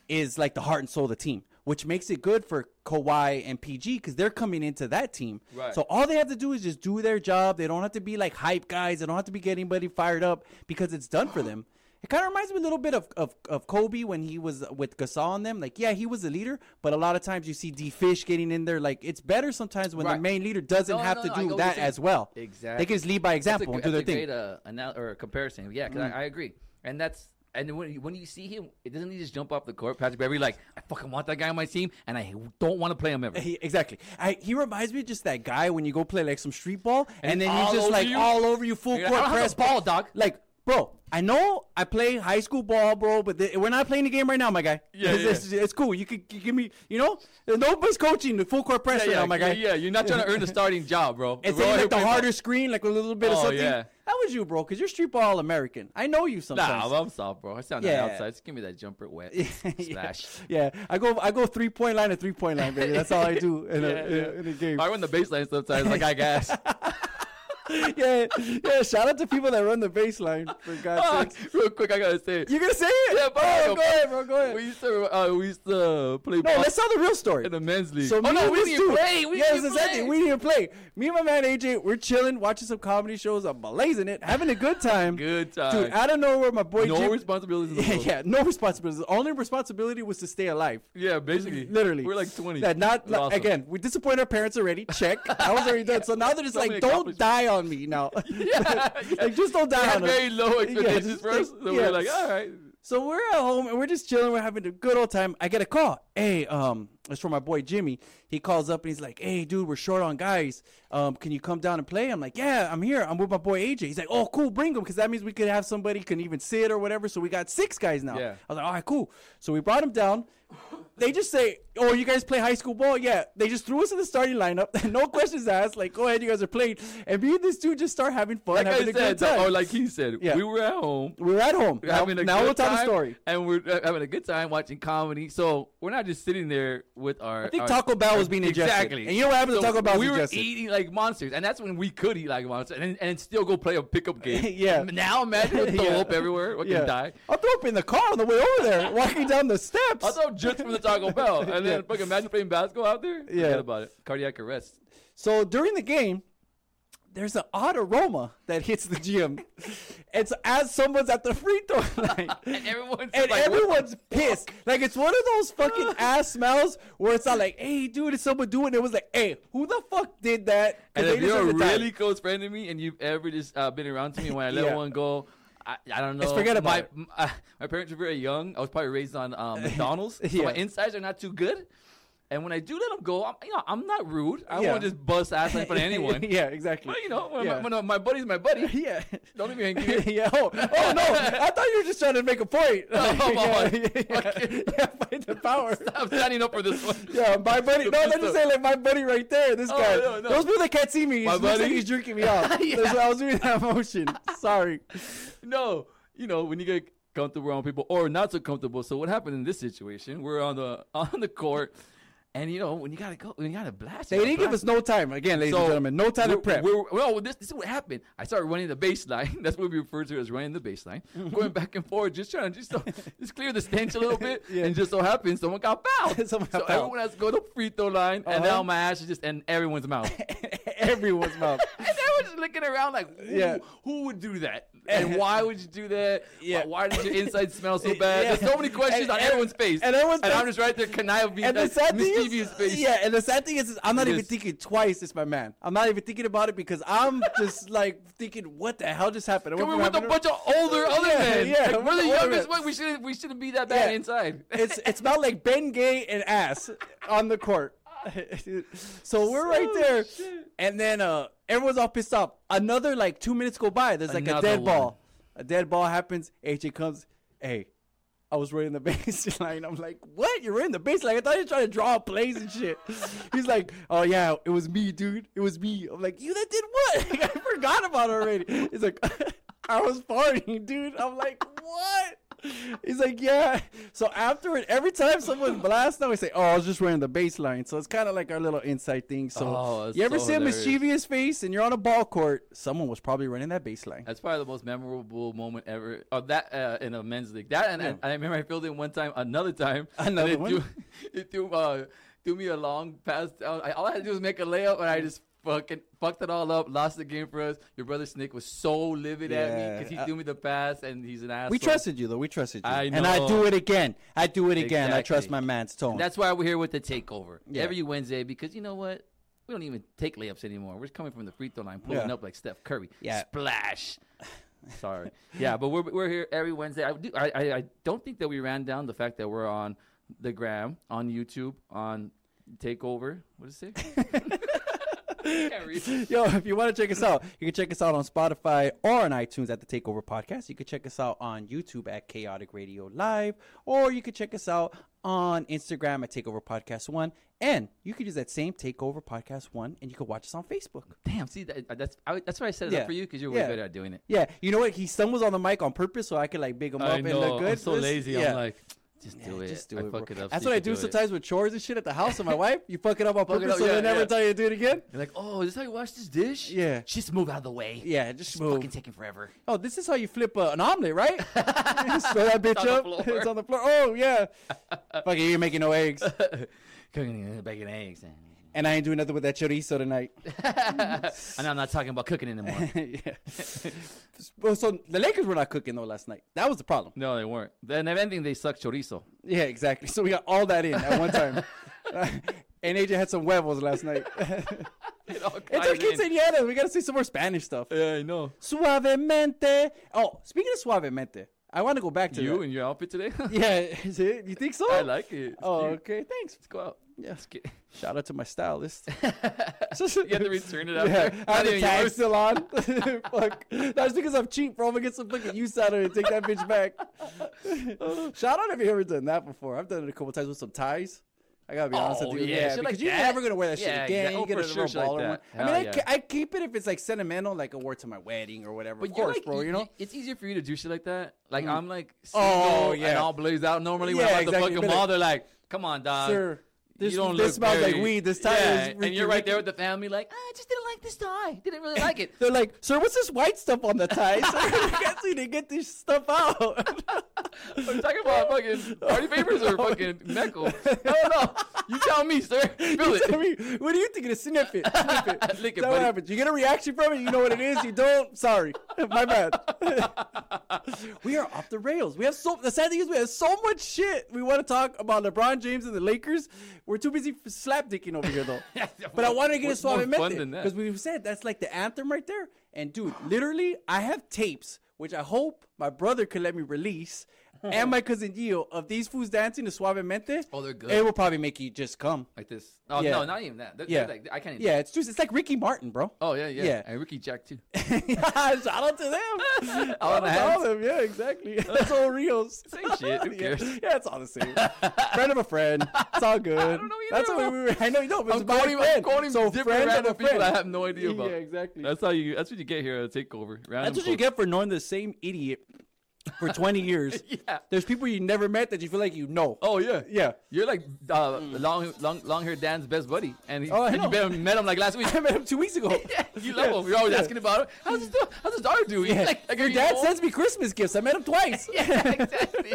Speaker 4: is like the heart and soul of the team, which makes it good for Kawhi and PG because they're coming into that team.
Speaker 5: Right.
Speaker 4: So all they have to do is just do their job. They don't have to be like hype guys. They don't have to be getting anybody fired up because it's done for them. It kind of reminds me a little bit of, of, of Kobe when he was with Gasol and them. Like, yeah, he was a leader, but a lot of times you see D Fish getting in there. Like, it's better sometimes when the
Speaker 5: Right.
Speaker 4: main leader doesn't
Speaker 5: No,
Speaker 4: have
Speaker 5: no,
Speaker 4: to
Speaker 5: no, I get
Speaker 4: do
Speaker 5: what
Speaker 4: that
Speaker 5: you're
Speaker 4: as
Speaker 5: saying.
Speaker 4: well. They
Speaker 5: Exactly.
Speaker 4: can just lead by example and do their
Speaker 5: that's a
Speaker 4: thing. Mm.
Speaker 5: great uh, anal- or comparison. Yeah, 'cause I, I agree, and that's and when you- when you see him, it doesn't he just jump off the court, Patrick Beverly? Like I fucking want that guy on my team, and I don't want to play him ever.
Speaker 4: He, exactly. I, he reminds me of just that guy when you go play like some street ball, and, then
Speaker 5: all
Speaker 4: he's just
Speaker 5: over
Speaker 4: like
Speaker 5: you?
Speaker 4: all over you, full
Speaker 5: You're like,
Speaker 4: court
Speaker 5: "I don't have
Speaker 4: press
Speaker 5: the ball, dog."
Speaker 4: Like, bro, I know I play high school ball, bro, but th- we're not playing the game right now, my guy.
Speaker 5: Yeah,
Speaker 4: it's,
Speaker 5: yeah.
Speaker 4: It's, it's cool. You could you give me, you know, nobody's coaching the full court press right now, oh my guy.
Speaker 5: yeah, you're not trying to earn the starting job, bro.
Speaker 4: It's
Speaker 5: We're all
Speaker 4: like
Speaker 5: here
Speaker 4: the
Speaker 5: playing ball.
Speaker 4: harder screen, like a little bit of
Speaker 5: Oh,
Speaker 4: something.
Speaker 5: yeah.
Speaker 4: That was you, bro, because you're street ball American. I know you sometimes.
Speaker 5: Nah, I'm soft, bro. I sound
Speaker 4: Yeah.
Speaker 5: yeah. outside. Just give me that jumper wet slash.
Speaker 4: yeah, I go, I go three point line to three point line, baby. That's all I do in, a, in, a, in a game.
Speaker 5: I run the baseline sometimes. Like I guess.
Speaker 4: yeah, yeah. Shout out to people that run the baseline. For God's sake,
Speaker 5: Real quick, I gotta say.
Speaker 4: you gonna say it? Yeah,
Speaker 5: bro,
Speaker 4: Oh,
Speaker 5: yo,
Speaker 4: go ahead, bro. Go ahead.
Speaker 5: We used to uh, we used to play
Speaker 4: no,
Speaker 5: ball
Speaker 4: let's tell the real story.
Speaker 5: in the men's league.
Speaker 4: So
Speaker 5: oh
Speaker 4: me
Speaker 5: no,
Speaker 4: and
Speaker 5: we
Speaker 4: this
Speaker 5: didn't even
Speaker 4: dude-
Speaker 5: play. We
Speaker 4: yes,
Speaker 5: didn't even
Speaker 4: exactly.
Speaker 5: play.
Speaker 4: We didn't play. Me and my man AJ, we're chilling, watching some comedy shows. I'm blazing it, having a good time.
Speaker 5: Good time.
Speaker 4: dude. I don't know where my boy.
Speaker 5: no
Speaker 4: Jim-
Speaker 5: responsibilities. in the
Speaker 4: Yeah,
Speaker 5: world.
Speaker 4: yeah, no responsibility. The only responsibility was to stay alive.
Speaker 5: Yeah, basically.
Speaker 4: Literally,
Speaker 5: We're like 20.
Speaker 4: That not
Speaker 5: It's awesome.
Speaker 4: again. We disappoint our parents already. Check. I was already done. So now they're just
Speaker 5: So
Speaker 4: like,
Speaker 5: many
Speaker 4: don't
Speaker 5: accomplishments.
Speaker 4: die on me now.
Speaker 5: yeah,
Speaker 4: like just don't
Speaker 5: We
Speaker 4: die
Speaker 5: had
Speaker 4: on us.
Speaker 5: very
Speaker 4: Yeah,
Speaker 5: low expectations
Speaker 4: just
Speaker 5: for us.
Speaker 4: think-
Speaker 5: So we
Speaker 4: yeah.
Speaker 5: we're like, all right.
Speaker 4: So we're at home and we're just chilling. We're having a good old time. I get a call. Hey, um, it's from my boy Jimmy. He calls up and he's like, "Hey, dude, we're short on guys. Um, can you come down and play?" I'm like, "Yeah, I'm here. I'm with my boy AJ." He's like, "Oh, cool. Bring him because that means we could have somebody can even sit or whatever. So we got six guys now."
Speaker 5: Yeah.
Speaker 4: I was like, "All right, cool." So we brought him down. They just say, "Oh, you guys play high school ball?" Yeah. They just threw us in the starting lineup. no questions asked. Like, go ahead, you guys are playing. And me and this dude just start having fun,
Speaker 5: Like
Speaker 4: having
Speaker 5: I
Speaker 4: a good
Speaker 5: said,
Speaker 4: time.
Speaker 5: or like he said,
Speaker 4: Yeah.
Speaker 5: we were at home.
Speaker 4: we're at home.
Speaker 5: We're
Speaker 4: Now,
Speaker 5: having a
Speaker 4: now
Speaker 5: good
Speaker 4: we'll tell
Speaker 5: time,
Speaker 4: the story.
Speaker 5: And we're uh, having a good time watching comedy. So we're not just sitting there with our.
Speaker 4: I think Taco Bell was being ingested.
Speaker 5: Exactly.
Speaker 4: And you know what happened to
Speaker 5: So
Speaker 4: Taco Bell was
Speaker 5: We were
Speaker 4: ingested?
Speaker 5: eating like monsters. And that's when we could eat like monsters and, and still go play a pickup game.
Speaker 4: Yeah.
Speaker 5: Now imagine with throw
Speaker 4: Yeah.
Speaker 5: up everywhere. We can die.
Speaker 4: I'll throw up in the car on the way over there, walking down the steps.
Speaker 5: I'll throw just from the Taco Bell. And
Speaker 4: Yeah.
Speaker 5: then fucking imagine playing basketball out there.
Speaker 4: Yeah.
Speaker 5: Forget about it. Cardiac arrest.
Speaker 4: So during the game, there's an odd aroma that hits the gym. it's as someone's at the free throw line.
Speaker 5: And everyone's
Speaker 4: And
Speaker 5: like, what the
Speaker 4: everyone's pissed. Like it's one of those fucking ass smells where it's not like, "Hey, dude, is someone doing?" It It was like, "Hey, who the fuck did that?" 'Cause
Speaker 5: And
Speaker 4: they
Speaker 5: if you're
Speaker 4: deserve
Speaker 5: a
Speaker 4: to die.
Speaker 5: really close friend to me and you've ever just uh, been around to me when I let
Speaker 4: Yeah.
Speaker 5: one go, I, I don't know.
Speaker 4: Just forget about
Speaker 5: my,
Speaker 4: it.
Speaker 5: m- uh, my parents were very young. I was probably raised on um, McDonald's, so
Speaker 4: Yeah.
Speaker 5: my insides are not too good. And when I do let them go, I'm, you know, I'm not rude. I
Speaker 4: Yeah.
Speaker 5: won't just bust ass in front of anyone.
Speaker 4: yeah, exactly.
Speaker 5: But you know, when,
Speaker 4: Yeah.
Speaker 5: my, when uh, my buddy's my buddy,
Speaker 4: Yeah.
Speaker 5: don't even give me.
Speaker 4: yeah. Oh, oh, no! I thought you were just trying to make a point.
Speaker 5: I'm
Speaker 4: yeah,
Speaker 5: all-
Speaker 4: yeah, yeah, yeah, fight the power.
Speaker 5: I'm standing up for this one.
Speaker 4: Yeah, my buddy. No, let's just say like my buddy right there. This
Speaker 5: Oh,
Speaker 4: guy.
Speaker 5: no, no.
Speaker 4: Those people that can't see me, my
Speaker 5: My
Speaker 4: buddy,
Speaker 5: buddy?
Speaker 4: he's jerking me off.
Speaker 5: Yeah.
Speaker 4: That's why I was doing that motion. Sorry.
Speaker 5: No, you know, when you get comfortable around people or not so comfortable. So what happened in this situation? We're on the on the court, and you know, when you gotta go, when you gotta blast.
Speaker 4: They
Speaker 5: you
Speaker 4: didn't
Speaker 5: gotta
Speaker 4: give us
Speaker 5: blast.
Speaker 4: no time. Again, ladies and gentlemen, no time to
Speaker 5: we're-
Speaker 4: prep.
Speaker 5: We're, well, this, this is what happened. I started running the baseline. That's what we refer to as running the baseline.
Speaker 4: Mm-hmm.
Speaker 5: going back and forth, just trying to just, so, just clear the stench a little bit.
Speaker 4: Yeah.
Speaker 5: And just so happens, someone got fouled.
Speaker 4: Someone got
Speaker 5: so
Speaker 4: fouled.
Speaker 5: everyone has to go to free throw line, and
Speaker 4: Uh-huh.
Speaker 5: now my ass is just in everyone's mouth. and
Speaker 4: Everyone's mouth.
Speaker 5: everyone's just looking around like, who,
Speaker 4: Yeah.
Speaker 5: who would do that? And why would you do that?
Speaker 4: Yeah.
Speaker 5: Why, why did your inside smell so bad?
Speaker 4: Yeah.
Speaker 5: There's so many questions
Speaker 4: And-
Speaker 5: on
Speaker 4: and-
Speaker 5: everyone's face.
Speaker 4: and everyone's
Speaker 5: I'm
Speaker 4: face-
Speaker 5: just right there conniving
Speaker 4: And the
Speaker 5: at
Speaker 4: sad thing
Speaker 5: mischievous face.
Speaker 4: is, yeah. And the sad thing is, is I'm not
Speaker 5: It
Speaker 4: even
Speaker 5: is.
Speaker 4: thinking twice. It's my man. I'm not even thinking about it because I'm just like thinking, what the hell just happened?
Speaker 5: But
Speaker 4: What
Speaker 5: we're with a
Speaker 4: happened?
Speaker 5: bunch of older other
Speaker 4: Yeah,
Speaker 5: men.
Speaker 4: yeah,
Speaker 5: Like,
Speaker 4: with
Speaker 5: we're the
Speaker 4: older
Speaker 5: youngest
Speaker 4: men.
Speaker 5: one. We shouldn't we shouldn't be that bad
Speaker 4: Yeah.
Speaker 5: inside.
Speaker 4: it's it smelled like Ben Gay and ass on the court. so we're right there, and then uh, everyone's all pissed off. Another like two minutes go by. There's like a
Speaker 5: Another
Speaker 4: dead
Speaker 5: one.
Speaker 4: ball. A dead ball happens. AJ comes. Hey, I was running the baseline. I'm like, what? You're running the baseline? I thought you were trying to draw plays and shit. He's like, oh yeah, it was me, dude. It was me. I'm like, you that did what? Like, I forgot about it already. He's like, I was farting, dude. I'm like, what? He's like, yeah. So after it, every time someone blasts, now we say, oh, I was just running the baseline. So it's kind of like our little inside thing. So
Speaker 5: Oh, that's
Speaker 4: you ever
Speaker 5: so
Speaker 4: see
Speaker 5: hilarious.
Speaker 4: a mischievous face and you're on a ball court, someone was probably running that baseline.
Speaker 5: That's probably the most memorable moment ever of that uh, in a men's league. That and I, I remember I filled in one time, another time, and
Speaker 4: Another
Speaker 5: they
Speaker 4: one?
Speaker 5: Threw, it threw, uh, threw me a long pass. Down. I, all I had to do was make a layup, and I just fucking fucked it all up. Lost the game for us. Your brother Snake was so livid at me
Speaker 4: Yeah,
Speaker 5: because he
Speaker 4: I-
Speaker 5: threw me the pass, and he's an asshole.
Speaker 4: We trusted you though. We trusted you.
Speaker 5: I
Speaker 4: And I do
Speaker 5: know.
Speaker 4: it again. I do it again. I trust
Speaker 5: Exactly.
Speaker 4: my man's tone.
Speaker 5: That's why we're here with the takeover
Speaker 4: Yeah.
Speaker 5: every Wednesday because you know what? We don't even take layups anymore. We're just coming from the free throw line, pulling
Speaker 4: Yeah.
Speaker 5: up like Steph Curry.
Speaker 4: Yeah.
Speaker 5: Splash. Sorry. yeah, but we're, we're here every Wednesday. I, do, I, I, I don't think that we ran down the fact that we're on the gram, on YouTube, on Takeover. What does it say? Can't read.
Speaker 4: Yo, if you want to check us out, you can check us out on Spotify or on iTunes at the Takeover Podcast. You can check us out on YouTube at Chaotic Radio Live, or you can check us out on Instagram at Takeover Podcast One. And you can use that same Takeover Podcast One, and you can watch us on Facebook.
Speaker 5: Damn, see, that, uh, that's I, that's why I set it
Speaker 4: Yeah.
Speaker 5: up for you because you're way
Speaker 4: Yeah.
Speaker 5: better at doing it.
Speaker 4: Yeah, you know what? He stumbles on the mic on purpose so I could like big him up and look good.
Speaker 5: I'm so
Speaker 4: This-
Speaker 5: lazy.
Speaker 4: yeah.
Speaker 5: I'm like, just do
Speaker 4: Yeah,
Speaker 5: it.
Speaker 4: Just do
Speaker 5: I
Speaker 4: it. bro.
Speaker 5: fuck it up.
Speaker 4: That's
Speaker 5: so
Speaker 4: what
Speaker 5: you
Speaker 4: I
Speaker 5: can
Speaker 4: do
Speaker 5: it.
Speaker 4: sometimes with chores and shit at the house with my wife. You fuck it up on
Speaker 5: Fuck it
Speaker 4: purpose
Speaker 5: up,
Speaker 4: so
Speaker 5: yeah,
Speaker 4: they never
Speaker 5: yeah.
Speaker 4: tell you to do it again.
Speaker 5: You're like, oh, is this how you wash this dish?
Speaker 4: Yeah.
Speaker 5: Just move out of the way.
Speaker 4: Yeah, just move.
Speaker 5: fucking taking forever.
Speaker 4: Oh, this is how you flip uh, an omelet, right? Throw that bitch
Speaker 5: on the
Speaker 4: up.
Speaker 5: floor.
Speaker 4: It's on the floor. Oh yeah. Fuck it, you're making no eggs,
Speaker 5: Cooking uh, bacon eggs. And
Speaker 4: and I ain't doing nothing with that chorizo tonight.
Speaker 5: I'm not talking about cooking anymore.
Speaker 4: yeah. Well, so the Lakers were not cooking though last night. That was the problem.
Speaker 5: no, they weren't. Then if anything, they suck chorizo.
Speaker 4: Yeah, exactly. So we got all that in at one time. and AJ had some huevos last night.
Speaker 5: It all
Speaker 4: it's
Speaker 5: ties
Speaker 4: our
Speaker 5: in.
Speaker 4: quinceañeras. We gotta say some more Spanish stuff.
Speaker 5: Yeah, I know.
Speaker 4: Suavemente. Oh, speaking of suavemente, I want to go back to
Speaker 5: You
Speaker 4: that.
Speaker 5: and your outfit today?
Speaker 4: yeah, is it? You think so?
Speaker 5: I like it. It's
Speaker 4: Oh,
Speaker 5: cute.
Speaker 4: okay. Thanks.
Speaker 5: Let's go out.
Speaker 4: Yeah.
Speaker 5: Let's get-
Speaker 4: Shout out to my stylist.
Speaker 5: You had to return it
Speaker 4: Yeah,
Speaker 5: after.
Speaker 4: I
Speaker 5: Not
Speaker 4: have the
Speaker 5: even
Speaker 4: tag
Speaker 5: yours.
Speaker 4: still on. Fuck. That's because I'm cheap, bro. I'm gonna get some fucking use out of it and take that bitch back. Shout out if you ever done that before. I've done it a couple times with some ties. I gotta be honest
Speaker 5: Oh,
Speaker 4: with you.
Speaker 5: yeah,
Speaker 4: Yeah,
Speaker 5: shit like
Speaker 4: because you're
Speaker 5: that.
Speaker 4: never gonna wear that
Speaker 5: Yeah,
Speaker 4: shit again.
Speaker 5: exact- oh,
Speaker 4: You get
Speaker 5: for
Speaker 4: a
Speaker 5: sure,
Speaker 4: little
Speaker 5: shit like
Speaker 4: baller
Speaker 5: that.
Speaker 4: one. I mean, I,
Speaker 5: Hell
Speaker 4: ca-
Speaker 5: yeah.
Speaker 4: I keep it if it's like sentimental, like I wore it to my wedding or whatever. of
Speaker 5: you're
Speaker 4: course,
Speaker 5: like-
Speaker 4: bro. You know. Mm.
Speaker 5: it's easier for you to do shit like that. Like I'm like,
Speaker 4: Oh,
Speaker 5: oh yeah, and
Speaker 4: yeah.
Speaker 5: all blazed out. Normally when
Speaker 4: Yeah,
Speaker 5: I'm at
Speaker 4: exactly.
Speaker 5: the
Speaker 4: Be
Speaker 5: fucking
Speaker 4: like,
Speaker 5: mall, they're like, "Come on, dog,
Speaker 4: Sir, this-
Speaker 5: uh, you don't
Speaker 4: this
Speaker 5: look
Speaker 4: smells like
Speaker 5: very-"
Speaker 4: weed. This tie is
Speaker 5: yeah. and
Speaker 4: freaking
Speaker 5: you're right there
Speaker 4: wicked.
Speaker 5: with the family, like, "Ah, I just didn't like this tie. Didn't really like it.
Speaker 4: They're like, sir, what's this white stuff on the tie? Sir, I can't seem to get this stuff out.
Speaker 5: We're talking about fucking party papers or fucking meckle. I don't know. You tell me, sir. Feel
Speaker 4: I
Speaker 5: it.
Speaker 4: mean, what do you think? Just Sniff it. Sniff it. That's
Speaker 5: Lick it,
Speaker 4: what
Speaker 5: buddy.
Speaker 4: happens. You get a reaction from it. You know what it is. You don't. Sorry. My bad. we are off the rails. We have so. The sad thing is, we have so much shit. We want to talk about LeBron James and the Lakers. We're too busy f- slapdicking over here, though. but I want to get a
Speaker 5: What's more
Speaker 4: suave
Speaker 5: fun than that?
Speaker 4: because we said that's like the anthem right there. And dude, literally, I have tapes which I hope my brother could let me release. and my cousin Gio of these fools dancing to Suavemente.
Speaker 5: Oh, they're good.
Speaker 4: It will probably make you just come.
Speaker 5: Like this. Oh
Speaker 4: Yeah.
Speaker 5: no, not even that. They're- they're
Speaker 4: Yeah,
Speaker 5: like- I can't. Even
Speaker 4: Yeah, it's just it's like Ricky Martin, bro.
Speaker 5: Oh yeah, yeah,
Speaker 4: Yeah.
Speaker 5: And Ricky Jack too.
Speaker 4: Shout out to them.
Speaker 5: All
Speaker 4: Shout
Speaker 5: in the
Speaker 4: out
Speaker 5: hands.
Speaker 4: to them. Yeah, exactly. That's all Rios.
Speaker 5: Same shit. Who
Speaker 4: Yeah.
Speaker 5: cares?
Speaker 4: yeah, it's all the same. friend of a friend. It's all good. I
Speaker 5: don't know either
Speaker 4: That's
Speaker 5: of
Speaker 4: what we were. I know you know, but
Speaker 5: I'm
Speaker 4: it's my
Speaker 5: quoting, I'm
Speaker 4: friend.
Speaker 5: quoting
Speaker 4: so
Speaker 5: different
Speaker 4: friend of
Speaker 5: random
Speaker 4: a
Speaker 5: people I
Speaker 4: friend.
Speaker 5: have no idea about.
Speaker 4: Yeah, exactly.
Speaker 5: That's how you. That's what you get here at a takeover. Random
Speaker 4: That's what you
Speaker 5: folks.
Speaker 4: get for knowing the same idiot for 20 years.
Speaker 5: Yeah.
Speaker 4: There's people you never met that you feel like you know.
Speaker 5: Oh yeah,
Speaker 4: Yeah. Mm.
Speaker 5: You're like uh, long, long, long haired Dan's best buddy, and he,
Speaker 4: Oh, I
Speaker 5: and you
Speaker 4: know.
Speaker 5: met him- met him like last week.
Speaker 4: I met him two weeks ago.
Speaker 5: Yeah, you love him. You're always asking about him. How's his, do- how's his daughter doing?
Speaker 4: Yeah.
Speaker 5: Like, like, are
Speaker 4: Your
Speaker 5: you
Speaker 4: dad
Speaker 5: old?
Speaker 4: sends me Christmas gifts. I met him twice.
Speaker 5: Yeah, exactly.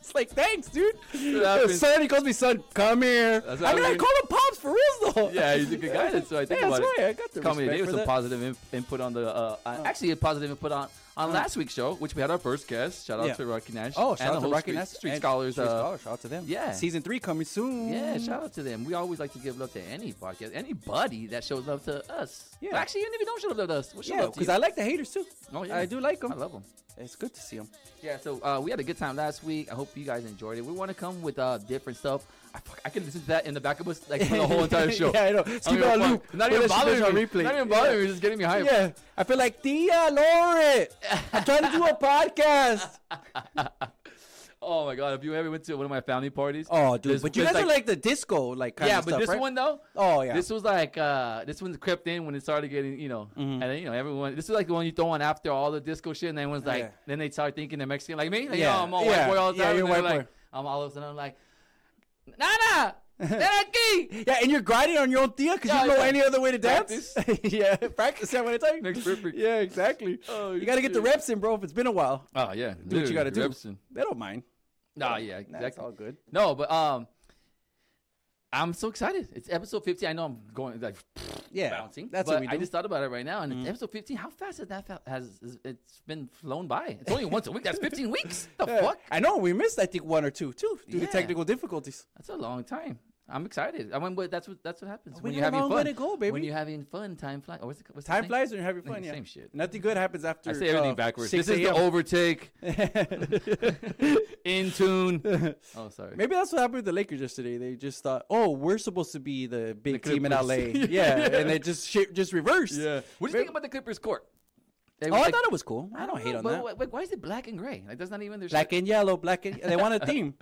Speaker 4: It's like, thanks, dude.
Speaker 5: happens.
Speaker 4: Son, he calls me son. Come here.
Speaker 5: That's
Speaker 4: I mean,
Speaker 5: how
Speaker 4: I
Speaker 5: we-
Speaker 4: call him pops for real though.
Speaker 5: yeah, he's a good guy. That's what I think
Speaker 4: Yeah,
Speaker 5: about
Speaker 4: that's
Speaker 5: it.
Speaker 4: right. I got the
Speaker 5: Call me today
Speaker 4: respect
Speaker 5: with
Speaker 4: for
Speaker 5: some
Speaker 4: that. Oh.
Speaker 5: positive in- input on the. Uh, uh, actually, a positive input on on last week's show, which we had our first guest. Shout out
Speaker 4: Yeah.
Speaker 5: to Rocky Nash.
Speaker 4: Oh,
Speaker 5: and
Speaker 4: shout
Speaker 5: the
Speaker 4: out to
Speaker 5: whole
Speaker 4: Rocky
Speaker 5: Street,
Speaker 4: Ness
Speaker 5: Street
Speaker 4: and
Speaker 5: Scholars.
Speaker 4: Street
Speaker 5: uh,
Speaker 4: Scholars. Mm-hmm. Shout out to them.
Speaker 5: yeah.
Speaker 4: season three coming soon.
Speaker 5: Yeah, shout out to them. We always like to give love to any podcast, anybody that shows love to us.
Speaker 4: Yeah.
Speaker 5: Well, actually, even if you don't show love to us, we show
Speaker 4: Yeah,
Speaker 5: love to
Speaker 4: because
Speaker 5: you.
Speaker 4: I like the haters too.
Speaker 5: Oh, yeah.
Speaker 4: I do like
Speaker 5: I
Speaker 4: them.
Speaker 5: love them.
Speaker 4: It's good to see them.
Speaker 5: Yeah, so uh, we had a good time last week. I hope you guys enjoyed it. We want to come with uh, different stuff. I, fuck, I could listen to that in the back of us like for the whole entire show.
Speaker 4: yeah, I know.
Speaker 5: I don't
Speaker 4: Keep it
Speaker 5: give a
Speaker 4: on
Speaker 5: fuck.
Speaker 4: loop.
Speaker 5: Not
Speaker 4: Put
Speaker 5: even
Speaker 4: that shit
Speaker 5: bothering
Speaker 4: on
Speaker 5: me.
Speaker 4: replay.
Speaker 5: Not even
Speaker 4: Yeah.
Speaker 5: bothering me. It's Just getting me hyped.
Speaker 4: Yeah, I feel like Tia Lore. I'm trying to do a podcast.
Speaker 5: Oh my god! If you ever went to one of my family parties,
Speaker 4: Oh, dude,
Speaker 5: this-
Speaker 4: but you
Speaker 5: this,
Speaker 4: guys are like the disco, like kind
Speaker 5: yeah,
Speaker 4: of
Speaker 5: but
Speaker 4: stuff,
Speaker 5: this
Speaker 4: right?
Speaker 5: one though,
Speaker 4: Oh yeah,
Speaker 5: this was like uh this one crept in when it started getting you know,
Speaker 4: Mm-hmm.
Speaker 5: and then, you know everyone. This is like the one you throw on after all the disco shit, and everyone's like,
Speaker 4: Yeah.
Speaker 5: then they start thinking they're Mexican, like me. Like,
Speaker 4: Yeah,
Speaker 5: yeah, I'm all
Speaker 4: yeah,
Speaker 5: white boy all the
Speaker 4: yeah,
Speaker 5: time.
Speaker 4: you're
Speaker 5: and they're
Speaker 4: white boy.
Speaker 5: like, I'm all of a sudden I'm like, Nana, ven aquí.
Speaker 4: yeah, and you're grinding on your own thea because
Speaker 5: Yeah,
Speaker 4: you don't know
Speaker 5: yeah.
Speaker 4: any other way to dance.
Speaker 5: Practice.
Speaker 4: yeah, practice that when it's time.
Speaker 5: Makes perfect.
Speaker 4: Yeah, exactly.
Speaker 5: Oh,
Speaker 4: you got to get the
Speaker 5: shit.
Speaker 4: reps in, bro. If it's been a while,
Speaker 5: Oh yeah,
Speaker 4: do what you got to do.
Speaker 5: Jefferson.
Speaker 4: They don't mind.
Speaker 5: Nah, yeah, exactly.
Speaker 4: That's all good.
Speaker 5: No, but um, I'm so excited. It's episode 15. I know I'm going like
Speaker 4: Yeah,
Speaker 5: bouncing.
Speaker 4: That's
Speaker 5: but
Speaker 4: what we do. Mm-hmm.
Speaker 5: I just thought about it right now, and it's episode 15. How fast has that fa- has is- it's been flown by? It's only once a week. That's 15 weeks. The
Speaker 4: Yeah.
Speaker 5: fuck?
Speaker 4: I know we missed. I think one or two too due to
Speaker 5: Yeah.
Speaker 4: technical difficulties.
Speaker 5: That's a long time. I'm excited. I mean, but that's what that's what happens
Speaker 4: we
Speaker 5: when you're
Speaker 4: got a
Speaker 5: having
Speaker 4: long
Speaker 5: fun.
Speaker 4: way to go, baby.
Speaker 5: When you're having fun, time flies. Or what's it, what's the
Speaker 4: Time
Speaker 5: saying?
Speaker 4: flies when you're having fun. Yeah,
Speaker 5: Same shit.
Speaker 4: Nothing good happens after.
Speaker 5: I say everything
Speaker 4: uh,
Speaker 5: backwards.
Speaker 4: 6
Speaker 5: This is the
Speaker 4: a.m..
Speaker 5: overtake. In tune. Oh, sorry.
Speaker 4: Maybe that's what happened with the Lakers yesterday. They just thought, "Oh, we're supposed to be the big team in LA."
Speaker 5: Clippers.
Speaker 4: yeah, and they just shit just reversed.
Speaker 5: Yeah. What do you think about the Clippers court? They
Speaker 4: Oh,
Speaker 5: were
Speaker 4: I
Speaker 5: like-
Speaker 4: thought it was cool. I don't hate
Speaker 5: know,
Speaker 4: on that.
Speaker 5: but wh- wh- why is it black and gray? Like that's not even their
Speaker 4: Black and yellow, black and they want a theme.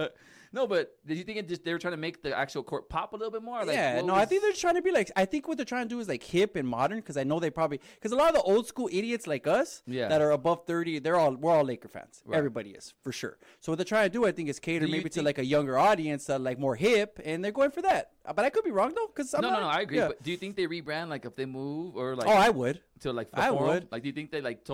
Speaker 5: No, but did you think it just they were trying to make the actual court pop a little bit more? Like,
Speaker 4: yeah,
Speaker 5: what
Speaker 4: no, I
Speaker 5: was-
Speaker 4: think they're just trying to be like. I think what they're trying to do is like hip and modern because I know they probably because a lot of the old school idiots like us
Speaker 5: Yeah.
Speaker 4: that are above thirty, they're all we're all Laker fans. Everybody is for sure. So what they're trying to do, I think, is cater
Speaker 5: Do you
Speaker 4: maybe to
Speaker 5: think-
Speaker 4: like a younger audience that are, like more hip, and they're going for that. Uh, But I could be wrong though, because
Speaker 5: no, no, no, I agree. But do you think they rebrand like if they move or like
Speaker 4: oh, I would.
Speaker 5: to like the
Speaker 4: I
Speaker 5: forum?
Speaker 4: would.
Speaker 5: Like, do you think they like told